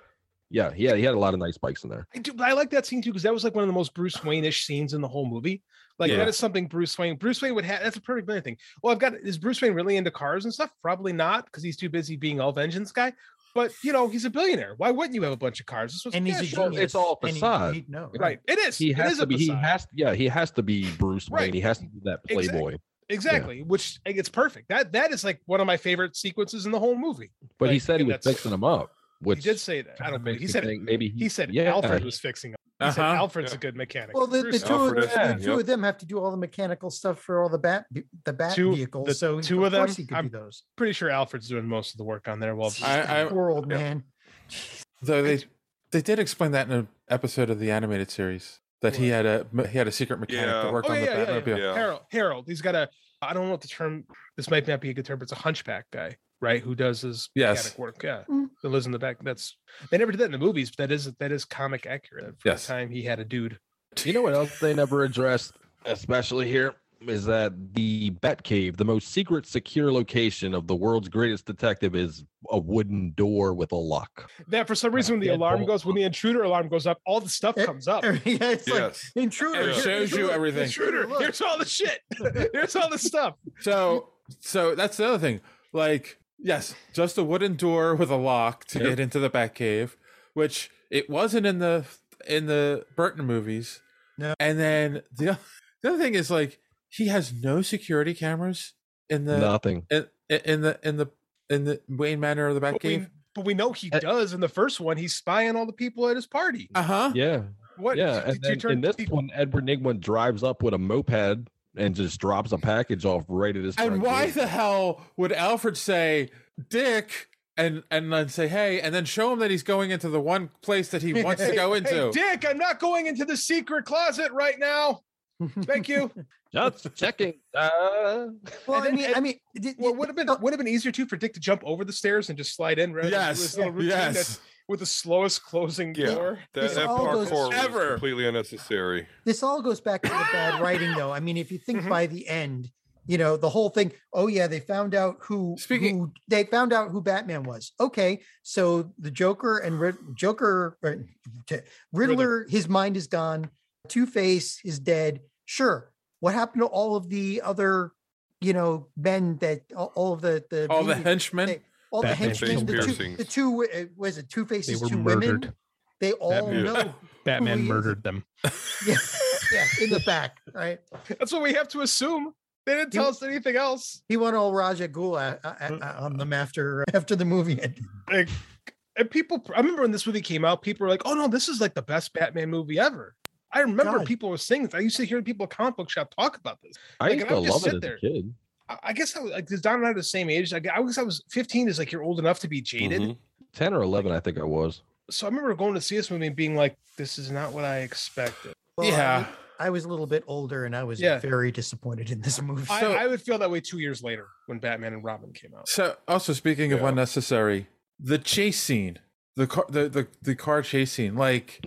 Speaker 10: Yeah, yeah, he had a lot of nice bikes in there.
Speaker 3: I do, but I like that scene too because that was like one of the most Bruce Wayne-ish scenes in the whole movie. Like
Speaker 8: Yeah.
Speaker 3: that is something Bruce Wayne. Bruce Wayne would have. That's a perfect Batman thing. Well, I've got. Is Bruce Wayne really into cars and stuff? Probably not because he's too busy being all vengeance guy. But you know, he's a billionaire. Why wouldn't you have a bunch of cars? This was-
Speaker 4: and he's
Speaker 3: yeah,
Speaker 4: a
Speaker 3: sure.
Speaker 4: genius.
Speaker 10: it's all
Speaker 4: and he-
Speaker 10: facade.
Speaker 4: he'd know,
Speaker 3: Right. It is.
Speaker 10: He
Speaker 3: It
Speaker 10: has
Speaker 3: is
Speaker 10: to
Speaker 3: a
Speaker 10: be. He
Speaker 3: facade.
Speaker 10: has. Yeah, he has to be Bruce Wayne.
Speaker 3: Right.
Speaker 10: He has to be that
Speaker 3: Exact-
Speaker 10: playboy.
Speaker 3: Exactly. Which like, it's perfect. That that is like one of my favorite sequences in the whole movie.
Speaker 10: But he
Speaker 3: Like,
Speaker 10: said he
Speaker 3: and
Speaker 10: was
Speaker 3: that's-
Speaker 10: fixing them up. Which
Speaker 3: he did say that. I don't believe he said it.
Speaker 10: maybe
Speaker 3: He said
Speaker 10: yeah.
Speaker 3: Alfred was fixing. Him. He said
Speaker 8: Uh-huh.
Speaker 3: Alfred's a good mechanic.
Speaker 4: Well, the, the
Speaker 3: Bruce-
Speaker 4: two, of,
Speaker 9: Alfred
Speaker 4: the
Speaker 9: Espen,
Speaker 4: two
Speaker 9: yep.
Speaker 4: of them have to do all the mechanical stuff for all the bat the bat
Speaker 3: Two-
Speaker 4: vehicles.
Speaker 3: the
Speaker 4: so
Speaker 3: two of them,
Speaker 4: course he could
Speaker 3: I'm-
Speaker 4: do those.
Speaker 3: pretty sure Alfred's doing most of the work on there. Well,
Speaker 8: I, I,
Speaker 4: Poor old man. <laughs>
Speaker 8: though they they did explain that in an episode of the animated series that he had a he had a secret mechanic
Speaker 9: Yeah.
Speaker 8: that worked
Speaker 3: Oh,
Speaker 8: on
Speaker 3: yeah,
Speaker 8: the
Speaker 3: yeah,
Speaker 8: Batmobile.
Speaker 9: Yeah.
Speaker 3: Harold, Harold, he's got a. I don't know what the term. This might not be a good term, but it's a hunchback guy, right? Who does his
Speaker 8: Yes.
Speaker 3: mechanic work? Yeah,
Speaker 4: Mm.
Speaker 3: that lives in the back. That's they never did that in the movies, but that is that is comic accurate. For
Speaker 8: Yes.
Speaker 3: the time he had a dude.
Speaker 10: You know what else they never addressed, especially here, is that the Batcave, the most secret, secure location of the world's greatest detective, is a wooden door with a lock.
Speaker 3: That for some reason, when the
Speaker 10: Yeah,
Speaker 3: alarm
Speaker 10: bolt.
Speaker 3: goes, when the intruder alarm goes up, all the stuff
Speaker 4: Eh,
Speaker 3: comes up.
Speaker 4: yeah, it's
Speaker 9: Yes.
Speaker 4: like intruder.
Speaker 8: It
Speaker 4: here-
Speaker 8: shows you
Speaker 4: intruder,
Speaker 8: everything.
Speaker 4: Intruder. look.
Speaker 3: Here's all the shit. Here's all the
Speaker 9: <laughs>
Speaker 3: stuff.
Speaker 8: So so that's the other thing. Like yes, just a wooden door with a lock to
Speaker 10: Yep.
Speaker 8: get into the Batcave, which it wasn't in the in the Burton movies.
Speaker 4: No.
Speaker 8: And then the oth- the other thing is like he has no security cameras in the
Speaker 10: Nothing.
Speaker 8: in, in the in the in the Wayne Manor of the
Speaker 3: But we,
Speaker 8: Batcave.
Speaker 3: but we know he
Speaker 10: Eh.
Speaker 3: does in the first one. He's spying all the people at his party.
Speaker 8: Uh huh.
Speaker 10: Yeah.
Speaker 3: What?
Speaker 10: yeah. And
Speaker 3: did you
Speaker 10: then
Speaker 3: turn
Speaker 10: in this one, Edward Nigma drives up with a moped and just drops a package off right at his
Speaker 8: And
Speaker 10: front
Speaker 8: why
Speaker 10: door.
Speaker 8: the hell would Alfred say Dick and and then say hey and then show him that he's going into the one place that he wants to go
Speaker 3: Hey,
Speaker 8: into?
Speaker 3: Dick, I'm not going into the secret closet right now. Thank you.
Speaker 10: Just checking. Uh,
Speaker 3: And
Speaker 4: Well, I
Speaker 3: then-
Speaker 4: mean, I
Speaker 3: and-
Speaker 4: mean, did-
Speaker 3: Well,
Speaker 4: did-
Speaker 3: would have been would have been easier too for Dick to jump over the stairs and just slide in. Rather than do
Speaker 8: yes.
Speaker 3: this little routine
Speaker 8: Yes.
Speaker 5: with the slowest closing
Speaker 9: Yeah,
Speaker 5: door
Speaker 9: that, that parkour was completely unnecessary.
Speaker 4: This all goes back to the bad writing, though. I mean, if you think by the end, you know, the whole thing. Oh yeah, they found out who, who they found out who Batman was. Okay, so the Joker and Rid- Joker or, t- Riddler, his mind is gone. Two Face is dead. Sure. What happened to all of the other, you know, men that all, all of the the
Speaker 8: All the
Speaker 4: mutants
Speaker 8: henchmen?
Speaker 4: they- all
Speaker 8: Batman
Speaker 4: the henchmen,
Speaker 8: face
Speaker 4: the two,
Speaker 8: piercings.
Speaker 4: the two, uh, was it Two Faces,
Speaker 8: were
Speaker 4: two women?
Speaker 8: murdered.
Speaker 4: They all
Speaker 5: Batman-
Speaker 8: <laughs>
Speaker 4: know who
Speaker 5: Batman
Speaker 4: he is.
Speaker 5: murdered them.
Speaker 4: <laughs> yeah, in the back, right?
Speaker 5: That's what we have to assume. They didn't tell us anything else.
Speaker 4: He went all Raja Ghul at, at-
Speaker 8: Uh,
Speaker 4: at- on them after <laughs> after the movie ended.
Speaker 5: Like, and people, I remember when this movie came out, people were like, "Oh no, this is like the best Batman movie ever." I remember
Speaker 4: God.
Speaker 5: people were saying this. I used to hear people at comic book shop talk about this.
Speaker 10: I
Speaker 5: Like,
Speaker 10: used
Speaker 5: and
Speaker 10: to
Speaker 5: I'd just
Speaker 10: love it
Speaker 5: sit
Speaker 10: as
Speaker 5: there.
Speaker 10: a kid.
Speaker 5: I I guess I was like, because Don and I are the same age. Like, I guess I was 15 is like you're old enough to be jaded.
Speaker 8: Mm-hmm.
Speaker 10: Mhm. Ten or eleven, I think I was.
Speaker 5: So I remember going to see this movie and being like, this is not what I expected.
Speaker 4: Well, I, I was a little bit older, and I was
Speaker 5: Yeah.
Speaker 4: very disappointed in this movie.
Speaker 5: I, I would feel that way two years later when Batman and Robin came out.
Speaker 8: So, also speaking of unnecessary, the chase scene, the car, the the, the car chase scene, like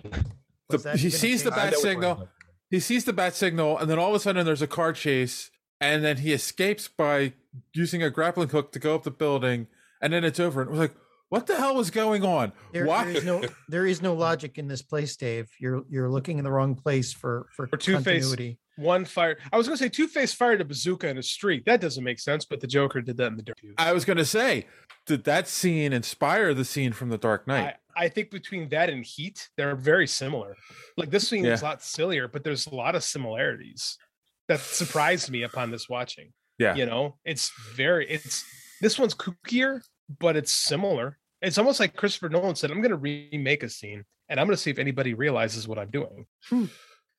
Speaker 4: Was
Speaker 8: the,
Speaker 4: that
Speaker 8: he
Speaker 4: even a
Speaker 8: sees the
Speaker 4: chase?
Speaker 8: bat
Speaker 4: I know it
Speaker 8: signal, he sees the bat signal, and then all of a sudden there's a car chase, and then he escapes by using a grappling hook to go up the building, and then it's over. And we're like, what the hell was going on?
Speaker 4: There-
Speaker 8: Why?
Speaker 4: there is no there is no logic in this place, Dave. You're you're looking in the wrong place for for
Speaker 5: Or Two Face,
Speaker 4: continuity.
Speaker 5: one fire. I was gonna say Two Face fired a bazooka in a street. That doesn't make sense, but the Joker did that in the Dark Knight.
Speaker 8: I was gonna say, did that scene inspire the scene from The Dark Knight?
Speaker 5: I think between that and Heat, they're very similar. Like this scene is a
Speaker 8: Yeah.
Speaker 5: lot sillier, but there's a lot of similarities that surprised me upon this watching.
Speaker 8: Yeah.
Speaker 5: you know, it's very it's this one's kookier, but it's similar. It's almost like Christopher Nolan said, "I'm going to remake a scene, and I'm going to see if anybody realizes what I'm doing."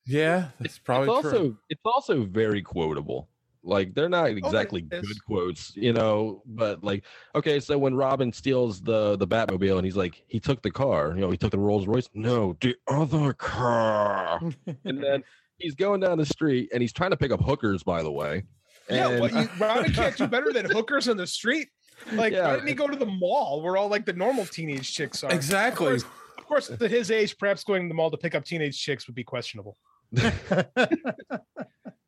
Speaker 8: yeah, that's
Speaker 10: It's
Speaker 8: probably true.
Speaker 10: also it's also very quotable. Like they're
Speaker 5: Oh,
Speaker 10: not exactly
Speaker 5: it is.
Speaker 10: good quotes, you know. But like, okay, so when Robin steals the the Batmobile and he's like, he took the car, you know, he took the Rolls Royce. No, the other car.
Speaker 5: <laughs>
Speaker 10: and then he's going down the street and he's trying to pick up hookers. By the way,
Speaker 5: yeah,
Speaker 10: And-
Speaker 5: what,
Speaker 10: <laughs>
Speaker 5: you, Robin can't do better than hookers on the street. Like,
Speaker 10: Yeah.
Speaker 5: why didn't he go to the mall where all like the normal teenage chicks are?
Speaker 8: Exactly.
Speaker 5: Of course, of course, at his age, perhaps going to the mall to pick up teenage chicks would be questionable.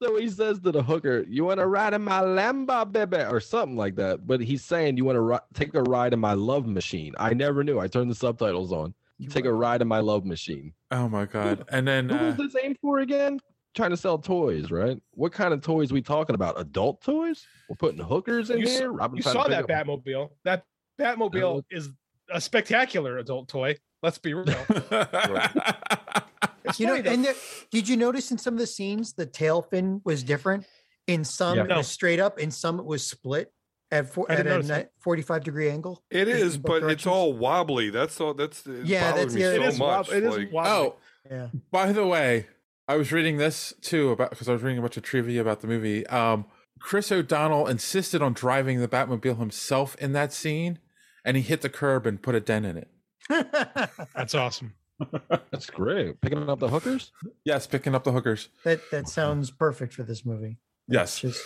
Speaker 10: So he says to the hooker, "You want to ride in my Lambo, baby," or something like that. But he's saying, "You want to ri- take a ride in my love machine." I never knew. I turned the subtitles on. take a ride in my love machine.
Speaker 8: Oh my god! And then
Speaker 10: Who
Speaker 8: uh,
Speaker 10: was this aimed for again? Trying to sell toys, right? What kind of toys we talking about? Adult toys? We're putting hookers in
Speaker 5: you, s-
Speaker 10: here. Robin
Speaker 5: you
Speaker 10: trying to
Speaker 5: saw
Speaker 10: pick
Speaker 5: that
Speaker 10: up-
Speaker 5: Batmobile. That Batmobile is a spectacular adult toy. Let's be real.
Speaker 4: You know, and there, did you notice in some of the scenes the tail fin was different? In some,
Speaker 9: Yeah.
Speaker 4: it was straight up. In some, it was split at, four,
Speaker 9: I
Speaker 4: at
Speaker 9: didn't
Speaker 4: a
Speaker 9: notice
Speaker 4: ni-
Speaker 9: that.
Speaker 4: forty-five degree angle.
Speaker 9: It
Speaker 4: in
Speaker 9: is,
Speaker 4: both
Speaker 9: but
Speaker 4: directions.
Speaker 9: it's all wobbly. That's all. That's it
Speaker 4: Yeah,
Speaker 9: bothered
Speaker 4: that's-
Speaker 9: me
Speaker 4: yeah, it
Speaker 9: so
Speaker 4: is
Speaker 9: much.
Speaker 4: wob- it is
Speaker 9: like-
Speaker 4: wobbly.
Speaker 8: oh,
Speaker 4: Yeah.
Speaker 8: by the way, I was reading this too about because I was reading a bunch of trivia about the movie. Um, Chris O'Donnell insisted on driving the Batmobile himself in that scene, and he hit the curb and put a dent in it.
Speaker 5: That's awesome.
Speaker 10: That's great. Picking up the hookers.
Speaker 8: Yes, picking up the hookers.
Speaker 4: <laughs> That that sounds perfect for this movie.
Speaker 8: Yes.
Speaker 5: It's,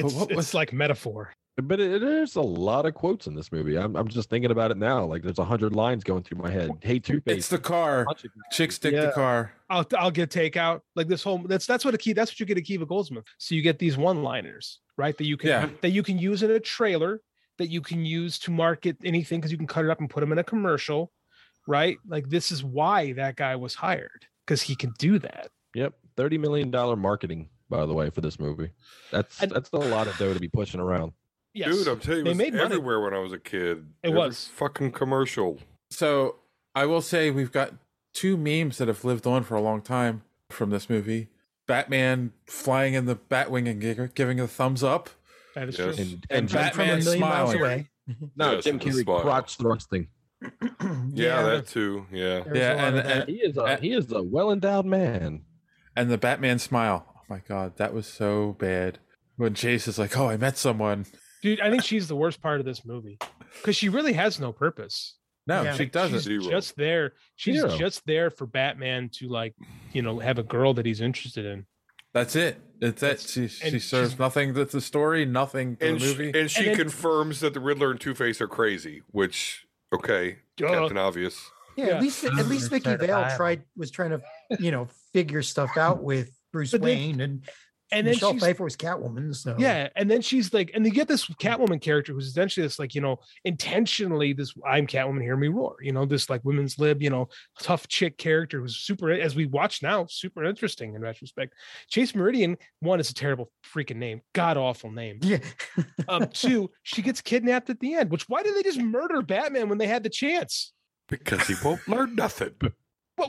Speaker 5: it's like metaphor.
Speaker 10: But it, there's a lot of quotes in this movie. I'm, I'm just thinking about it now. Like there's a hundred lines going through my head. Hey, Two Face.
Speaker 8: It's the car. Chick stick
Speaker 5: Yeah.
Speaker 8: the car.
Speaker 5: I'll I'll get takeout. Like this whole that's that's what a key that's what you get at Kiva Goldsmith. So you get these one liners, right? That you can
Speaker 8: Yeah.
Speaker 5: that you can use in a trailer, that you can use to market anything because you can cut it up and put them in a commercial, right? Like this is why that guy was hired because he can do that.
Speaker 10: Yep, thirty million dollar marketing. By the way, for this movie, that's that's a lot of dough to be pushing around.
Speaker 5: Yes.
Speaker 9: Dude, I'm telling you,
Speaker 5: They
Speaker 9: it was
Speaker 5: made money.
Speaker 9: everywhere when I was a kid.
Speaker 5: It
Speaker 9: Every
Speaker 5: was.
Speaker 9: fucking commercial.
Speaker 8: So I will say we've got two memes that have lived on for a long time from this movie. Batman flying in the Batwing and gi- giving a thumbs up.
Speaker 5: That is
Speaker 9: Yes.
Speaker 5: true.
Speaker 9: And-
Speaker 8: And
Speaker 4: Jump
Speaker 8: Batman smiling.
Speaker 10: No,
Speaker 9: Yes,
Speaker 10: Jim
Speaker 9: it was
Speaker 10: Carrey
Speaker 9: spot on.
Speaker 10: crotch thrusting.
Speaker 9: Yeah,
Speaker 4: Yeah.
Speaker 9: that too. Yeah.
Speaker 4: There was a lot of that.
Speaker 10: he is a he is a well endowed man.
Speaker 8: And the Batman smile. Oh my god, that was so bad. When Chase is like, "Oh, I met someone."
Speaker 5: Dude, I think she's the worst part of this movie because she really has no purpose.
Speaker 8: No,
Speaker 5: Yeah.
Speaker 8: she doesn't.
Speaker 5: She's just there. She's
Speaker 8: Zero.
Speaker 5: just there for Batman to like, you know, have a girl that he's interested in.
Speaker 8: That's it. That's, it. She she
Speaker 5: and
Speaker 8: serves nothing to the story, nothing to
Speaker 9: And
Speaker 8: the
Speaker 9: she,
Speaker 8: movie.
Speaker 9: and she confirms that the Riddler and Two Face are crazy, which Okay,
Speaker 5: Duh.
Speaker 9: Captain Obvious.
Speaker 4: Yeah, at least at least Vicky Vale tried was trying to you know
Speaker 5: <laughs>
Speaker 4: figure stuff out with Bruce
Speaker 5: But then-
Speaker 4: Wayne and
Speaker 5: and
Speaker 4: and
Speaker 5: then
Speaker 4: Michelle
Speaker 5: she's-
Speaker 4: Pfeiffer was Catwoman. So
Speaker 5: Yeah, and then she's like, and you get this Catwoman character who's essentially this like, you know, intentionally this I'm Catwoman, hear me roar, you know, this like women's lib, you know, tough chick character who's super as we watch now, super interesting in retrospect. Chase Meridian, one is a terrible freaking name, god awful name.
Speaker 4: <laughs> Yeah.
Speaker 5: um, two, she gets kidnapped at the end. Which why did they just murder Batman when they had the chance?
Speaker 9: Because he won't learn nothing.
Speaker 5: But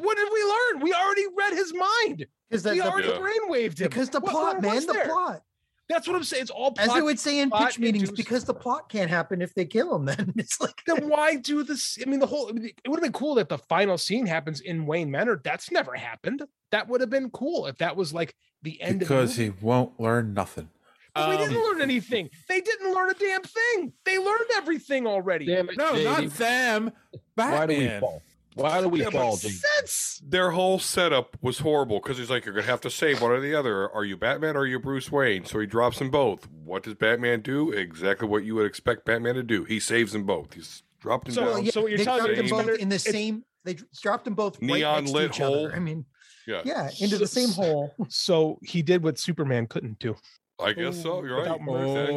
Speaker 5: what did we learn? We already read his mind.
Speaker 4: Because that
Speaker 5: we
Speaker 4: the-
Speaker 5: already
Speaker 4: Yeah.
Speaker 5: brainwaved him.
Speaker 4: Because the
Speaker 5: What
Speaker 4: plot,
Speaker 5: more
Speaker 4: man,
Speaker 5: was
Speaker 4: the
Speaker 5: there?
Speaker 4: plot.
Speaker 5: That's what I'm saying. It's all plot.
Speaker 4: as they would say in
Speaker 5: plot
Speaker 4: pitch meetings,
Speaker 5: induced-
Speaker 4: because the plot can't happen if they kill him. <laughs> Then it's like
Speaker 5: then why do this? I mean, the whole I mean, it would have been cool that the final scene happens in Wayne Manor. That's never happened. That would have been cool if that was like the end
Speaker 8: because
Speaker 5: of the
Speaker 8: he won't learn nothing.
Speaker 5: But we
Speaker 10: Um,
Speaker 5: didn't learn anything. They didn't learn a damn thing. They learned everything already.
Speaker 8: No, not them.
Speaker 9: Why do we
Speaker 8: Batman.
Speaker 9: fall?
Speaker 10: Why do we
Speaker 9: Yeah, but
Speaker 10: fall, Jake?
Speaker 5: sense.
Speaker 9: Their whole setup was horrible because he's like, you're gonna have to save one or the other. Are you Batman or are you Bruce Wayne? So he drops them both. What does Batman do? Exactly what you would expect Batman to do. He saves them both. He's dropped them
Speaker 5: So-
Speaker 9: down.
Speaker 5: Well, yeah, so what you're
Speaker 4: they
Speaker 5: telling
Speaker 4: dropped
Speaker 9: me
Speaker 4: them
Speaker 9: is
Speaker 4: both
Speaker 9: better-
Speaker 4: in the
Speaker 9: it's-
Speaker 4: same. They dr- dropped them both right
Speaker 9: Neon
Speaker 4: next
Speaker 9: lit
Speaker 4: to each
Speaker 9: hole.
Speaker 4: other. I mean,
Speaker 9: Yeah.
Speaker 4: yeah, into the same hole.
Speaker 5: So he did what Superman couldn't do. <laughs>
Speaker 9: I guess so. You're right.
Speaker 5: Without mercy.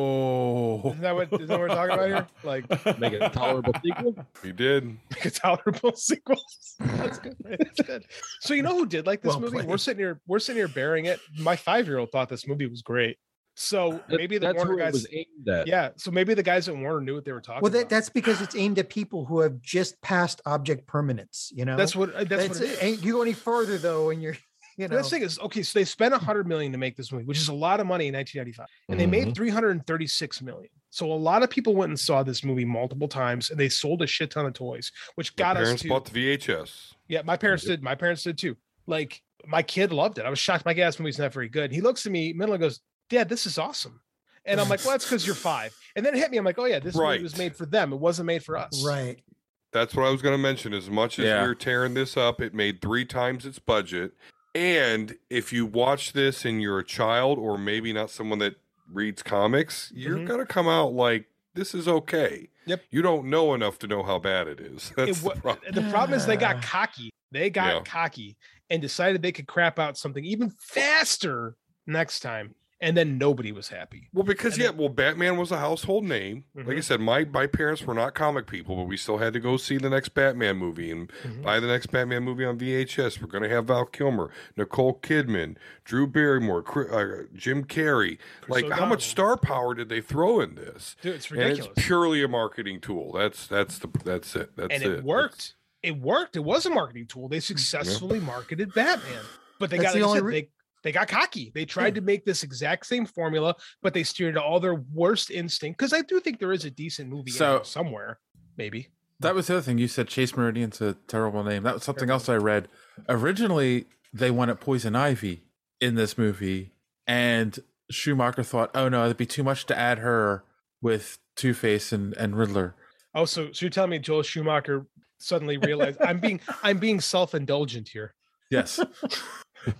Speaker 8: Oh,
Speaker 5: Isn't that what, isn't that what we're talking about here? Like <laughs>
Speaker 10: Make it a tolerable sequel.
Speaker 9: He did.
Speaker 5: make a tolerable sequel. <laughs> That's good. man. That's good. So you know who did like this
Speaker 10: Well
Speaker 5: movie? We're
Speaker 10: played.
Speaker 5: sitting here, we're sitting here bearing it. My five year old thought this movie was great. So maybe the
Speaker 10: that's
Speaker 5: Warner
Speaker 10: who it
Speaker 5: guys
Speaker 10: was aimed at.
Speaker 5: Yeah. So maybe the guys at Warner knew what they were talking
Speaker 4: Well, that,
Speaker 5: about.
Speaker 4: that's because it's aimed at people who have just passed object permanence. You know,
Speaker 5: That's what- uh, that's what it is.
Speaker 4: Ain't you go any further though, and you're, <laughs> you know,
Speaker 5: That's the thing is, okay, so they spent 100 million to make this movie, which is a lot of money in 1995, and they
Speaker 10: Mm-hmm.
Speaker 9: Mm-hmm.
Speaker 5: made 336 million. So a lot of people went and saw this movie multiple times, and they sold a shit ton of toys, which got us
Speaker 9: Parents
Speaker 5: to.
Speaker 9: bought the VHS.
Speaker 5: yeah, my parents did. My parents did too. Like my kid loved it. I was shocked. My gas movie's not very good. He looks at me, mentally goes, "Dad, this is awesome," and I'm like, "Well, that's because you're five. And then it hit me. I'm like, "Oh yeah, this
Speaker 9: Right.
Speaker 5: movie was made for them. It wasn't made for us."
Speaker 4: right.
Speaker 9: That's what I was going to mention. As much as
Speaker 8: Yeah.
Speaker 9: we're tearing this up, it made three times its budget. And if you watch this and you're a child, or maybe not someone that reads comics, you're
Speaker 5: Mhm.
Speaker 9: going to come out like, this is okay.
Speaker 5: Yep.
Speaker 9: You don't know enough to know how bad it is. <laughs> That's
Speaker 5: it,
Speaker 9: the
Speaker 5: wa-
Speaker 9: problem.
Speaker 5: the problem is they
Speaker 4: Ah.
Speaker 5: got cocky. They got
Speaker 9: Yeah.
Speaker 5: cocky and decided they could crap out something even faster next time, and then nobody was happy.
Speaker 9: Well, because yeah, well, Batman was a household name. Like I
Speaker 5: Mhm.
Speaker 9: said, my my parents were not comic people, but we still had to go see the next Batman movie and
Speaker 5: Mhm.
Speaker 9: buy the next Batman movie on VHS. We're gonna have Val Kilmer, Nicole Kidman, Drew Barrymore, Chri- uh, Jim Carrey. Like, how
Speaker 5: O'Donnell.
Speaker 9: much star power did they throw in this?
Speaker 5: Dude, it's
Speaker 9: And it's
Speaker 5: ridiculous,
Speaker 9: purely a marketing tool. That's that's the that's it. That's
Speaker 5: and it,
Speaker 9: it.
Speaker 5: worked. It worked. It was a marketing tool. They successfully marketed Batman, but they got
Speaker 4: That's the
Speaker 5: like I
Speaker 4: only
Speaker 5: said,
Speaker 4: re-
Speaker 5: they they got cocky. They tried to make this exact same formula, but they steered to all their worst instinct. Because I do think there is a decent movie out
Speaker 8: So-
Speaker 5: there somewhere, maybe.
Speaker 8: That was the other thing you said. Chase Meridian's a terrible name. That was something else I read. Originally, they wanted Poison Ivy in this movie, and Schumacher thought, "Oh no, it'd be too much to add her with Two Face and and Riddler."
Speaker 5: Oh, so so you're telling me Joel Schumacher suddenly realized I'm
Speaker 8: <laughs>
Speaker 5: being I'm being self indulgent here. <laughs>
Speaker 8: Yes.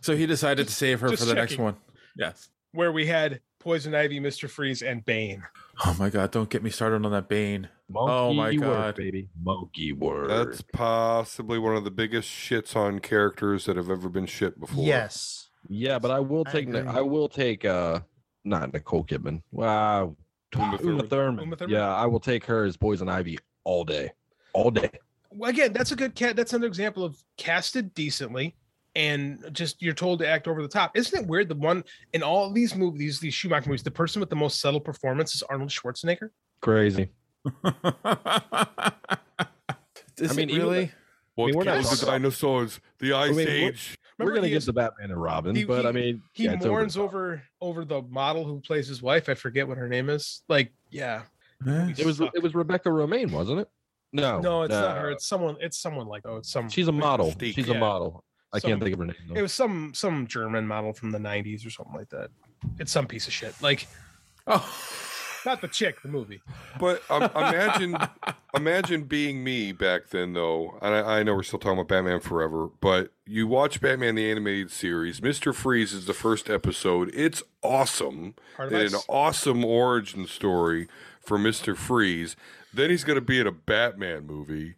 Speaker 8: so he decided to save her
Speaker 5: just
Speaker 8: for the next
Speaker 5: checking.
Speaker 8: one. Yes.
Speaker 5: where we had Poison Ivy, Mister Freeze, and Bane.
Speaker 8: Oh my God! Don't get me started on that Bane. oh my
Speaker 10: Monkey work,
Speaker 8: God!
Speaker 10: baby. Monkey word.
Speaker 9: That's possibly one of the biggest shits on characters that have ever been shit before.
Speaker 4: Yes.
Speaker 10: Yeah, but I will
Speaker 4: I
Speaker 10: take. Ni-
Speaker 4: agree.
Speaker 10: I, will take. uh Not Nicole Kidman. Wow.
Speaker 9: Uma
Speaker 10: Uma
Speaker 9: Thurman.
Speaker 10: Thurman.
Speaker 5: Uma Thurman?
Speaker 10: Yeah, I will take her as Poison Ivy all day, all day.
Speaker 5: Well, again, that's a good cat. That's another example of casted decently, and just you're told to act over the top. Isn't it weird? The one in all these movies, these Schumacher movies, the person with the most subtle performance is Arnold Schwarzenegger.
Speaker 10: Crazy.
Speaker 8: Is <laughs>
Speaker 10: I mean,
Speaker 8: it
Speaker 10: even
Speaker 8: really?
Speaker 10: the- I mean, we're not
Speaker 9: killed
Speaker 10: talking
Speaker 9: the
Speaker 10: about-
Speaker 9: dinosaurs? The
Speaker 10: I
Speaker 9: Ice
Speaker 10: mean, we're-
Speaker 9: Age.
Speaker 10: We're
Speaker 5: Remember
Speaker 10: gonna
Speaker 5: he
Speaker 10: get
Speaker 5: is-
Speaker 10: to Batman and Robin,
Speaker 5: he-
Speaker 10: but I mean,
Speaker 5: He
Speaker 10: yeah, it's over
Speaker 5: mourns
Speaker 10: the top.
Speaker 5: over over the model who plays his wife. I forget what her name is. Like, yeah,
Speaker 8: Eh.
Speaker 5: we
Speaker 10: It was.
Speaker 5: suck.
Speaker 10: It was Rebecca Romaine, wasn't it? No,
Speaker 5: no, it's not her. It's someone. It's someone like oh, it's some.
Speaker 10: She's a model.
Speaker 9: Mystique.
Speaker 10: She's
Speaker 5: Yeah.
Speaker 10: a model. I
Speaker 5: Some-
Speaker 10: can't think of her name. though.
Speaker 5: It was some some German model from the '90s or something like that. It's some piece of shit. Like,
Speaker 8: Oh.
Speaker 5: not the chick, the movie.
Speaker 9: But um, imagine, imagine being me back then, though. And I, I know we're still talking about Batman Forever, but you watch Batman the animated series. Mister Freeze is the first episode. It's awesome.
Speaker 5: Heart of
Speaker 9: They did an
Speaker 5: Ice.
Speaker 9: awesome origin story for Mister Freeze. Then he's going to be in a Batman movie,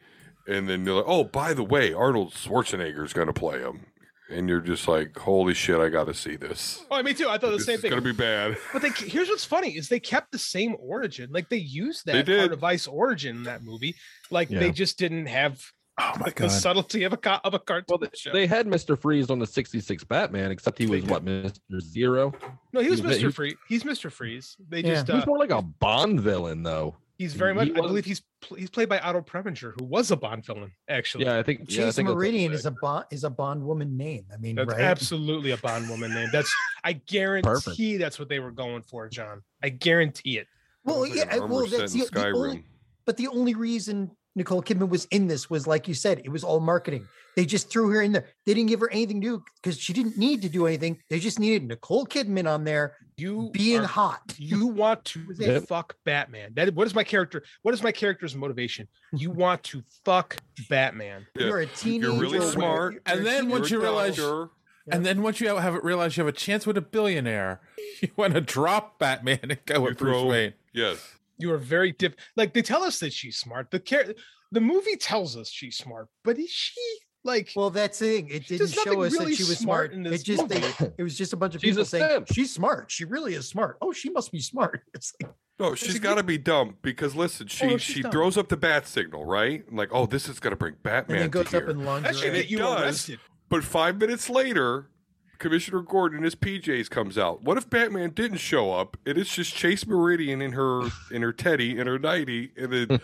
Speaker 9: and then they're like, "Oh, by the way, Arnold Schwarzenegger's going to play him," and you're just like, "Holy shit, I got to see this."
Speaker 5: Oh, me too. I thought the same
Speaker 9: It's
Speaker 5: thing.
Speaker 9: going to be bad.
Speaker 5: But they here's what's funny is they kept the same origin. Like they used
Speaker 9: They
Speaker 5: that
Speaker 9: did.
Speaker 5: part of Ice origin in that movie. Like
Speaker 10: Yeah.
Speaker 5: they just didn't have the
Speaker 8: Oh
Speaker 10: God.
Speaker 5: subtlety of a co- of a cartoon show.
Speaker 10: They had Mr. Freeze on the 66 Batman, except he was what, Mr. Zero?
Speaker 5: no, he was
Speaker 10: a bit-
Speaker 5: Mr. Freeze. He's Mr. Freeze. They
Speaker 10: Yeah.
Speaker 5: just
Speaker 10: he
Speaker 5: uh,
Speaker 10: was more like a Bond villain, though.
Speaker 5: he's very much.
Speaker 10: he
Speaker 5: I believe he's pl- he's played by Otto Preminger, who was a Bond villain actually.
Speaker 10: Yeah, I think.
Speaker 4: Chase
Speaker 10: yeah, I think that's-
Speaker 4: Meridian is a bond is a bond woman name. I mean,
Speaker 5: That's
Speaker 4: right?
Speaker 5: absolutely a Bond woman name. That's I guarantee
Speaker 4: Perfect.
Speaker 5: that's what they were going for, John. I guarantee it.
Speaker 4: Well, yeah, I- well, that's the, the only, but the only reason Nicole Kidman was in this was like you said, it was all marketing. They just threw her in there. They didn't give her anything to do because she didn't need to do anything. They just needed Nicole Kidman on there.
Speaker 5: You
Speaker 4: being
Speaker 5: are-
Speaker 4: hot.
Speaker 5: You want to
Speaker 4: Was it-
Speaker 5: fuck Batman. That what is my character? What is my character's motivation? You want to fuck Batman.
Speaker 4: You're a teenager.
Speaker 9: really
Speaker 5: when-
Speaker 9: smart,
Speaker 5: you're
Speaker 8: <laughs> and
Speaker 5: a
Speaker 8: then once you
Speaker 5: teenager.
Speaker 8: realize, and then once you have realized you have a chance with a billionaire, <laughs> you want to drop Batman and go with Bruce Wayne.
Speaker 9: Yes.
Speaker 5: you are very diff. Like they tell us that she's smart. The char- the movie tells us she's smart, but is she like?
Speaker 4: Well, that's the thing. It didn't
Speaker 5: does
Speaker 4: show
Speaker 5: nothing
Speaker 4: us
Speaker 5: really
Speaker 4: that she was
Speaker 5: smart
Speaker 4: smart.
Speaker 5: in
Speaker 4: It
Speaker 5: this
Speaker 4: just they,
Speaker 5: movie.
Speaker 4: <laughs> it was just a bunch of
Speaker 5: She's
Speaker 4: people
Speaker 5: a
Speaker 4: saying
Speaker 5: simp.
Speaker 4: she's smart. She really is smart. Oh, she must be smart. <laughs> It's like
Speaker 9: No, she's got to be dumb because listen, she
Speaker 4: no, she's
Speaker 9: she
Speaker 4: dumb.
Speaker 9: throws up the bat signal, right? And like, oh, this is gonna bring Batman.
Speaker 4: goes
Speaker 9: to
Speaker 4: up
Speaker 9: here.
Speaker 4: in lingerie. That should
Speaker 9: And
Speaker 4: get
Speaker 9: it
Speaker 4: you
Speaker 9: does,
Speaker 4: arrested.
Speaker 9: But five minutes later, Commissioner Gordon in his PJs comes out. What if Batman didn't show up? And it's just Chase Meridian in her in her teddy in her nighty, and then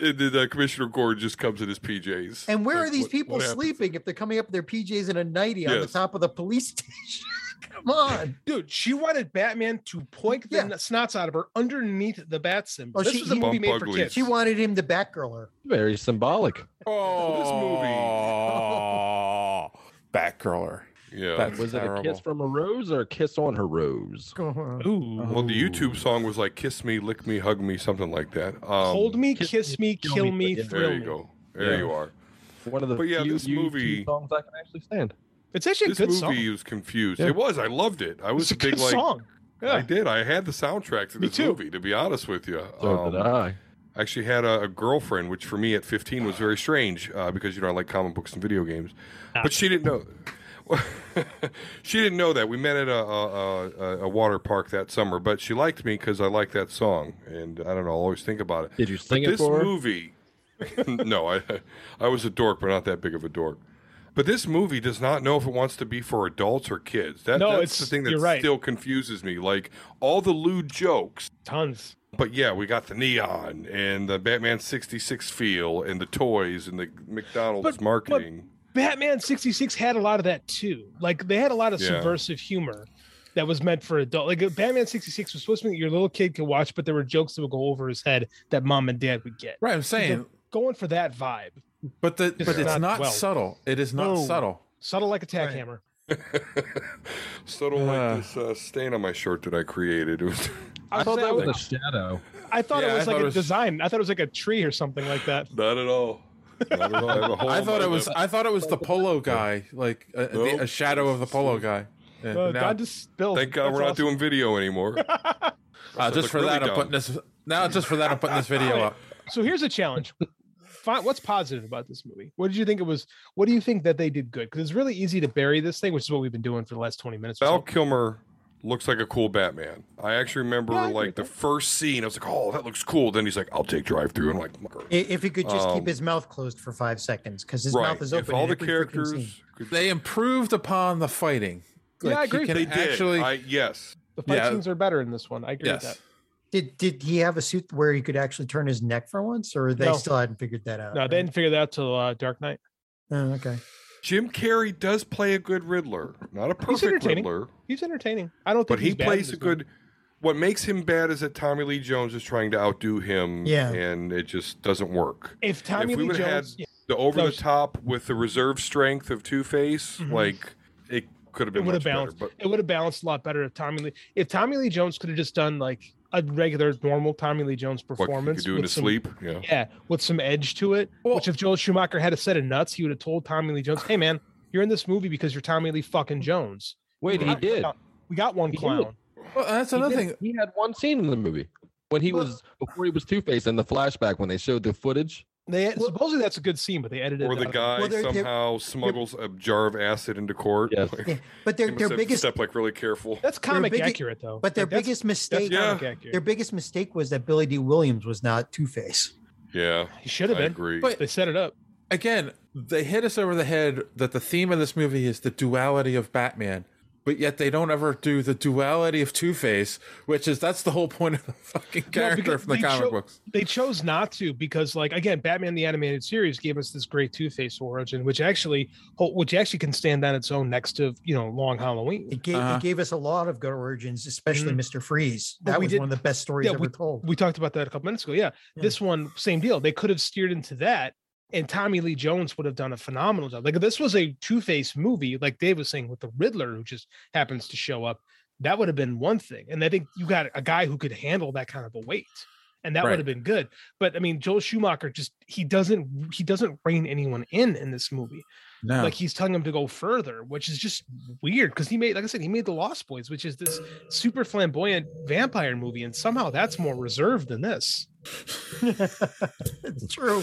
Speaker 9: and then uh, Commissioner Gordon just comes in his PJs.
Speaker 4: And where
Speaker 9: Like,
Speaker 4: are these
Speaker 9: what-
Speaker 4: people
Speaker 9: what happened?
Speaker 4: sleeping if they're coming up in their PJs and a nighty on the
Speaker 9: Yes.
Speaker 4: top of the police <laughs> station? Come on.
Speaker 5: Dude, she wanted Batman to poink the n- snots out of her underneath the bat symbol.
Speaker 9: Oh,
Speaker 5: this was a movie made for kids.
Speaker 4: Oh, She wanted him to Batgirl her.
Speaker 10: Very symbolic.
Speaker 8: Oh, Batgirler.
Speaker 9: Yeah.
Speaker 8: That's
Speaker 10: was
Speaker 8: terrible.
Speaker 10: it a kiss from a rose or a kiss on her rose?
Speaker 5: Ooh.
Speaker 9: Well, the YouTube song was like "Kiss me, lick me, hug me," something like that. Um,
Speaker 5: Hold me, kiss, me, kill, me,
Speaker 9: There
Speaker 5: thrill
Speaker 9: you
Speaker 5: me.
Speaker 9: go. There
Speaker 10: Yeah.
Speaker 9: you are.
Speaker 10: One of the
Speaker 9: But yeah,
Speaker 10: few
Speaker 9: this
Speaker 10: YouTube
Speaker 9: movie-
Speaker 10: songs I can actually stand.
Speaker 5: It's actually
Speaker 9: this
Speaker 5: a good
Speaker 9: movie
Speaker 5: song.
Speaker 9: was confused.
Speaker 10: Yeah.
Speaker 9: It was. I loved it. I was
Speaker 5: It's a
Speaker 9: a big
Speaker 5: good
Speaker 9: like.
Speaker 5: song.
Speaker 9: I did. I had the soundtrack to
Speaker 5: Me
Speaker 9: this
Speaker 5: too.
Speaker 9: movie. To be honest with you,
Speaker 10: So did
Speaker 9: Um,
Speaker 10: I.
Speaker 9: I actually had a, a girlfriend, which for me at 15 was very strange uh, because you know I like comic books and video games,
Speaker 5: Ah.
Speaker 9: but she didn't know. <laughs> she didn't know that we met at a, a, a, a water park that summer, but she liked me because I liked that song, and I don't know. I'll always think about it.
Speaker 10: Did you sing
Speaker 9: but
Speaker 10: it
Speaker 9: this
Speaker 10: for her?
Speaker 9: movie? <laughs> no, I I was a dork, but not that big of a dork. But this movie does not know if it wants to be for adults or kids. That,
Speaker 5: No,
Speaker 9: that's
Speaker 5: it's-
Speaker 9: the thing that
Speaker 5: you're right.
Speaker 9: still confuses me. Like all the lewd jokes,
Speaker 5: tons.
Speaker 9: But yeah, we got the neon and the Batman '66 feel and the toys and the McDonald's
Speaker 5: But- but-
Speaker 9: marketing.
Speaker 5: Batman 66 had a lot of that too. Like they had a lot of
Speaker 9: Yeah.
Speaker 5: subversive humor that was meant for adult. Like Batman 66 was supposed to be your little kid could watch, but there were jokes that would go over his head that mom and dad would get.
Speaker 8: Right, I'm
Speaker 5: So they're
Speaker 8: saying-
Speaker 5: going for that vibe.
Speaker 8: But the
Speaker 5: It's
Speaker 8: but it's
Speaker 5: not
Speaker 8: not,
Speaker 5: well-
Speaker 8: subtle. It is not
Speaker 5: No.
Speaker 8: subtle.
Speaker 5: Subtle like a tack hammer.
Speaker 9: <laughs> So don't like this uh, stain on my shirt that I created. It was
Speaker 5: I thought that was-
Speaker 10: shadow.
Speaker 5: I thought
Speaker 9: Yeah,
Speaker 5: it
Speaker 9: I
Speaker 5: was like
Speaker 9: thought
Speaker 5: a
Speaker 9: it was-
Speaker 5: design. I thought it was like a tree or something like that.
Speaker 9: Not at all. Not at all. I, have a whole
Speaker 8: I thought it
Speaker 9: nother-
Speaker 8: was. I thought it was the polo guy, like a, the-
Speaker 9: Nope.
Speaker 8: a shadow of the polo guy. Yeah,
Speaker 5: Uh,
Speaker 8: now-
Speaker 5: God just spilled.
Speaker 9: Thank God
Speaker 5: That's
Speaker 9: we're not
Speaker 5: awesome.
Speaker 9: doing
Speaker 8: <laughs>
Speaker 9: video anymore.
Speaker 8: uh,
Speaker 9: Sounds
Speaker 8: just
Speaker 9: like
Speaker 8: for
Speaker 9: really
Speaker 8: that, I'm
Speaker 9: dumb.
Speaker 8: putting this. Now, just for that, I'm putting this video up.
Speaker 5: So here's a challenge. Fi- What's positive about this movie? What did you think it was? What do you think that they did good? Because it's really easy to bury this thing, which is what we've been doing for the last 20 minutes. or
Speaker 9: Val
Speaker 5: so.
Speaker 9: Kilmer looks like a cool Batman. I actually remember like the first scene. I was like, "Oh, that looks cool." Then he's like, "I'll take drive through." I'm like, "Mother."
Speaker 4: I- If he could just keep
Speaker 9: Um,
Speaker 4: his mouth closed for five seconds, because his
Speaker 9: right.
Speaker 4: mouth is
Speaker 9: If
Speaker 4: open.
Speaker 9: all
Speaker 4: in
Speaker 9: the
Speaker 4: every freaking
Speaker 9: characters
Speaker 4: scene.
Speaker 8: They improved upon the fighting.
Speaker 5: Yeah, I
Speaker 8: you
Speaker 5: agree.
Speaker 8: can
Speaker 5: They
Speaker 9: did.
Speaker 8: Actually,
Speaker 9: I- yes.
Speaker 5: The fight
Speaker 8: Yeah.
Speaker 5: scenes are better in this one. I agree with
Speaker 8: Yes.
Speaker 4: Did did he have a suit where he could actually turn his neck for once, or they
Speaker 5: No.
Speaker 4: still hadn't figured that out?
Speaker 5: that. No, they didn't figure that out till uh, Dark Knight.
Speaker 4: Oh, okay.
Speaker 9: Jim Carrey does play a good Riddler, not a
Speaker 5: He's
Speaker 9: perfect
Speaker 5: entertaining.
Speaker 9: Riddler,
Speaker 5: He's entertaining. I don't think
Speaker 9: but he
Speaker 5: he's bad in
Speaker 9: plays a
Speaker 5: this movie.
Speaker 9: good. What makes him bad is that Tommy Lee Jones is trying to outdo him,
Speaker 5: Yeah.
Speaker 9: and it just doesn't work.
Speaker 5: If Tommy
Speaker 9: if we
Speaker 5: Lee
Speaker 9: would've
Speaker 5: Jones, yeah,
Speaker 9: had the over
Speaker 5: No,
Speaker 9: the top with the reserve strength of Two Face,
Speaker 5: Mhm.
Speaker 9: like it could have
Speaker 5: it
Speaker 9: been
Speaker 5: would have
Speaker 9: much
Speaker 5: balanced.
Speaker 9: better. But
Speaker 5: It would have balanced a lot better if Tommy Lee. If Tommy Lee Jones could have just done like a regular, normal Tommy Lee Jones
Speaker 9: could
Speaker 5: performance.
Speaker 9: do in
Speaker 5: with
Speaker 9: his
Speaker 5: some-
Speaker 9: sleep, yeah.
Speaker 5: with some edge to it. which if Joel Schumacher had a set of nuts, he would have told Tommy Lee Jones, "Hey, man, you're in this movie because you're Tommy Lee fucking Jones."
Speaker 10: Wait,
Speaker 5: We
Speaker 10: he
Speaker 5: got-
Speaker 10: did.
Speaker 5: We got one
Speaker 10: He did.
Speaker 5: clown.
Speaker 8: Well, that's
Speaker 10: He
Speaker 8: another
Speaker 10: did.
Speaker 8: thing.
Speaker 10: He had one scene in the movie when he was before he was Two Face in the flashback when they showed the footage.
Speaker 5: They supposedly that's a good scene, but they edited.
Speaker 10: Or
Speaker 9: Or the guy somehow smuggles a jar of acid into court. Like,
Speaker 4: but their-
Speaker 9: he must
Speaker 4: their
Speaker 9: have
Speaker 4: biggest-
Speaker 9: step like really careful.
Speaker 5: That's
Speaker 4: Their
Speaker 5: comic
Speaker 4: biggie-
Speaker 5: accurate though.
Speaker 4: But their
Speaker 5: Like, that's-
Speaker 4: biggest mistake,
Speaker 5: comic accurate.
Speaker 4: their biggest mistake was that Billy D. Williams was not Two Face.
Speaker 9: Yeah,
Speaker 5: he should have
Speaker 8: I
Speaker 5: been.
Speaker 9: agree.
Speaker 8: But-
Speaker 5: they set it up.
Speaker 8: Again, they hit us over the head that the theme of this movie is the duality of Batman, but yet they don't ever do the duality of Two Face, which is that's the whole point of the fucking
Speaker 5: No,
Speaker 8: character
Speaker 5: because
Speaker 8: from the
Speaker 5: they
Speaker 8: comic
Speaker 5: cho-
Speaker 8: books.
Speaker 5: They chose not to because, like, again, Batman the Animated Series gave us this great Two Face origin, which actually, which actually can stand on its own next to you know Long Halloween.
Speaker 4: It gave, it gave us a lot of good origins, especially
Speaker 5: Mhm.
Speaker 4: Mr. Freeze.
Speaker 5: But
Speaker 4: That
Speaker 5: we
Speaker 4: was
Speaker 5: did-
Speaker 4: one of the best stories
Speaker 5: yeah,
Speaker 4: ever
Speaker 5: we, <laughs>
Speaker 4: told.
Speaker 5: We talked about that a couple minutes ago. Yeah. This one, same deal. They could have steered into that, and Tommy Lee Jones would have done a phenomenal job. Like if this was a two face movie, like Dave was saying with the Riddler, who just happens to show up. That would have been one thing. And I think you got a guy who could handle that kind of a weight. And that
Speaker 8: Right.
Speaker 5: would have been good. But I mean, Joel Schumacher just he doesn't he doesn't rein anyone in in this movie.
Speaker 8: No.
Speaker 5: Like he's telling him to go further, which is just weird because he made, like I said, he made the Lost Boys, which is this super flamboyant vampire movie, and somehow that's more reserved than this.
Speaker 4: it's true.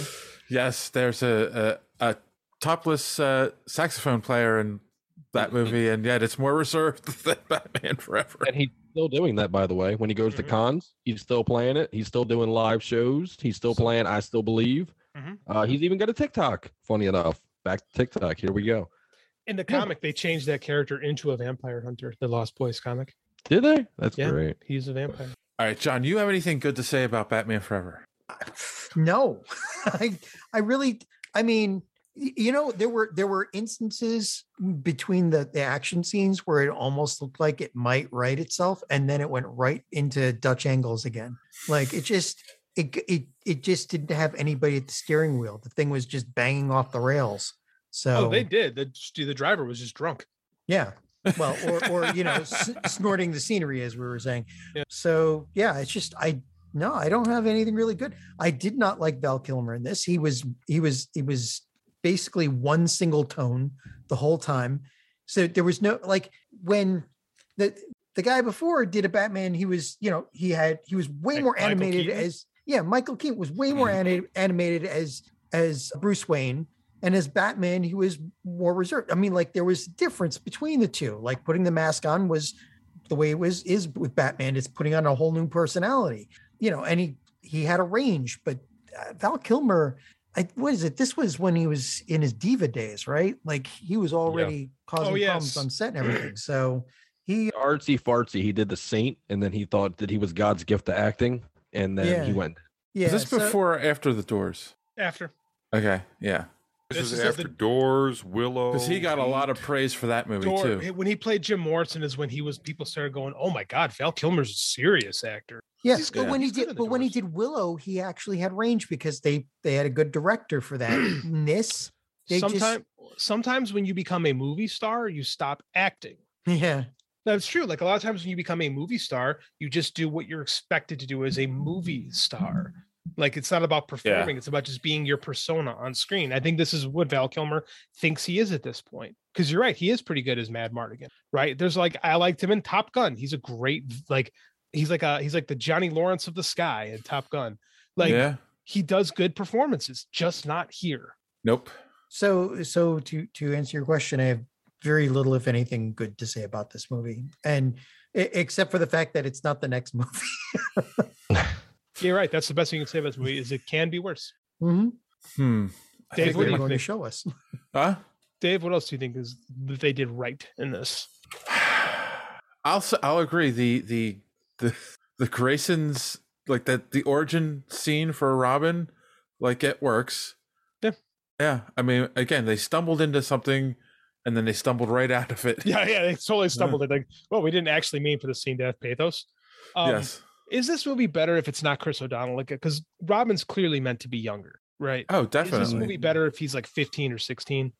Speaker 8: Yes, there's a a, a topless uh, saxophone player in
Speaker 5: <laughs>
Speaker 8: that movie, and yet it's more reserved <laughs> than Batman Forever.
Speaker 10: <laughs> And he's still doing that, by the way. When he goes
Speaker 5: Mm-hmm.
Speaker 10: to cons, he's still playing it. He's still doing live shows. He's still playing I Still Believe.
Speaker 5: Mhm.
Speaker 10: Uh, he's even got a TikTok, funny enough. Back to TikTok. Here we go.
Speaker 5: In the comic, they changed that character into a vampire hunter, the Lost Boys comic.
Speaker 10: Did they? That's
Speaker 5: Yeah.
Speaker 10: great.
Speaker 5: He's a vampire.
Speaker 8: All right, John, you have anything good to say about Batman Forever?
Speaker 4: No, <laughs> I, I really, I mean, y- you know, there were there were instances between the the action scenes where it almost looked like it might right itself, and then it went right into Dutch angles again. Like it just. It, g- it it just didn't have anybody at the steering wheel. The thing was just banging off the rails. So
Speaker 5: Oh, they did. The, the driver was just drunk.
Speaker 4: Yeah. Well,
Speaker 8: <laughs>
Speaker 4: or or you know, s- snorting the scenery as we were saying. So yeah, it's just I no, I don't have anything really good. I did not like Val Kilmer in this. He was he was he was basically one single tone the whole time. So there was no like when the the guy before did a Batman, he was you know he had he was way more
Speaker 5: Michael
Speaker 4: animated
Speaker 5: Keaton? Mm-hmm.
Speaker 4: as yeah Michael Keaton was way more ani- animated as as Bruce Wayne and as Batman he was more reserved. I mean like there was a difference between the two. Like putting the mask on was the way it was is with Batman. It's putting on a whole new personality, you know. And he he had a range, but uh, Val Kilmer, I what is it? This was when he was in his diva days, right? Like he was already
Speaker 5: Oh,
Speaker 4: causing problems
Speaker 10: yes.
Speaker 4: on set
Speaker 5: <clears throat>
Speaker 4: and everything. So he
Speaker 10: artsy fartsy. He did the Saint, and then he thought that he was God's gift to acting, and then
Speaker 4: Yeah.
Speaker 10: he went.
Speaker 4: yeah,
Speaker 8: Is this
Speaker 4: so-
Speaker 8: before or after the Doors?
Speaker 5: After
Speaker 8: Okay, yeah.
Speaker 9: This,
Speaker 5: This
Speaker 9: is,
Speaker 5: is
Speaker 9: after
Speaker 5: the-
Speaker 9: Doors, Willow.
Speaker 8: Because he got
Speaker 5: Oh,
Speaker 8: a lot of praise for that movie
Speaker 5: Door,
Speaker 8: too.
Speaker 5: when he played Jim Morrison, is when he was people started going, "Oh my God, Val Kilmer's a serious actor."
Speaker 4: Yeah,
Speaker 5: He's
Speaker 4: but
Speaker 5: good.
Speaker 4: when he
Speaker 5: He's good
Speaker 4: did,
Speaker 5: in
Speaker 4: but
Speaker 5: the
Speaker 4: when he did Willow, he actually had range because they they had a good director for that.
Speaker 5: <clears throat>
Speaker 4: In this, they
Speaker 5: sometimes sometimes when you become a movie star you stop acting
Speaker 4: just <laughs> yeah,
Speaker 5: that's true like a lot of times when you become a movie star you just do what you're expected to do as a movie star like it's not about performing it's about just being your persona on screen i think this is what val kilmer thinks he is at this point because you're right he is pretty good as mad mardigan right there's like i liked him in top gun he's a great like he's like a he's like the johnny lawrence of the sky in top gun like
Speaker 8: Yeah.
Speaker 5: he does good performances just not here
Speaker 8: Nope.
Speaker 4: So so to to answer your question, I have very little, if anything, good to say about this movie, and e- except for the fact that it's not the next <laughs> movie.
Speaker 5: You're right. That's the best thing you can say about this movie is it can be worse.
Speaker 4: hmm
Speaker 8: Hmm. I
Speaker 5: Dave,
Speaker 8: think
Speaker 5: what
Speaker 8: they
Speaker 5: do you
Speaker 8: might-
Speaker 4: Going to
Speaker 5: think?
Speaker 4: show us.
Speaker 8: Huh?
Speaker 5: Dave, what else do you think is that they did right in this? <laughs>
Speaker 8: I'll s- I'll agree. The the the the Graysons like that the origin scene for Robin, like it works.
Speaker 5: Yeah.
Speaker 8: Yeah. I mean, again, they stumbled into something, and then they stumbled right out of it.
Speaker 5: <laughs> Yeah, yeah, they totally stumbled. it. Like, well, we didn't actually mean for the scene to have pathos. Um,
Speaker 8: Hmm. yes.
Speaker 5: Is this movie better if it's not Chris O'Donnell? Like, because Robin's clearly meant to be younger, right?
Speaker 8: Oh,
Speaker 5: Is this movie
Speaker 8: definitely.
Speaker 5: better if he's like 15 or 16?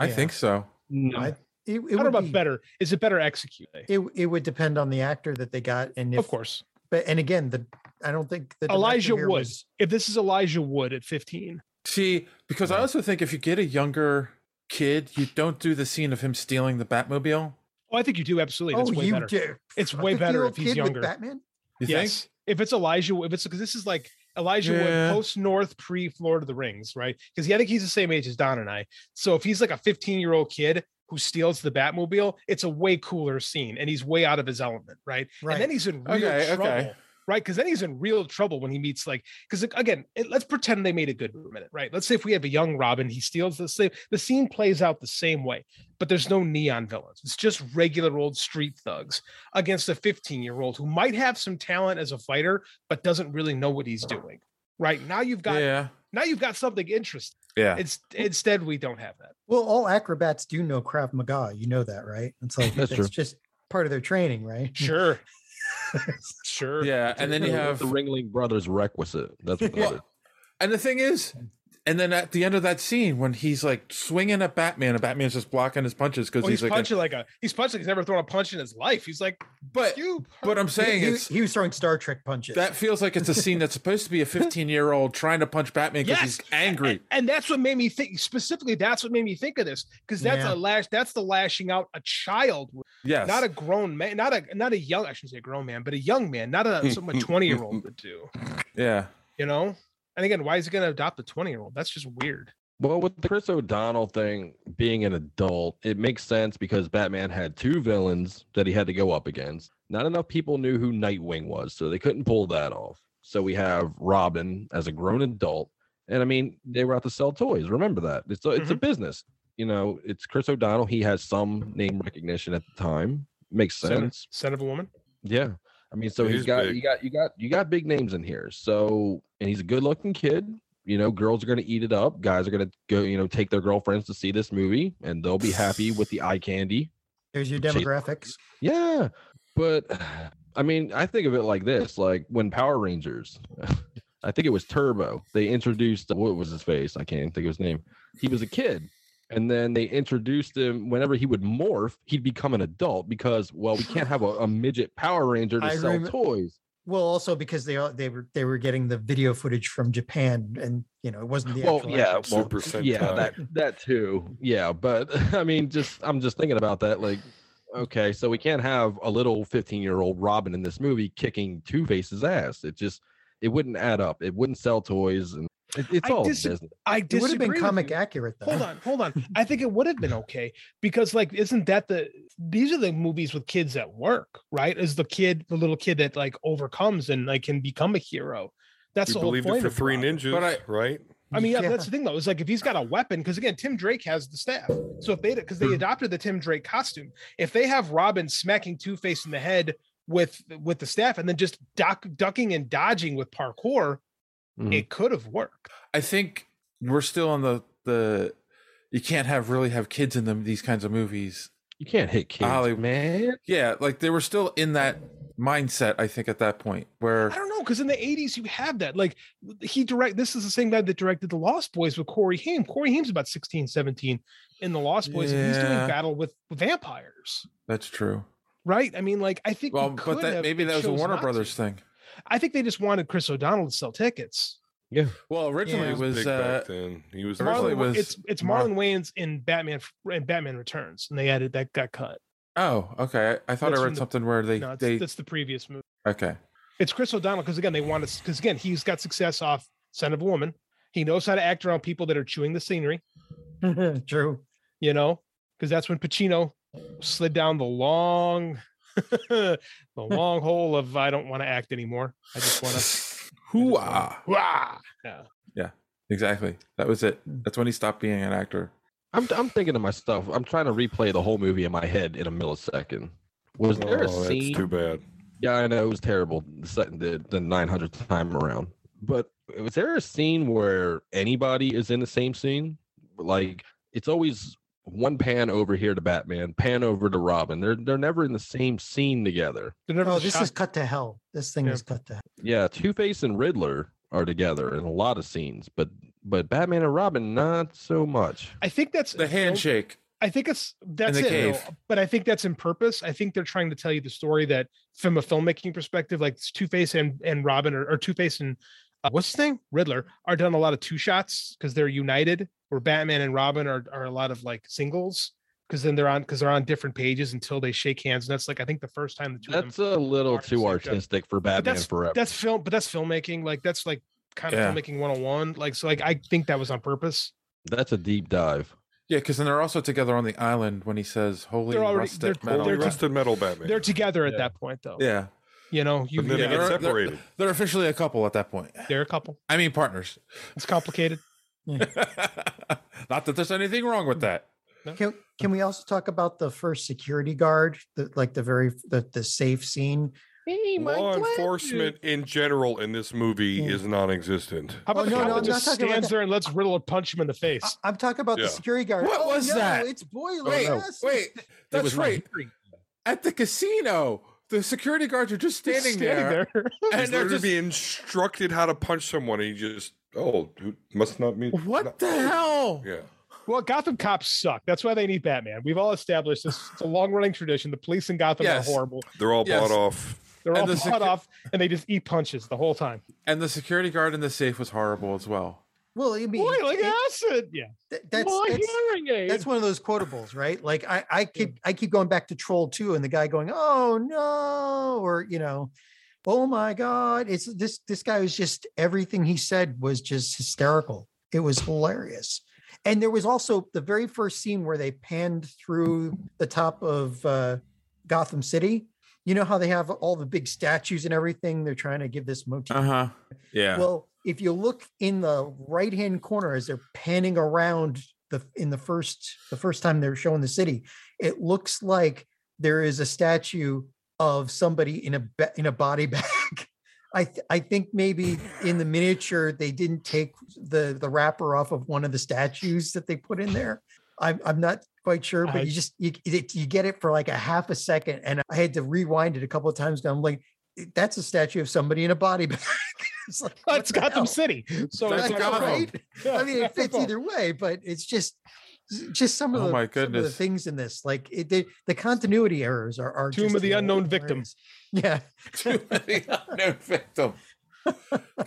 Speaker 8: I
Speaker 4: Yeah.
Speaker 8: think so.
Speaker 5: No.
Speaker 4: I-
Speaker 5: I
Speaker 4: It, it
Speaker 5: don't know
Speaker 4: would
Speaker 5: about
Speaker 4: be,
Speaker 5: better. Is it better executed?
Speaker 4: It it would depend on the actor that they got, and if,
Speaker 5: Of course.
Speaker 4: But and again, the I don't think the director
Speaker 5: Elijah
Speaker 4: here
Speaker 5: Wood.
Speaker 4: was-
Speaker 5: If this is Elijah Wood at 15,
Speaker 8: See, because I also think if you get a younger kid, you don't do the scene of him stealing the Batmobile.
Speaker 5: oh, I think you do absolutely. That's
Speaker 8: Oh,
Speaker 5: way
Speaker 8: you
Speaker 5: better.
Speaker 8: do.
Speaker 5: It's
Speaker 8: A
Speaker 5: way better if
Speaker 8: 50-year-old
Speaker 5: he's
Speaker 8: kid with
Speaker 5: younger.
Speaker 8: Batman? You
Speaker 5: yes. If it's Elijah, Wood- if it's because this is like Elijah
Speaker 8: Yeah.
Speaker 5: Wood post North pre Lord of the Rings, right? Because I think he's the same age as Don and I. So if he's like a 15 year old kid who steals the Batmobile, it's a way cooler scene, and he's way out of his element, right?
Speaker 8: Right.
Speaker 5: And then he's in real
Speaker 8: Okay,
Speaker 5: trouble.
Speaker 8: okay.
Speaker 5: Right, because then he's in real trouble when he meets like because again, it, let's pretend they made a good minute, right? Let's say if we have a young Robin, he steals the same. The scene plays out the same way, but there's no neon villains. It's just regular old street thugs against a 15 year old who might have some talent as a fighter, but doesn't really know what he's doing. Right now, you've got
Speaker 8: Yeah.
Speaker 5: now you've got something interesting.
Speaker 8: Yeah.
Speaker 5: <laughs> It's instead we don't have that.
Speaker 4: Well, all acrobats do know Krav Maga. You know that, right? It's like
Speaker 8: That's
Speaker 4: it's
Speaker 8: true.
Speaker 4: just part of their training, right?
Speaker 5: Sure. <laughs> sure.
Speaker 8: Yeah, and then you have
Speaker 10: the Ringling Brothers requisite.
Speaker 5: <laughs>
Speaker 10: That's what that
Speaker 8: Well,
Speaker 10: is.
Speaker 8: And the thing is, and then at the end of that scene, when he's like swinging at Batman, and Batman's just blocking his punches because
Speaker 5: Oh,
Speaker 8: he's,
Speaker 5: he's,
Speaker 8: like,
Speaker 5: punching like a he's punching. He's never thrown a punch in his life. He's like,
Speaker 8: but
Speaker 5: you.
Speaker 8: but I'm saying
Speaker 5: He-
Speaker 8: it's
Speaker 4: <laughs> he was throwing Star Trek punches.
Speaker 8: That feels like it's a scene that's supposed to be
Speaker 5: <laughs>
Speaker 8: a 15 year old trying to punch Batman because
Speaker 5: Yes!
Speaker 8: he's angry.
Speaker 5: and that's what made me think specifically. That's what made me think of this because that's a
Speaker 8: Yeah.
Speaker 5: lash. That's the lashing out a child. would-
Speaker 8: Yes.
Speaker 5: Not a grown man. Not a not a young. I shouldn't say grown man, but a young man. Not a someone twenty year old would do.
Speaker 8: Yeah.
Speaker 5: You know. And again, why is he going to adopt a twenty year old? That's just weird.
Speaker 10: Well, with the Chris O'Donnell thing being an adult, it makes sense because Batman had two villains that he had to go up against. Not enough people knew who Nightwing was, so they couldn't pull that off. So we have Robin as a grown adult. And I mean, they were out to sell toys. Remember that. It's a, it's a
Speaker 5: Mm-hmm.
Speaker 10: business. You know, it's Chris O'Donnell. He has some name recognition at the time. Makes
Speaker 5: Son of-
Speaker 10: sense.
Speaker 5: Son of a woman.
Speaker 10: Yeah. I mean, so
Speaker 5: It
Speaker 10: he's
Speaker 5: is
Speaker 10: got
Speaker 5: big.
Speaker 10: you got you got you got big names in here. So and he's a good looking kid. You know, girls are gonna eat it up. Guys are gonna go, you know, take their girlfriends to see this movie and they'll be happy with the eye candy.
Speaker 4: There's your
Speaker 10: Chase-
Speaker 4: demographics.
Speaker 10: Yeah. But <sighs> I mean, I think of it like this like when Power Rangers, <laughs> I think it was Turbo, they introduced what was his face? I can't think of his name. He was a kid. And then they introduced him whenever he would morph, he'd become an adult because, well, we can't have a, a midget Power Ranger to
Speaker 4: I
Speaker 10: sell
Speaker 4: remem-
Speaker 10: toys.
Speaker 4: Well, also because they all they were they were getting the video footage from Japan, and you know it wasn't the
Speaker 10: well,
Speaker 4: actual
Speaker 10: yeah, well,
Speaker 4: actors.
Speaker 10: yeah, that that too, yeah. But <laughs> I mean, just I'm just thinking about that. Like, okay, so we can't have a little 15 year old Robin in this movie kicking Two Face's ass. It just it wouldn't add up. It wouldn't sell toys, and it, it's
Speaker 5: I
Speaker 10: all
Speaker 5: dis-
Speaker 10: business.
Speaker 5: I
Speaker 4: it would have
Speaker 5: disagree
Speaker 4: been
Speaker 5: with
Speaker 4: comic
Speaker 5: you.
Speaker 4: accurate though.
Speaker 5: Hold on, hold on.
Speaker 4: <laughs>
Speaker 5: I think it would have been okay because, like, isn't that the these are the movies with kids that work, right? Is the kid, the little kid that like overcomes and like can become a hero. That's
Speaker 9: We
Speaker 5: the whole
Speaker 9: believed it
Speaker 5: point
Speaker 9: for
Speaker 5: of
Speaker 9: Three
Speaker 5: Robin.
Speaker 9: Ninjas, right?
Speaker 5: I mean, yeah,
Speaker 9: Yeah.
Speaker 5: that's the thing though. Is like if he's got a weapon, because again, Tim Drake has the staff. So if they because they adopted the Tim Drake costume, if they have Robin smacking Two Face in the head with with the staff and then just duck, ducking and dodging with parkour,
Speaker 10: Mm-hmm.
Speaker 5: it could have worked.
Speaker 8: I think we're still on the the you can't have really have kids in them these kinds of movies.
Speaker 10: You can't hit kids, man.
Speaker 8: Yeah, like they were still in that mindset. I think at that point where
Speaker 5: I don't know because in the '80s you have that. Like he direct. This is the same guy that directed the Lost Boys with Corey Haim. Corey Haim's about 16, 17 in the Lost Boys, and he's doing
Speaker 8: Yeah.
Speaker 5: battle with vampires.
Speaker 8: that's true.
Speaker 5: Right? I mean, like I think. we
Speaker 8: Well,
Speaker 5: could
Speaker 8: but that
Speaker 5: have-
Speaker 8: maybe
Speaker 5: they
Speaker 8: that was a
Speaker 5: chose
Speaker 8: Warner
Speaker 5: not
Speaker 8: Brothers
Speaker 5: to.
Speaker 8: thing.
Speaker 5: I think they just wanted Chris O'Donnell to sell tickets.
Speaker 10: Yeah.
Speaker 8: Well, originally
Speaker 5: Yeah.
Speaker 8: it was
Speaker 9: Big
Speaker 8: uh,
Speaker 9: back then. He was
Speaker 5: Marlon,
Speaker 8: originally it was
Speaker 5: it's it's Marlon Wayans in Batman and Batman Returns, and they added that got cut.
Speaker 8: Oh, okay. I, I thought
Speaker 5: That's from
Speaker 8: I read
Speaker 5: the-
Speaker 8: something where they
Speaker 5: no, it's,
Speaker 8: they
Speaker 5: that's the previous movie.
Speaker 8: okay.
Speaker 5: It's Chris O'Donnell because again they want to because again he's got success off Son of a Woman. He knows how to act around people that are chewing the scenery.
Speaker 4: <laughs> True.
Speaker 5: You know, because that's when Pacino slid down the long, <laughs> the long hole of I don't want to act anymore. I just
Speaker 8: <laughs>
Speaker 5: want to.
Speaker 8: Hoo-ah.
Speaker 5: Hoo-ah. Yeah. Hmm.
Speaker 8: Yeah, exactly. That was it. That's when he stopped being an actor.
Speaker 10: I'm I'm thinking to myself. I'm trying to replay the whole movie in my head in a millisecond. Was there a
Speaker 9: Oh, that's
Speaker 10: scene?
Speaker 9: too bad.
Speaker 10: Yeah, I know it was terrible. The second, the, the 900th time around. But was there a scene where anybody is in the same scene? Like it's always one pan over here to Batman, pan over to Robin. They're they're never in the same scene together.
Speaker 4: Oh, this is cut to hell. This thing is cut to hell.
Speaker 10: Yeah, Two Face and Riddler are together in a lot of scenes, but but Batman and Robin not so much.
Speaker 5: I think that's
Speaker 8: the handshake.
Speaker 5: I think it's that's
Speaker 8: the
Speaker 5: it. though.
Speaker 8: cave.
Speaker 5: But I think that's in purpose. I think they're trying to tell you the story that from a filmmaking perspective, like Two Face and and Robin or, Two Face and uh, what's his name Riddler are done a lot of two shots because they're united. Where Batman and Robin are are a lot of like singles because then they're on because they're on different pages until they shake hands. And that's like I think the first time the two of them
Speaker 10: That's a little too artistic for
Speaker 5: but
Speaker 10: Batman
Speaker 5: that's
Speaker 10: Forever.
Speaker 5: that's film, but that's filmmaking. Like that's like kind of
Speaker 10: Yeah.
Speaker 5: filmmaking 101. Like so, like I think that was on purpose.
Speaker 10: That's a deep dive.
Speaker 8: Yeah, because then they're also together on the island when he says, "Holy
Speaker 5: They're already-
Speaker 8: rustic
Speaker 5: they're-
Speaker 8: metal,
Speaker 5: they're- Rusted
Speaker 9: metal Batman."
Speaker 5: They're together at that point, though.
Speaker 8: yeah,
Speaker 5: you know, you
Speaker 8: yeah,
Speaker 5: yeah,
Speaker 8: they're- they're- They're, officially a couple at that point.
Speaker 5: They're a couple.
Speaker 8: I mean, partners.
Speaker 5: It's complicated.
Speaker 8: <laughs> Not that there's anything wrong with that.
Speaker 4: Can can we also talk about the first security guard, the, like the very the, the safe scene?
Speaker 9: Law enforcement in general in this movie is non-existent.
Speaker 5: How about
Speaker 4: Oh,
Speaker 5: the
Speaker 4: no,
Speaker 5: cop
Speaker 4: no,
Speaker 5: that
Speaker 4: I'm
Speaker 5: just
Speaker 4: not talking about
Speaker 5: stands
Speaker 4: that.
Speaker 5: there and lets Riddler punch him in the face?
Speaker 4: I'm talking about
Speaker 9: Yeah.
Speaker 4: the security guard.
Speaker 8: What
Speaker 4: Oh,
Speaker 8: was
Speaker 4: no,
Speaker 8: that? Oh,
Speaker 4: It's boiling.
Speaker 8: Wait,
Speaker 4: yes.
Speaker 8: wait, that's right. At the casino, the security guards are just standing, there,
Speaker 9: And
Speaker 8: <laughs> and
Speaker 9: they're
Speaker 8: they're
Speaker 9: to
Speaker 8: just
Speaker 9: be instructed how to punch someone, and you just oh, dude, must not mean
Speaker 8: what the hell?
Speaker 9: Yeah.
Speaker 5: Well, Gotham cops suck. That's why they need Batman. We've all established this. It's a long-running tradition. The police in Gotham
Speaker 8: Yes.
Speaker 5: are horrible.
Speaker 9: They're all
Speaker 8: Yes.
Speaker 9: bought off.
Speaker 5: They're
Speaker 8: And
Speaker 5: all
Speaker 8: the
Speaker 5: cut
Speaker 8: secu-
Speaker 5: off, and they just eat punches the whole time.
Speaker 8: And the security guard in the safe was horrible as well.
Speaker 4: Well, I mean,
Speaker 5: Boiling
Speaker 4: it-
Speaker 5: acid. Yeah.
Speaker 4: th- that's
Speaker 5: My
Speaker 4: that's,
Speaker 5: hearing aid.
Speaker 4: that's one of those quotables, right? Like I, I keep I keep going back to Troll Two, and the guy going, "Oh no," or you know, "Oh my God!" It's this this guy was just everything he said was just hysterical. It was hilarious, and there was also the very first scene where they panned through the top of uh, Gotham City. You know how they have all the big statues and everything. They're trying to give this motif.
Speaker 8: Uh huh. Yeah.
Speaker 4: Well, if you look in the right hand corner as they're panning around the in the first the first time they're showing the city, it looks like there is a statue of somebody in a ba- in a body <laughs> bag. I th- I think maybe in the miniature they didn't take the the wrapper off of one of the statues that they put in there. I'm I'm not quite sure, but
Speaker 5: I-
Speaker 4: you just you it, you get it for like a half a second, and I had to rewind it a couple of times. And I'm like, that's a statue of somebody in a body bag. <laughs> it's like,
Speaker 5: That's
Speaker 4: what the
Speaker 5: Gotham
Speaker 4: hell?
Speaker 5: City. So
Speaker 8: That's
Speaker 5: it's like,
Speaker 8: Gotham.
Speaker 5: alright.
Speaker 4: Right?
Speaker 5: Yeah,
Speaker 4: I mean, it
Speaker 5: that's the
Speaker 4: fits
Speaker 5: problem.
Speaker 4: either way, but it's just just some of,
Speaker 8: Oh
Speaker 4: the,
Speaker 8: my
Speaker 4: some of the
Speaker 8: goodness.
Speaker 4: things in this, like it, the, the continuity errors are, are
Speaker 5: Tomb
Speaker 4: just
Speaker 5: of the Unknown Victim.
Speaker 4: hilarious.
Speaker 8: <laughs>
Speaker 4: Yeah,
Speaker 8: no victim.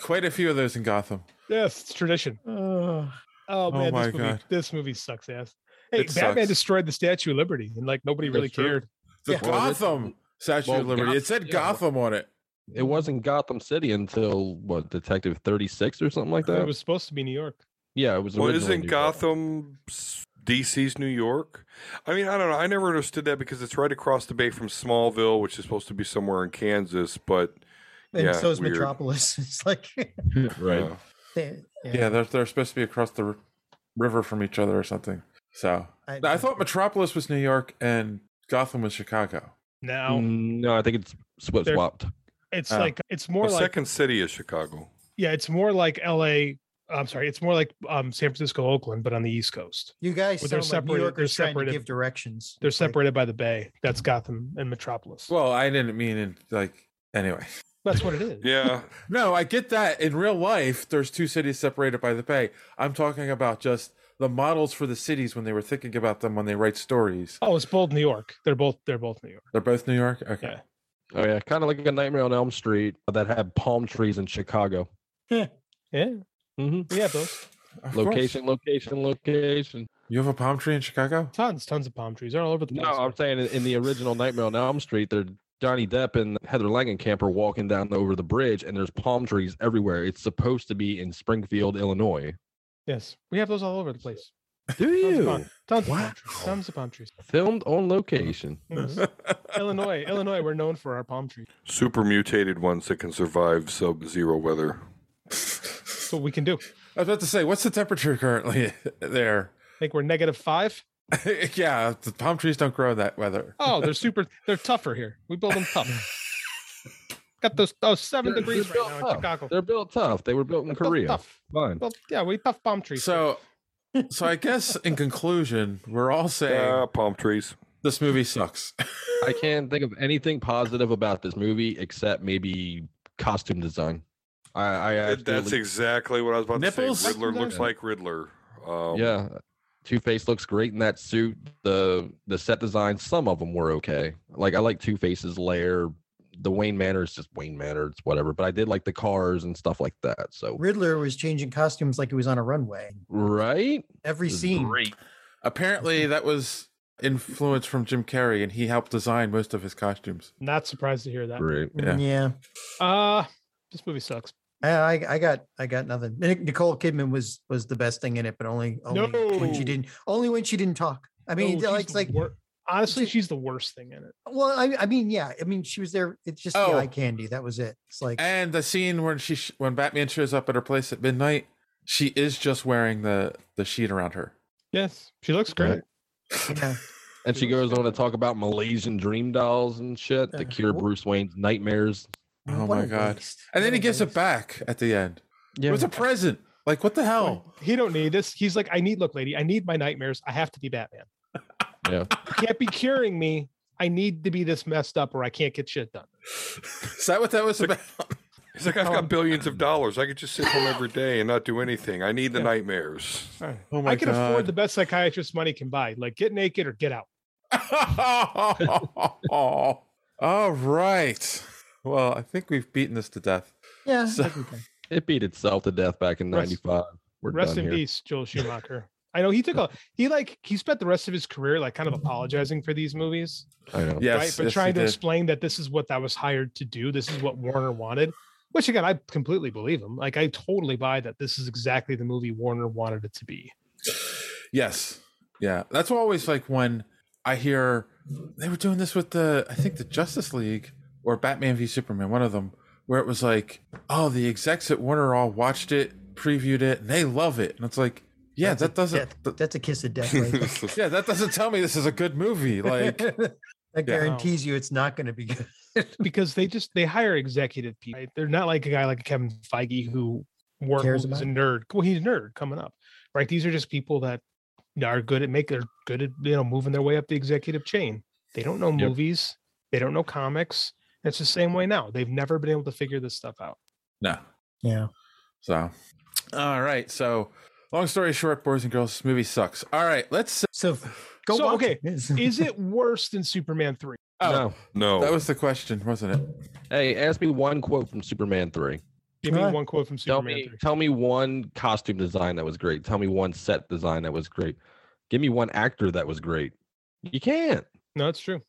Speaker 8: Quite a few of those in Gotham.
Speaker 5: Yes, it's tradition.
Speaker 4: Ugh.
Speaker 5: Oh man,
Speaker 8: my
Speaker 5: this movie
Speaker 8: God.
Speaker 5: this movie sucks ass. Hey,
Speaker 8: It
Speaker 5: Batman
Speaker 8: sucks.
Speaker 5: destroyed the Statue of Liberty, and like nobody really
Speaker 10: That's true.
Speaker 5: cared.
Speaker 8: The
Speaker 4: Yeah.
Speaker 10: Well, this-
Speaker 8: Gotham Statue
Speaker 10: well,
Speaker 8: of Liberty. it
Speaker 10: Goth-
Speaker 8: said
Speaker 10: yeah,
Speaker 8: Gotham on it.
Speaker 10: It wasn't Gotham City until what Detective Thirty Six or something like that.
Speaker 5: It was supposed to be New York.
Speaker 10: yeah, it was.
Speaker 9: Well,
Speaker 10: originally
Speaker 9: isn't
Speaker 10: New York.
Speaker 9: Gotham s- DC's New York? I mean, I don't know. I never understood that because it's right across the bay from Smallville, which is supposed to be somewhere in Kansas, but
Speaker 4: and
Speaker 9: yeah,
Speaker 4: so is
Speaker 9: weird.
Speaker 4: Metropolis. <laughs> It's like,
Speaker 10: right?
Speaker 9: Yeah.
Speaker 4: they-
Speaker 8: Yeah, they're, they're supposed to be across the r- river from each other or something. So
Speaker 4: I-
Speaker 8: I thought Metropolis was New York and Gotham was Chicago.
Speaker 5: Now
Speaker 10: Mm, No, I think it's swip
Speaker 5: They're-
Speaker 10: swapped.
Speaker 5: it's
Speaker 8: Oh.
Speaker 5: like it's more
Speaker 9: the
Speaker 5: like
Speaker 9: second city is Chicago.
Speaker 5: yeah, it's more like L.A. I'm sorry, it's more like um, San Francisco, Oakland, but on the East Coast.
Speaker 4: You guys
Speaker 5: Well,
Speaker 4: sound
Speaker 5: they're
Speaker 4: like New
Speaker 5: separated-
Speaker 4: Yorkers
Speaker 5: they're
Speaker 4: trying to
Speaker 5: separated.
Speaker 4: give directions.
Speaker 5: They're
Speaker 4: It's like-
Speaker 5: separated by the Bay. That's Gotham and Metropolis.
Speaker 8: Well, I didn't mean in like anyway. <laughs>
Speaker 5: That's what it is.
Speaker 9: Yeah.
Speaker 8: No, I get that. In real life, there's two cities separated by the bay. I'm talking about just the models for the cities when they were thinking about them when they write stories.
Speaker 5: Oh, it's both New York. They're both they're both New York.
Speaker 8: They're both New York. Okay.
Speaker 5: Yeah.
Speaker 10: Oh yeah, kind of like a Nightmare on Elm Street that had palm trees in Chicago.
Speaker 5: Yeah,
Speaker 10: hmm
Speaker 5: we have those.
Speaker 8: <laughs> Of course.
Speaker 10: Location, location, location.
Speaker 8: You have a palm tree in Chicago?
Speaker 5: Tons, tons of <laughs> palm trees. They're all over the place.
Speaker 10: No, I'm saying in- in the original Nightmare on Elm Street, they're Johnny Depp and Heather Langenkamp are walking down over the bridge, and there's palm trees everywhere. It's supposed to be in Springfield, Illinois.
Speaker 5: yes, we have those all over the place.
Speaker 10: Do
Speaker 5: Tons of
Speaker 10: you?
Speaker 5: palm, tons of
Speaker 10: Wow.
Speaker 5: palm trees. Tons of palm trees.
Speaker 10: Filmed on location.
Speaker 5: Yes.
Speaker 8: <laughs>
Speaker 5: Illinois, Illinois, we're known for our palm trees.
Speaker 9: Super mutated ones that can survive sub zero weather.
Speaker 5: That's what we can do.
Speaker 8: I was about to say, what's the temperature currently <laughs> there?
Speaker 5: I think we're negative five.
Speaker 8: yeah, the palm trees don't grow in that weather.
Speaker 5: Oh, they're super. They're tougher here. We build them tough. Got those oh seven
Speaker 10: They're-
Speaker 5: degrees
Speaker 10: they're
Speaker 5: right
Speaker 10: built
Speaker 5: now in
Speaker 10: tough.
Speaker 5: Chicago.
Speaker 10: They're built tough. They were built in
Speaker 5: They're built
Speaker 10: Korea.
Speaker 5: tough.
Speaker 10: Fine.
Speaker 5: Well, yeah, we tough palm trees.
Speaker 8: So, so I guess in conclusion, we're all saying
Speaker 9: Ah, palm trees.
Speaker 8: this movie sucks. <laughs>
Speaker 10: I can't think of anything positive about this movie except maybe costume design. I, I
Speaker 9: That's
Speaker 10: absolutely-
Speaker 9: exactly what I was about
Speaker 8: Nipples?
Speaker 9: to say. Riddler looks
Speaker 10: Yeah.
Speaker 9: like Riddler. Um,
Speaker 10: yeah. Two Face looks great in that suit. The the set design, some of them were okay. Like I like Two Face's lair. The Wayne Manor is just Wayne Manor. It's whatever. But I did like the cars and stuff like that. So
Speaker 4: Riddler was changing costumes like he was on a runway.
Speaker 10: right,
Speaker 4: Every scene.
Speaker 8: <laughs> Apparently, that was influence from Jim Carrey, and he helped design most of his costumes.
Speaker 5: Not surprised to hear that.
Speaker 8: Great,
Speaker 4: Yeah.
Speaker 5: Uh this movie sucks.
Speaker 4: I, I I got I got nothing. Nic- Nicole Kidman was was the best thing in it, but only only when she
Speaker 5: No.
Speaker 4: didn't only when she didn't talk. I mean,
Speaker 5: No, she's
Speaker 4: like it's
Speaker 5: the
Speaker 4: like
Speaker 5: wor- honestly, she's the worst thing in it.
Speaker 4: well, I I mean, yeah, I mean, she was there. It's just the
Speaker 8: Oh. Eh.
Speaker 4: eye candy. That was it. It's like
Speaker 8: And the scene when she sh- when Batman shows up at her place at midnight, she is just wearing the the sheet around her.
Speaker 5: Yes, she looks great.
Speaker 4: Yeah.
Speaker 10: and she goes on to talk about Malaysian dream dolls and shit
Speaker 5: Uh,
Speaker 10: that cure Bruce Wayne's nightmares.
Speaker 8: Oh my god! And then he gives it back at the end. It was a present. Like what the hell?
Speaker 5: He don't need this. He's like, I need look, lady, I need my nightmares. I have to be Batman.
Speaker 10: Yeah.
Speaker 5: You can't be curing me. I need to be this messed up or I can't get shit done.
Speaker 8: Is that what that <laughs> was about?
Speaker 9: <laughs> He's like, I've got billions of dollars. I could just sit home every day and not do anything. I need the
Speaker 5: Yeah.
Speaker 9: nightmares.
Speaker 8: Oh my
Speaker 5: I can
Speaker 8: God.
Speaker 5: afford the best psychiatrist money can buy. Like get naked or get out.
Speaker 8: Oh, <laughs> all right. Well, I think we've beaten this to death.
Speaker 4: Yeah.
Speaker 8: So-
Speaker 10: It beat itself to death back in
Speaker 5: Rest-
Speaker 10: '95. We're
Speaker 5: Rest in
Speaker 10: done here.
Speaker 5: peace, Joel Schumacher. I know he took a he like he spent the rest of his career like kind of apologizing for these movies.
Speaker 10: I know.
Speaker 8: Yes,
Speaker 5: right? But
Speaker 8: yes, he
Speaker 5: trying to
Speaker 8: did.
Speaker 5: explain that this is what that was hired to do. This is what Warner wanted. Which again, I completely believe him. Like I totally buy that this is exactly the movie Warner wanted it to be.
Speaker 8: Yes. Yeah. That's always like when I hear they were doing this with the, I think the Justice League or Batman v Superman, one of them, where it was like, oh, the execs at Warner all watched it, previewed it, and they love it. And it's like, yeah, that doesn't,
Speaker 4: that's a kiss of death.
Speaker 8: <laughs>
Speaker 4: Right? there.
Speaker 8: yeah, that doesn't tell me this is a good
Speaker 4: <laughs>
Speaker 8: movie. Like,
Speaker 4: that guarantees you it's not going to be good.
Speaker 5: <laughs> because they just they hire executive people. right? They're not like a guy like Kevin Feige who works
Speaker 4: Cares
Speaker 5: is a
Speaker 4: about it.
Speaker 5: nerd. Well, he's a nerd coming up, right? These are just people that are good at making. They're good at you know moving their way up the executive chain. They don't know
Speaker 10: Yep.
Speaker 5: movies. They don't know comics. It's the same way now. They've never been able to figure this stuff out.
Speaker 8: no.
Speaker 4: Yeah.
Speaker 8: So, all right. So, long story short, boys and girls, this movie sucks. All right. Let's.
Speaker 4: So,
Speaker 5: Go so
Speaker 4: <laughs>
Speaker 5: okay, is it worse than Superman three?
Speaker 10: no.
Speaker 5: Oh.
Speaker 9: No.
Speaker 8: That was the question, wasn't it?
Speaker 10: Hey, ask me one quote from Superman 3.
Speaker 5: Give me
Speaker 4: Alright.
Speaker 5: one quote from
Speaker 10: Tell
Speaker 5: Superman
Speaker 10: me,
Speaker 5: three.
Speaker 10: tell me one costume design that was great. Tell me one set design that was great. Give me one actor that was great. You can't.
Speaker 5: No, it's true.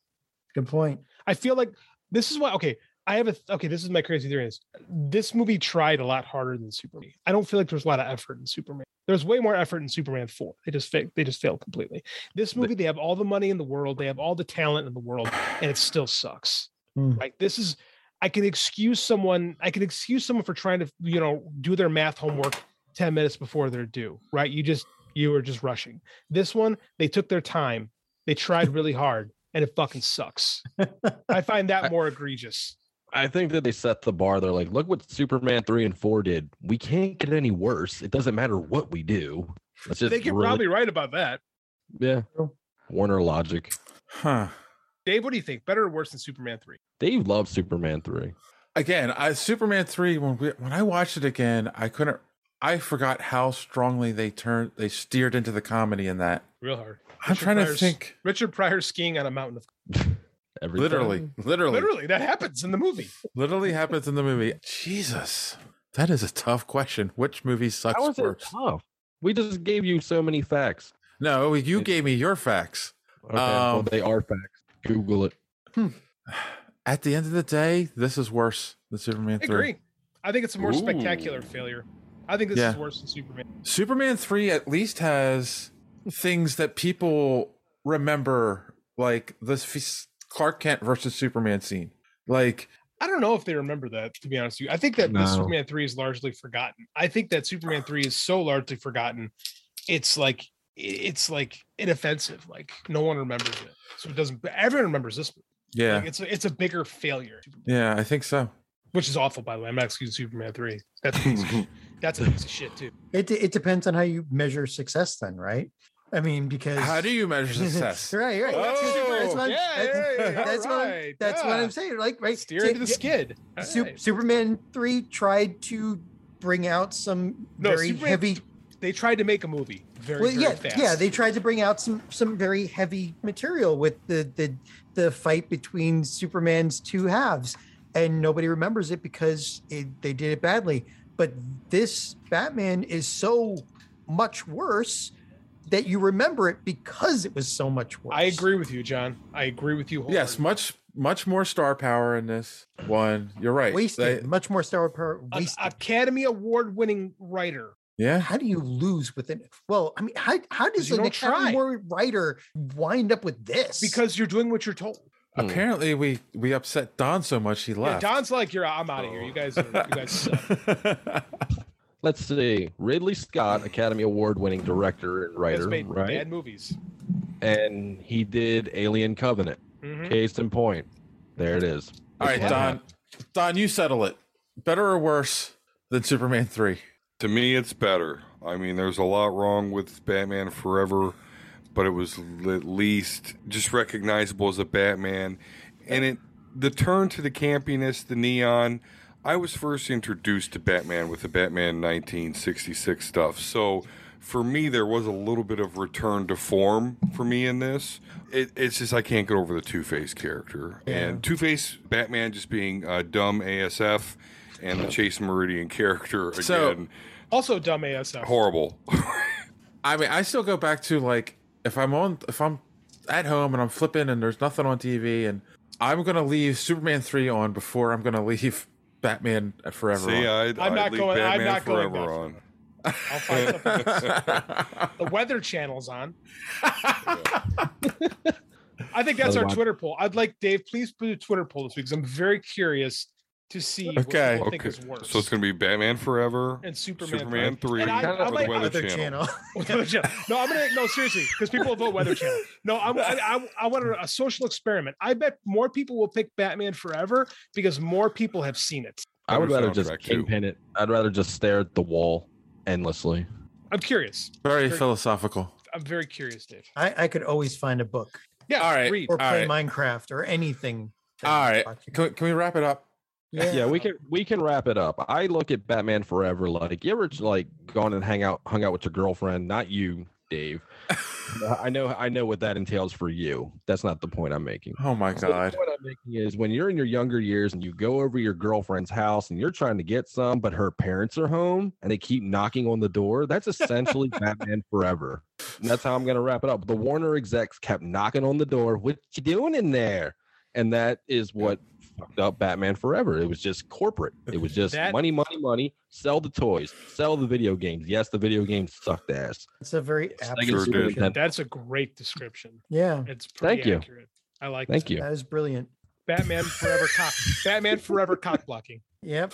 Speaker 4: Good point.
Speaker 5: I feel like this is why. Okay, I have a th- okay. This is my crazy theory. Is this movie tried a lot harder than Superman? I don't feel like there's a lot of effort in Superman. There's way more effort in Superman four. They just fa- they just failed completely. This movie, they have all the money in the world, they have all the talent in the world, and it still sucks.
Speaker 4: Hmm.
Speaker 5: Like this is, I can excuse someone. I can excuse someone for trying to you know do their math homework ten minutes before they're due. Right? You just you were just rushing. This one, they took their time. They tried really hard, and it fucking sucks. I find that more egregious.
Speaker 10: I think that they set the bar. They're like, look what Superman 3 and 4 did. We can't get any worse. It doesn't matter what we do. Let's just
Speaker 5: they could
Speaker 10: really-
Speaker 5: probably right about that.
Speaker 10: Yeah. Warner Logic.
Speaker 8: Huh.
Speaker 5: Dave, what do you think? Better or worse than Superman three?
Speaker 10: They love Superman 3.
Speaker 8: again, I Superman three when we, when I watched it again, I couldn't. I forgot how strongly they turned they steered into the comedy in that.
Speaker 5: Real hard.
Speaker 8: I'm trying to
Speaker 5: Pryor's-
Speaker 8: think.
Speaker 5: Richard Pryor skiing on a mountain of
Speaker 10: Every
Speaker 8: Literally,
Speaker 10: time.
Speaker 8: literally, literally,
Speaker 5: literally that happens in the movie.
Speaker 8: happens in the movie. Jesus, that is a tough question. Which movie sucks
Speaker 10: How is it
Speaker 8: worse?
Speaker 10: tough? We just gave you so many facts.
Speaker 8: No, you gave me your facts. <sighs>
Speaker 10: Okay. well,
Speaker 8: Um,
Speaker 10: they are facts. Google it.
Speaker 8: At the end of the day, this is worse than Superman
Speaker 5: I
Speaker 8: three.
Speaker 5: agree. I think it's a more spectacular
Speaker 8: Ooh.
Speaker 5: failure. I think this is
Speaker 8: Yeah.
Speaker 5: worse than Superman.
Speaker 8: Superman 3 at least has things that people remember, like this f- Clark Kent versus Superman scene. Like,
Speaker 5: I don't know if they remember that, to be honest with you. I think that this
Speaker 8: No.
Speaker 5: Superman 3 is largely forgotten. I think that Superman 3 is so largely forgotten, it's like it's like inoffensive. Like no one remembers it. So it doesn't everyone remembers this movie.
Speaker 8: yeah,
Speaker 5: Like, it's a, it's a bigger failure,
Speaker 8: yeah, I think so.
Speaker 5: which is awful by the way. I'm not excusing Superman 3. That's a piece of shit. that's a piece of shit too.
Speaker 4: It de- it depends on how you measure success, then, right? I mean, because
Speaker 8: How do you measure
Speaker 4: <laughs>
Speaker 8: success?
Speaker 4: right, right. that's what-
Speaker 5: Oh,
Speaker 4: that's what I'm- that's- that's what I'm- That's what I'm saying. Like, right,
Speaker 5: Steer into the skid. All
Speaker 4: Sup-
Speaker 5: right.
Speaker 4: Superman three tried to bring out some
Speaker 5: No,
Speaker 4: very
Speaker 5: Superman-
Speaker 4: heavy
Speaker 5: they tried to make a movie very,
Speaker 4: well,
Speaker 5: very
Speaker 4: yeah,
Speaker 5: fast.
Speaker 4: yeah. They tried to bring out some some very heavy material with the the the fight between Superman's two halves, and nobody remembers it because it, they did it badly. But this Batman is so much worse that you remember it because it was so much worse.
Speaker 5: I agree with you, John. I agree with you.
Speaker 8: Yes, much much more star power in this one. You're right.
Speaker 4: Wasted
Speaker 8: They-
Speaker 4: much more star power.
Speaker 5: An
Speaker 4: Wasted.
Speaker 5: Academy Award winning writer.
Speaker 8: yeah.
Speaker 4: How do you lose with it? Well, I mean, how how does
Speaker 5: you
Speaker 4: an
Speaker 5: don't try.
Speaker 4: Academy Award writer wind up with this?
Speaker 5: Because you're doing what you're told.
Speaker 8: Apparently, we we upset Don so much he
Speaker 5: Yeah,
Speaker 8: left. <laughs>
Speaker 5: Don's like, you're. I'm out of here. You guys. Are, you guys. suck."
Speaker 10: Let's see. Ridley Scott, Academy Award winning director and
Speaker 5: You guys
Speaker 10: <laughs> writer,
Speaker 5: made
Speaker 10: right?
Speaker 5: Bad movies.
Speaker 10: And he did Alien Covenant.
Speaker 5: Mhm.
Speaker 10: Case in point. There it is.
Speaker 8: All right,
Speaker 10: That's what
Speaker 8: Don. Don, you settle it. Better or worse than Superman three?
Speaker 9: To me, it's better. I mean, there's a lot wrong with Batman Forever, but it was l- at least just recognizable as a Batman. And it the turn to the campiness, the neon. I was first introduced to Batman with the Batman 1966 stuff. So for me, there was a little bit of return to form for me in this. It, it's just I can't get over the Two Face character and Two Face Batman just being uh, dumb ASF and the Chase Meridian character again.
Speaker 8: So-
Speaker 5: Also, dumb ASF.
Speaker 9: <laughs> Horrible.
Speaker 8: I mean, I still go back to like if I'm on if I'm at home and I'm flipping and there's nothing on TV and I'm gonna leave Superman three on before I'm gonna <laughs> leave Batman Forever.
Speaker 9: See,
Speaker 8: on.
Speaker 9: I'd,
Speaker 5: I'm
Speaker 9: I'd
Speaker 5: not
Speaker 9: leave
Speaker 5: going- I'm
Speaker 9: Batman
Speaker 5: not going
Speaker 9: Forever
Speaker 5: back.
Speaker 9: on.
Speaker 5: I'll find something else. the Weather Channel's on. I think that's
Speaker 8: Another
Speaker 5: our
Speaker 8: one.
Speaker 5: Twitter poll. I'd like Dave, please put a Twitter poll this week because I'm very curious to see what people think is worse.
Speaker 9: So it's gonna be Batman Forever
Speaker 5: and Superman,
Speaker 9: three,
Speaker 5: And I, I
Speaker 9: or the
Speaker 5: like-
Speaker 9: Weather, Channel.
Speaker 5: With Weather Channel. No, I'm gonna no seriously because people vote Weather Channel. No, I'm, I I, I want a, a social experiment. I bet more people will pick Batman Forever because more people have seen it.
Speaker 10: I would rather just
Speaker 9: soundtrack, too.
Speaker 10: kingpin it. I'd rather just stare at the wall endlessly.
Speaker 5: I'm curious.
Speaker 8: Very
Speaker 5: Very-
Speaker 8: philosophical.
Speaker 5: I'm very curious, Dave.
Speaker 4: I, I could always find a book
Speaker 5: Yeah,
Speaker 8: all right.
Speaker 5: read.
Speaker 4: or play
Speaker 8: right.
Speaker 4: Minecraft or anything.
Speaker 8: All right. Can we, can we wrap it up?
Speaker 10: Yeah. we can we can wrap it up. I look at Batman Forever like you ever like gone and hang out hung out with your girlfriend, not you,
Speaker 5: <laughs>
Speaker 10: Dave. I know I know what that entails for you. That's not the point I'm making.
Speaker 8: Oh my
Speaker 10: So the
Speaker 8: god.
Speaker 10: point I'm making is when you're in your younger years and you go over your girlfriend's house and you're trying to get some, but her parents are home and they keep knocking on the door. That's essentially Batman Forever. And that's how I'm gonna wrap it up. The Warner execs kept knocking on the door. What you doing in there? And that is what fucked up Batman Forever. It was just corporate. It was just
Speaker 5: That-
Speaker 10: money, money, money. Sell the toys. Sell the video games. Yes, the video games sucked ass.
Speaker 4: It's a very apt
Speaker 10: Sega Super
Speaker 4: description.
Speaker 10: Nintendo.
Speaker 5: That's a great description.
Speaker 4: Yeah.
Speaker 5: It's pretty
Speaker 10: Thank you.
Speaker 5: accurate. I like
Speaker 10: Thank
Speaker 5: that.
Speaker 10: you.
Speaker 4: That is brilliant.
Speaker 5: Batman forever cock
Speaker 4: <laughs>
Speaker 5: Batman forever cock blocking.
Speaker 10: <laughs>
Speaker 4: Yep.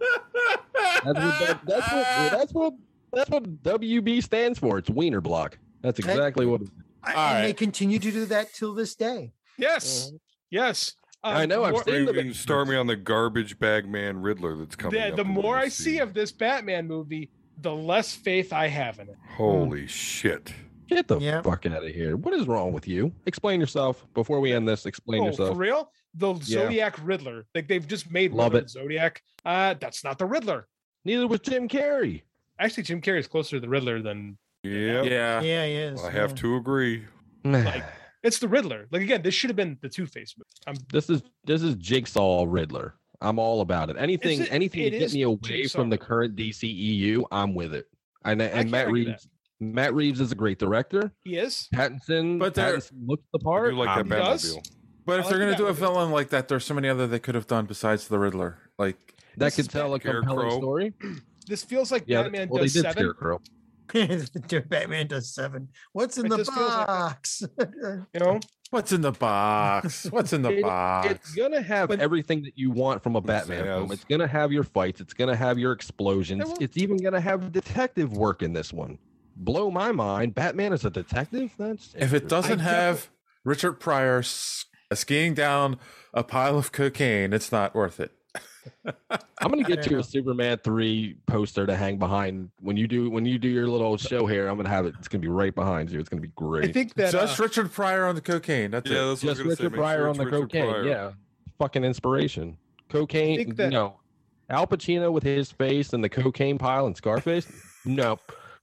Speaker 10: That's what, that- that's
Speaker 4: Ah.
Speaker 10: what that's what that's what WB stands for. It's Wiener Block. That's
Speaker 4: That-
Speaker 10: exactly what.
Speaker 4: I,
Speaker 8: All
Speaker 4: and they
Speaker 8: right.
Speaker 4: continue to do that till this day.
Speaker 5: Yes. Yes. Uh,
Speaker 10: I know,
Speaker 5: the
Speaker 10: I've
Speaker 5: more-
Speaker 10: seen
Speaker 9: You can start me on the garbage bag man Riddler that's coming.
Speaker 5: Yeah,
Speaker 9: up
Speaker 5: the
Speaker 9: in
Speaker 5: more I
Speaker 9: this
Speaker 5: see of this Batman movie, the less faith I have in it.
Speaker 9: season. Holy shit!
Speaker 10: Get the
Speaker 4: Yeah.
Speaker 10: fuck out of here. What is wrong with you? Explain yourself before we end this. Explain
Speaker 5: Oh, for
Speaker 10: yourself.
Speaker 5: real? The Zodiac Riddler. Like they've just made
Speaker 10: Love
Speaker 5: Riddler
Speaker 10: it.
Speaker 5: Zodiac. Uh that's not the Riddler.
Speaker 10: Neither was Jim Carrey.
Speaker 5: Actually, Jim Carrey is closer to the Riddler than
Speaker 9: Yeah,
Speaker 8: Yeah.
Speaker 4: Uh-huh. Yeah, he is.
Speaker 9: I have
Speaker 4: yeah.
Speaker 9: to agree.
Speaker 5: like it's the Riddler. Like again, this should have been the Two Face movie. I'm
Speaker 10: <sighs> this is this is Jigsaw Riddler. I'm all about it. Anything
Speaker 5: it-
Speaker 10: anything
Speaker 5: it
Speaker 10: to get
Speaker 5: is
Speaker 10: me away
Speaker 5: Jigsaw
Speaker 10: from the current DCEU, I'm with it. And, and
Speaker 5: can't
Speaker 10: Matt
Speaker 5: argue
Speaker 10: Reeves Matt Reeves is a great director.
Speaker 5: he is.
Speaker 10: Pattinson,
Speaker 8: But
Speaker 10: but
Speaker 8: there-
Speaker 10: Pattinson looks the part.
Speaker 9: You like
Speaker 10: I'm-
Speaker 9: that
Speaker 5: He does?
Speaker 9: Batmobile?
Speaker 8: But
Speaker 5: I
Speaker 8: if
Speaker 5: like
Speaker 8: they're
Speaker 5: the
Speaker 8: gonna do a
Speaker 5: Batman.
Speaker 8: villain like that, there's so many other they could have done besides the Riddler. Like
Speaker 10: that
Speaker 5: this is
Speaker 10: could tell a
Speaker 9: Scarecrow.
Speaker 10: compelling story.
Speaker 5: <clears throat> This feels like
Speaker 10: Yeah,
Speaker 5: Batman
Speaker 10: well, they
Speaker 5: does
Speaker 10: did
Speaker 5: seven.
Speaker 10: Scarecrow.
Speaker 4: <laughs> Batman does seven. What's in
Speaker 5: It
Speaker 4: the
Speaker 5: just feels like that.
Speaker 4: box?
Speaker 5: You know?
Speaker 8: what's in the box? What's in the
Speaker 10: It-
Speaker 8: box?
Speaker 10: It's gonna have
Speaker 5: When-
Speaker 10: everything that you want from a Batman film.
Speaker 9: yes.
Speaker 10: It's gonna have your fights. It's gonna have your explosions.
Speaker 5: will-
Speaker 10: It's even gonna have detective work in this one. Blow my mind. Batman is a detective. That's
Speaker 8: If it doesn't have Richard Pryor s- uh, skiing down a pile of cocaine, it's not worth it.
Speaker 10: I'm gonna
Speaker 4: I
Speaker 10: get
Speaker 4: don't
Speaker 10: you
Speaker 4: know.
Speaker 10: a Superman three poster to hang behind when you do when you do your little show here. I'm gonna have it. It's gonna be right behind you. It's gonna be
Speaker 5: I
Speaker 10: great.
Speaker 5: think that uh,
Speaker 8: Just Richard Pryor on the cocaine. That's
Speaker 9: Yeah,
Speaker 8: it.
Speaker 9: that's what I
Speaker 10: Just
Speaker 9: was gonna say.
Speaker 10: Richard
Speaker 9: Make
Speaker 10: Pryor
Speaker 9: sure
Speaker 10: on
Speaker 9: it's
Speaker 10: the
Speaker 9: Richard
Speaker 10: cocaine.
Speaker 9: Pryor.
Speaker 10: Yeah, fucking inspiration. Cocaine.
Speaker 5: think that-
Speaker 10: no, Al Pacino with his face and the cocaine pile and Scarface? <laughs> no.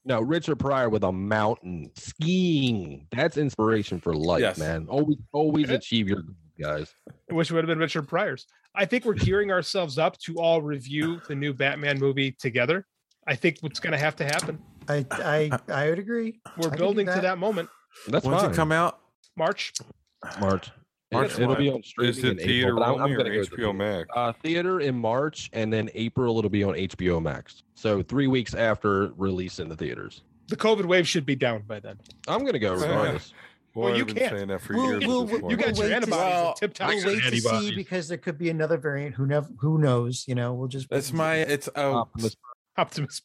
Speaker 10: No, Richard Pryor with a mountain skiing. That's inspiration for life,
Speaker 5: Yes.
Speaker 10: man. Always always achieve your goals, guys.
Speaker 5: I wish it would have been Richard Pryor's. I think we're gearing ourselves up to all review the new Batman movie together. I think what's going to have to happen.
Speaker 4: I I I would agree.
Speaker 5: We're building to that moment.
Speaker 10: That's
Speaker 8: When's
Speaker 10: fine.
Speaker 8: it come out?
Speaker 5: March.
Speaker 10: March.
Speaker 8: March
Speaker 10: It'll, it'll be
Speaker 8: what?
Speaker 10: on streaming.
Speaker 8: Is it
Speaker 10: in April,
Speaker 8: theater
Speaker 10: but I'm- I'm
Speaker 8: only or
Speaker 10: gonna go with the
Speaker 8: HBO
Speaker 10: theater. Uh, theater in March, and then April it'll be on HBO Max. So three weeks after release in the theaters.
Speaker 5: The COVID wave should be down by then.
Speaker 10: I'm gonna
Speaker 8: <laughs>
Speaker 10: go regardless.
Speaker 5: Well, Well, you I've been can't. saying that for We'll- years at we'll- this we'll- point. you got your
Speaker 4: wait to
Speaker 5: antibodies
Speaker 4: see-
Speaker 5: and tip-top
Speaker 4: We'll wait to see
Speaker 10: antibodies.
Speaker 4: because there could be another variant. Who knows? Who knows? You know, we'll just.
Speaker 8: That's my. It's oh, Optimus,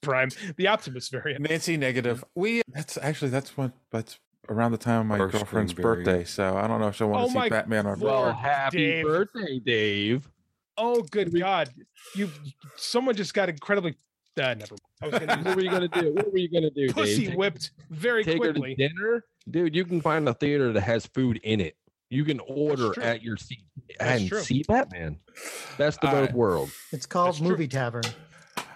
Speaker 5: Prime, the Optimus variant.
Speaker 8: Nancy negative.
Speaker 5: Mm-hmm.
Speaker 8: We. That's actually that's what. That's around the time of my
Speaker 10: First
Speaker 8: girlfriend's
Speaker 10: Greenberry.
Speaker 8: birthday. So I don't know if she'll want
Speaker 5: Oh
Speaker 8: to
Speaker 5: my
Speaker 8: see Batman or
Speaker 5: Lord,
Speaker 8: not.
Speaker 10: happy
Speaker 5: Dave.
Speaker 10: birthday, Dave.
Speaker 5: Oh, good God! You, someone just got incredibly. Uh, never. mind. I was gonna
Speaker 10: <laughs> what were you gonna do? What were you gonna do? Dave?
Speaker 5: pussy
Speaker 10: Take-
Speaker 5: whipped very
Speaker 10: take
Speaker 5: quickly.
Speaker 10: her to dinner, dude. You can find a theater that has food in it. You can order
Speaker 5: true.
Speaker 10: at your seat
Speaker 5: That's
Speaker 10: and
Speaker 5: true.
Speaker 10: see Batman. That's the
Speaker 8: All
Speaker 10: both
Speaker 8: right.
Speaker 10: worlds.
Speaker 4: It's called Movie Tavern.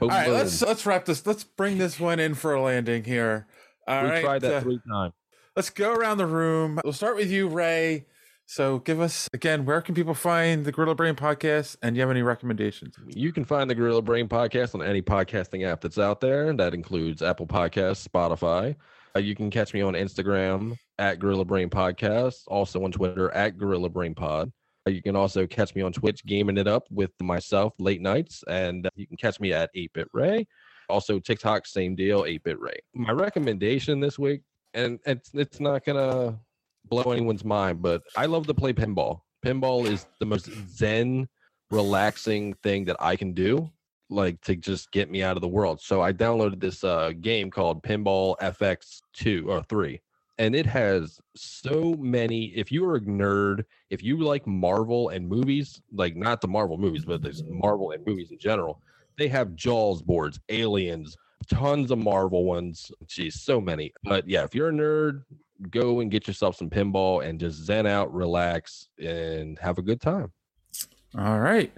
Speaker 8: All right, let's let's wrap this. Let's bring this one in for a landing here. All
Speaker 10: we
Speaker 8: right,
Speaker 10: tried that
Speaker 8: uh,
Speaker 10: three times.
Speaker 8: let's go around the room. We'll start with you, Ray. So give us again. Where can people find the Gorilla Brain podcast? And you have any recommendations?
Speaker 10: You can find the Gorilla Brain podcast on any podcasting app that's out there. That includes Apple Podcasts, Spotify. Uh, you can catch me on Instagram at Gorilla Brain Podcast, also on Twitter at Gorilla Brain Pod. Uh, you can also catch me on Twitch gaming it up with myself late nights, and uh, you can catch me at 8bit Ray. Also TikTok, same deal, 8bit Ray. My recommendation this week, and it's it's not gonna blow anyone's mind, but I love to play pinball. Pinball is the most zen, relaxing thing that I can do, like to just get me out of the world. So I downloaded this uh, game called Pinball FX 2 or 3, and it has so many. If you are a nerd, if you like Marvel and movies, like not the Marvel movies, but this Marvel and movies in general, they have Jaws boards, aliens, tons of Marvel ones. Geez, so many. But yeah, if you're a nerd, go and get yourself some pinball and just zen out, relax, and have a good time.
Speaker 8: All right,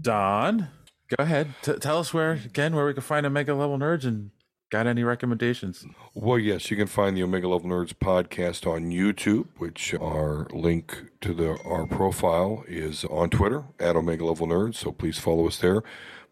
Speaker 8: Don, go ahead. T- tell us where again where we can find Omega Level Nerds and got any recommendations?
Speaker 9: Well, yes, you can find the Omega Level Nerds podcast on YouTube, which our link to the our profile is on Twitter at Omega Level Nerds. So please follow us there.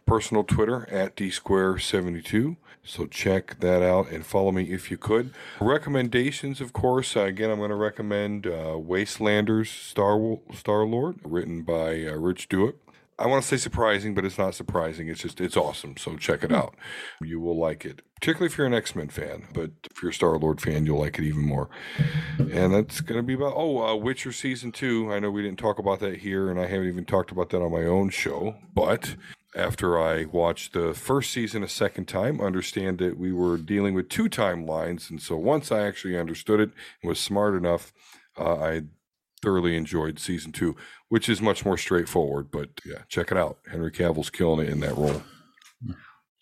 Speaker 9: Personal Twitter at D Square seventy two. So check that out and follow me if you could. Recommendations, of course. Uh, again, I'm going to recommend uh, Wastelanders Star Star Lord, written by uh, Rich Dewitt. I want to say surprising, but it's not surprising. It's just it's awesome. So check it out. You will like it, particularly if you're an X Men fan. But if you're a Star Lord fan, you'll like it even more. And that's going to be about oh, uh, Witcher season two. I know we didn't talk about that here, and I haven't even talked about that on my own show. But after I watched the first season a second time, understand that we were dealing with two timelines, and so once I actually understood it and was smart enough, uh, I thoroughly enjoyed season two, which is much more straightforward. But yeah, check it out. Henry Cavill's killing it in that role.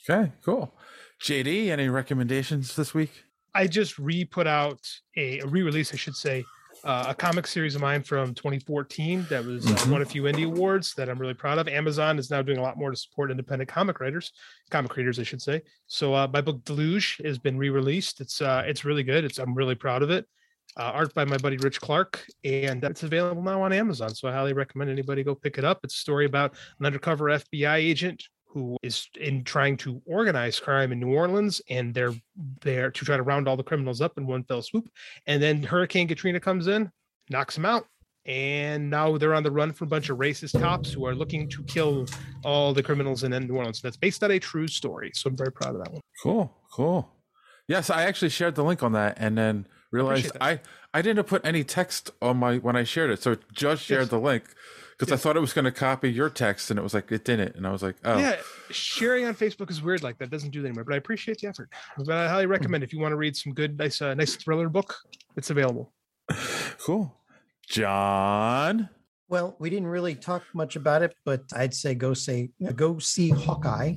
Speaker 8: Okay, cool. JD, any recommendations this week?
Speaker 5: I just re put out a, a re release, I should say, uh, a comic series of mine from 2014 that was uh, won a few indie awards that I'm really proud of. Amazon is now doing a lot more to support independent comic writers, comic creators, I should say. So uh, my book Deluge has been re released. It's uh, it's really good. It's I'm really proud of it. Uh, art by my buddy Rich Clark, and it's available now on Amazon. So I highly recommend anybody go pick it up. It's a story about an undercover FBI agent who is in trying to organize crime in New Orleans, and they're there to try to round all the criminals up in one fell swoop. And then Hurricane Katrina comes in, knocks them out, and now they're on the run from a bunch of racist cops who are looking to kill all the criminals in New Orleans. That's based on a true story, so I'm very proud of that one.
Speaker 8: Cool, cool. Yes, I actually shared the link on that and then realized
Speaker 5: Appreciate
Speaker 8: I I didn't put any text on my when I shared it. So it just shared
Speaker 5: Yes.
Speaker 8: the link because I thought it was going to copy your text and it was like it didn't and I was like, "Oh,
Speaker 5: Yeah, sharing on Facebook is weird like that. Doesn't do that anymore. But I appreciate the effort. But I highly recommend if you want to read some good, nice, uh, nice thriller book, it's available.
Speaker 8: cool." John,
Speaker 4: Well, we didn't really talk much about it, but I'd say go say uh, go see Hawkeye.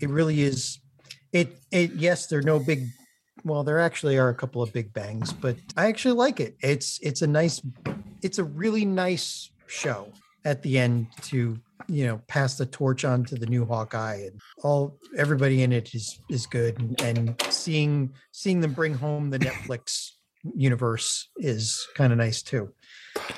Speaker 4: It really is. It it yes, there are no big. Well, there actually are a couple of big bangs, but I actually like it. It's it's a nice, it's a really nice show at the end to you know pass the torch on to the new Hawkeye, and all everybody in it is is good, and, and seeing seeing them bring home the Netflix universe is kind of nice too.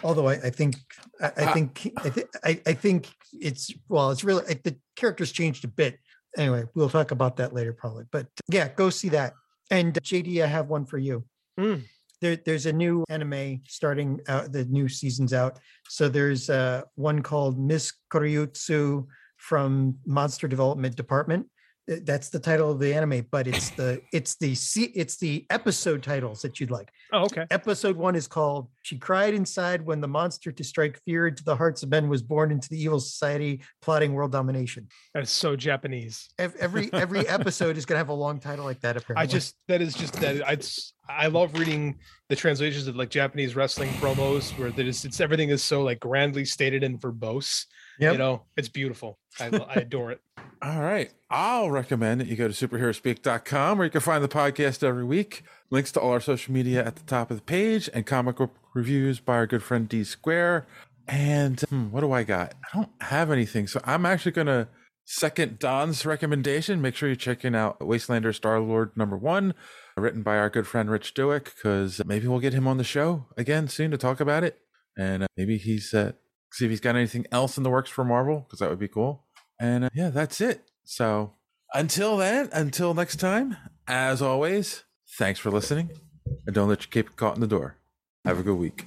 Speaker 4: Although I, I think I, I think I, th- I, I think it's well, it's really I, the characters changed a bit. Anyway, we'll talk about that later probably. But yeah, go see that. And JD, I have one for you.
Speaker 5: Mm.
Speaker 4: There, there's a new anime starting out. The new season's out. So there's uh, one called Miss Koryutsu from Monster Development Department. Th- That's the title of the anime, but it's the it's the se- it's the episode titles that you'd like.
Speaker 5: Oh, okay.
Speaker 4: Episode one is called She Cried Inside When the Monster to Strike Fear into the Hearts of Men was born into the evil society plotting world domination.
Speaker 5: That's so Japanese.
Speaker 4: Ev- Every
Speaker 5: <laughs>
Speaker 4: every episode is gonna have a long title like that, apparently.
Speaker 5: I just that is just that I just- I love reading the translations of like Japanese wrestling promos where they just it's everything is so like grandly stated and verbose. You
Speaker 8: Yep.
Speaker 5: know, it's beautiful. I, lo- I adore it.
Speaker 8: All right. I'll recommend that you go to superheroespeak.com where you can find the podcast every week. Links to all our social media at the top of the page and comic book reviews by our good friend D Square. And hmm, what do I got? I don't have anything. So I'm actually going to second Don's recommendation. Make sure you're checking out Wastelander Star Lord number one, written by our good friend Rich Dewick, because maybe we'll get him on the show again soon to talk about it. And uh, maybe he's, uh, see if he's got anything else in the works for Marvel, because that would be cool. And uh, yeah, that's it. So until then, until next time, as always, thanks for listening. And don't let your cape get caught in the door. Have a good week.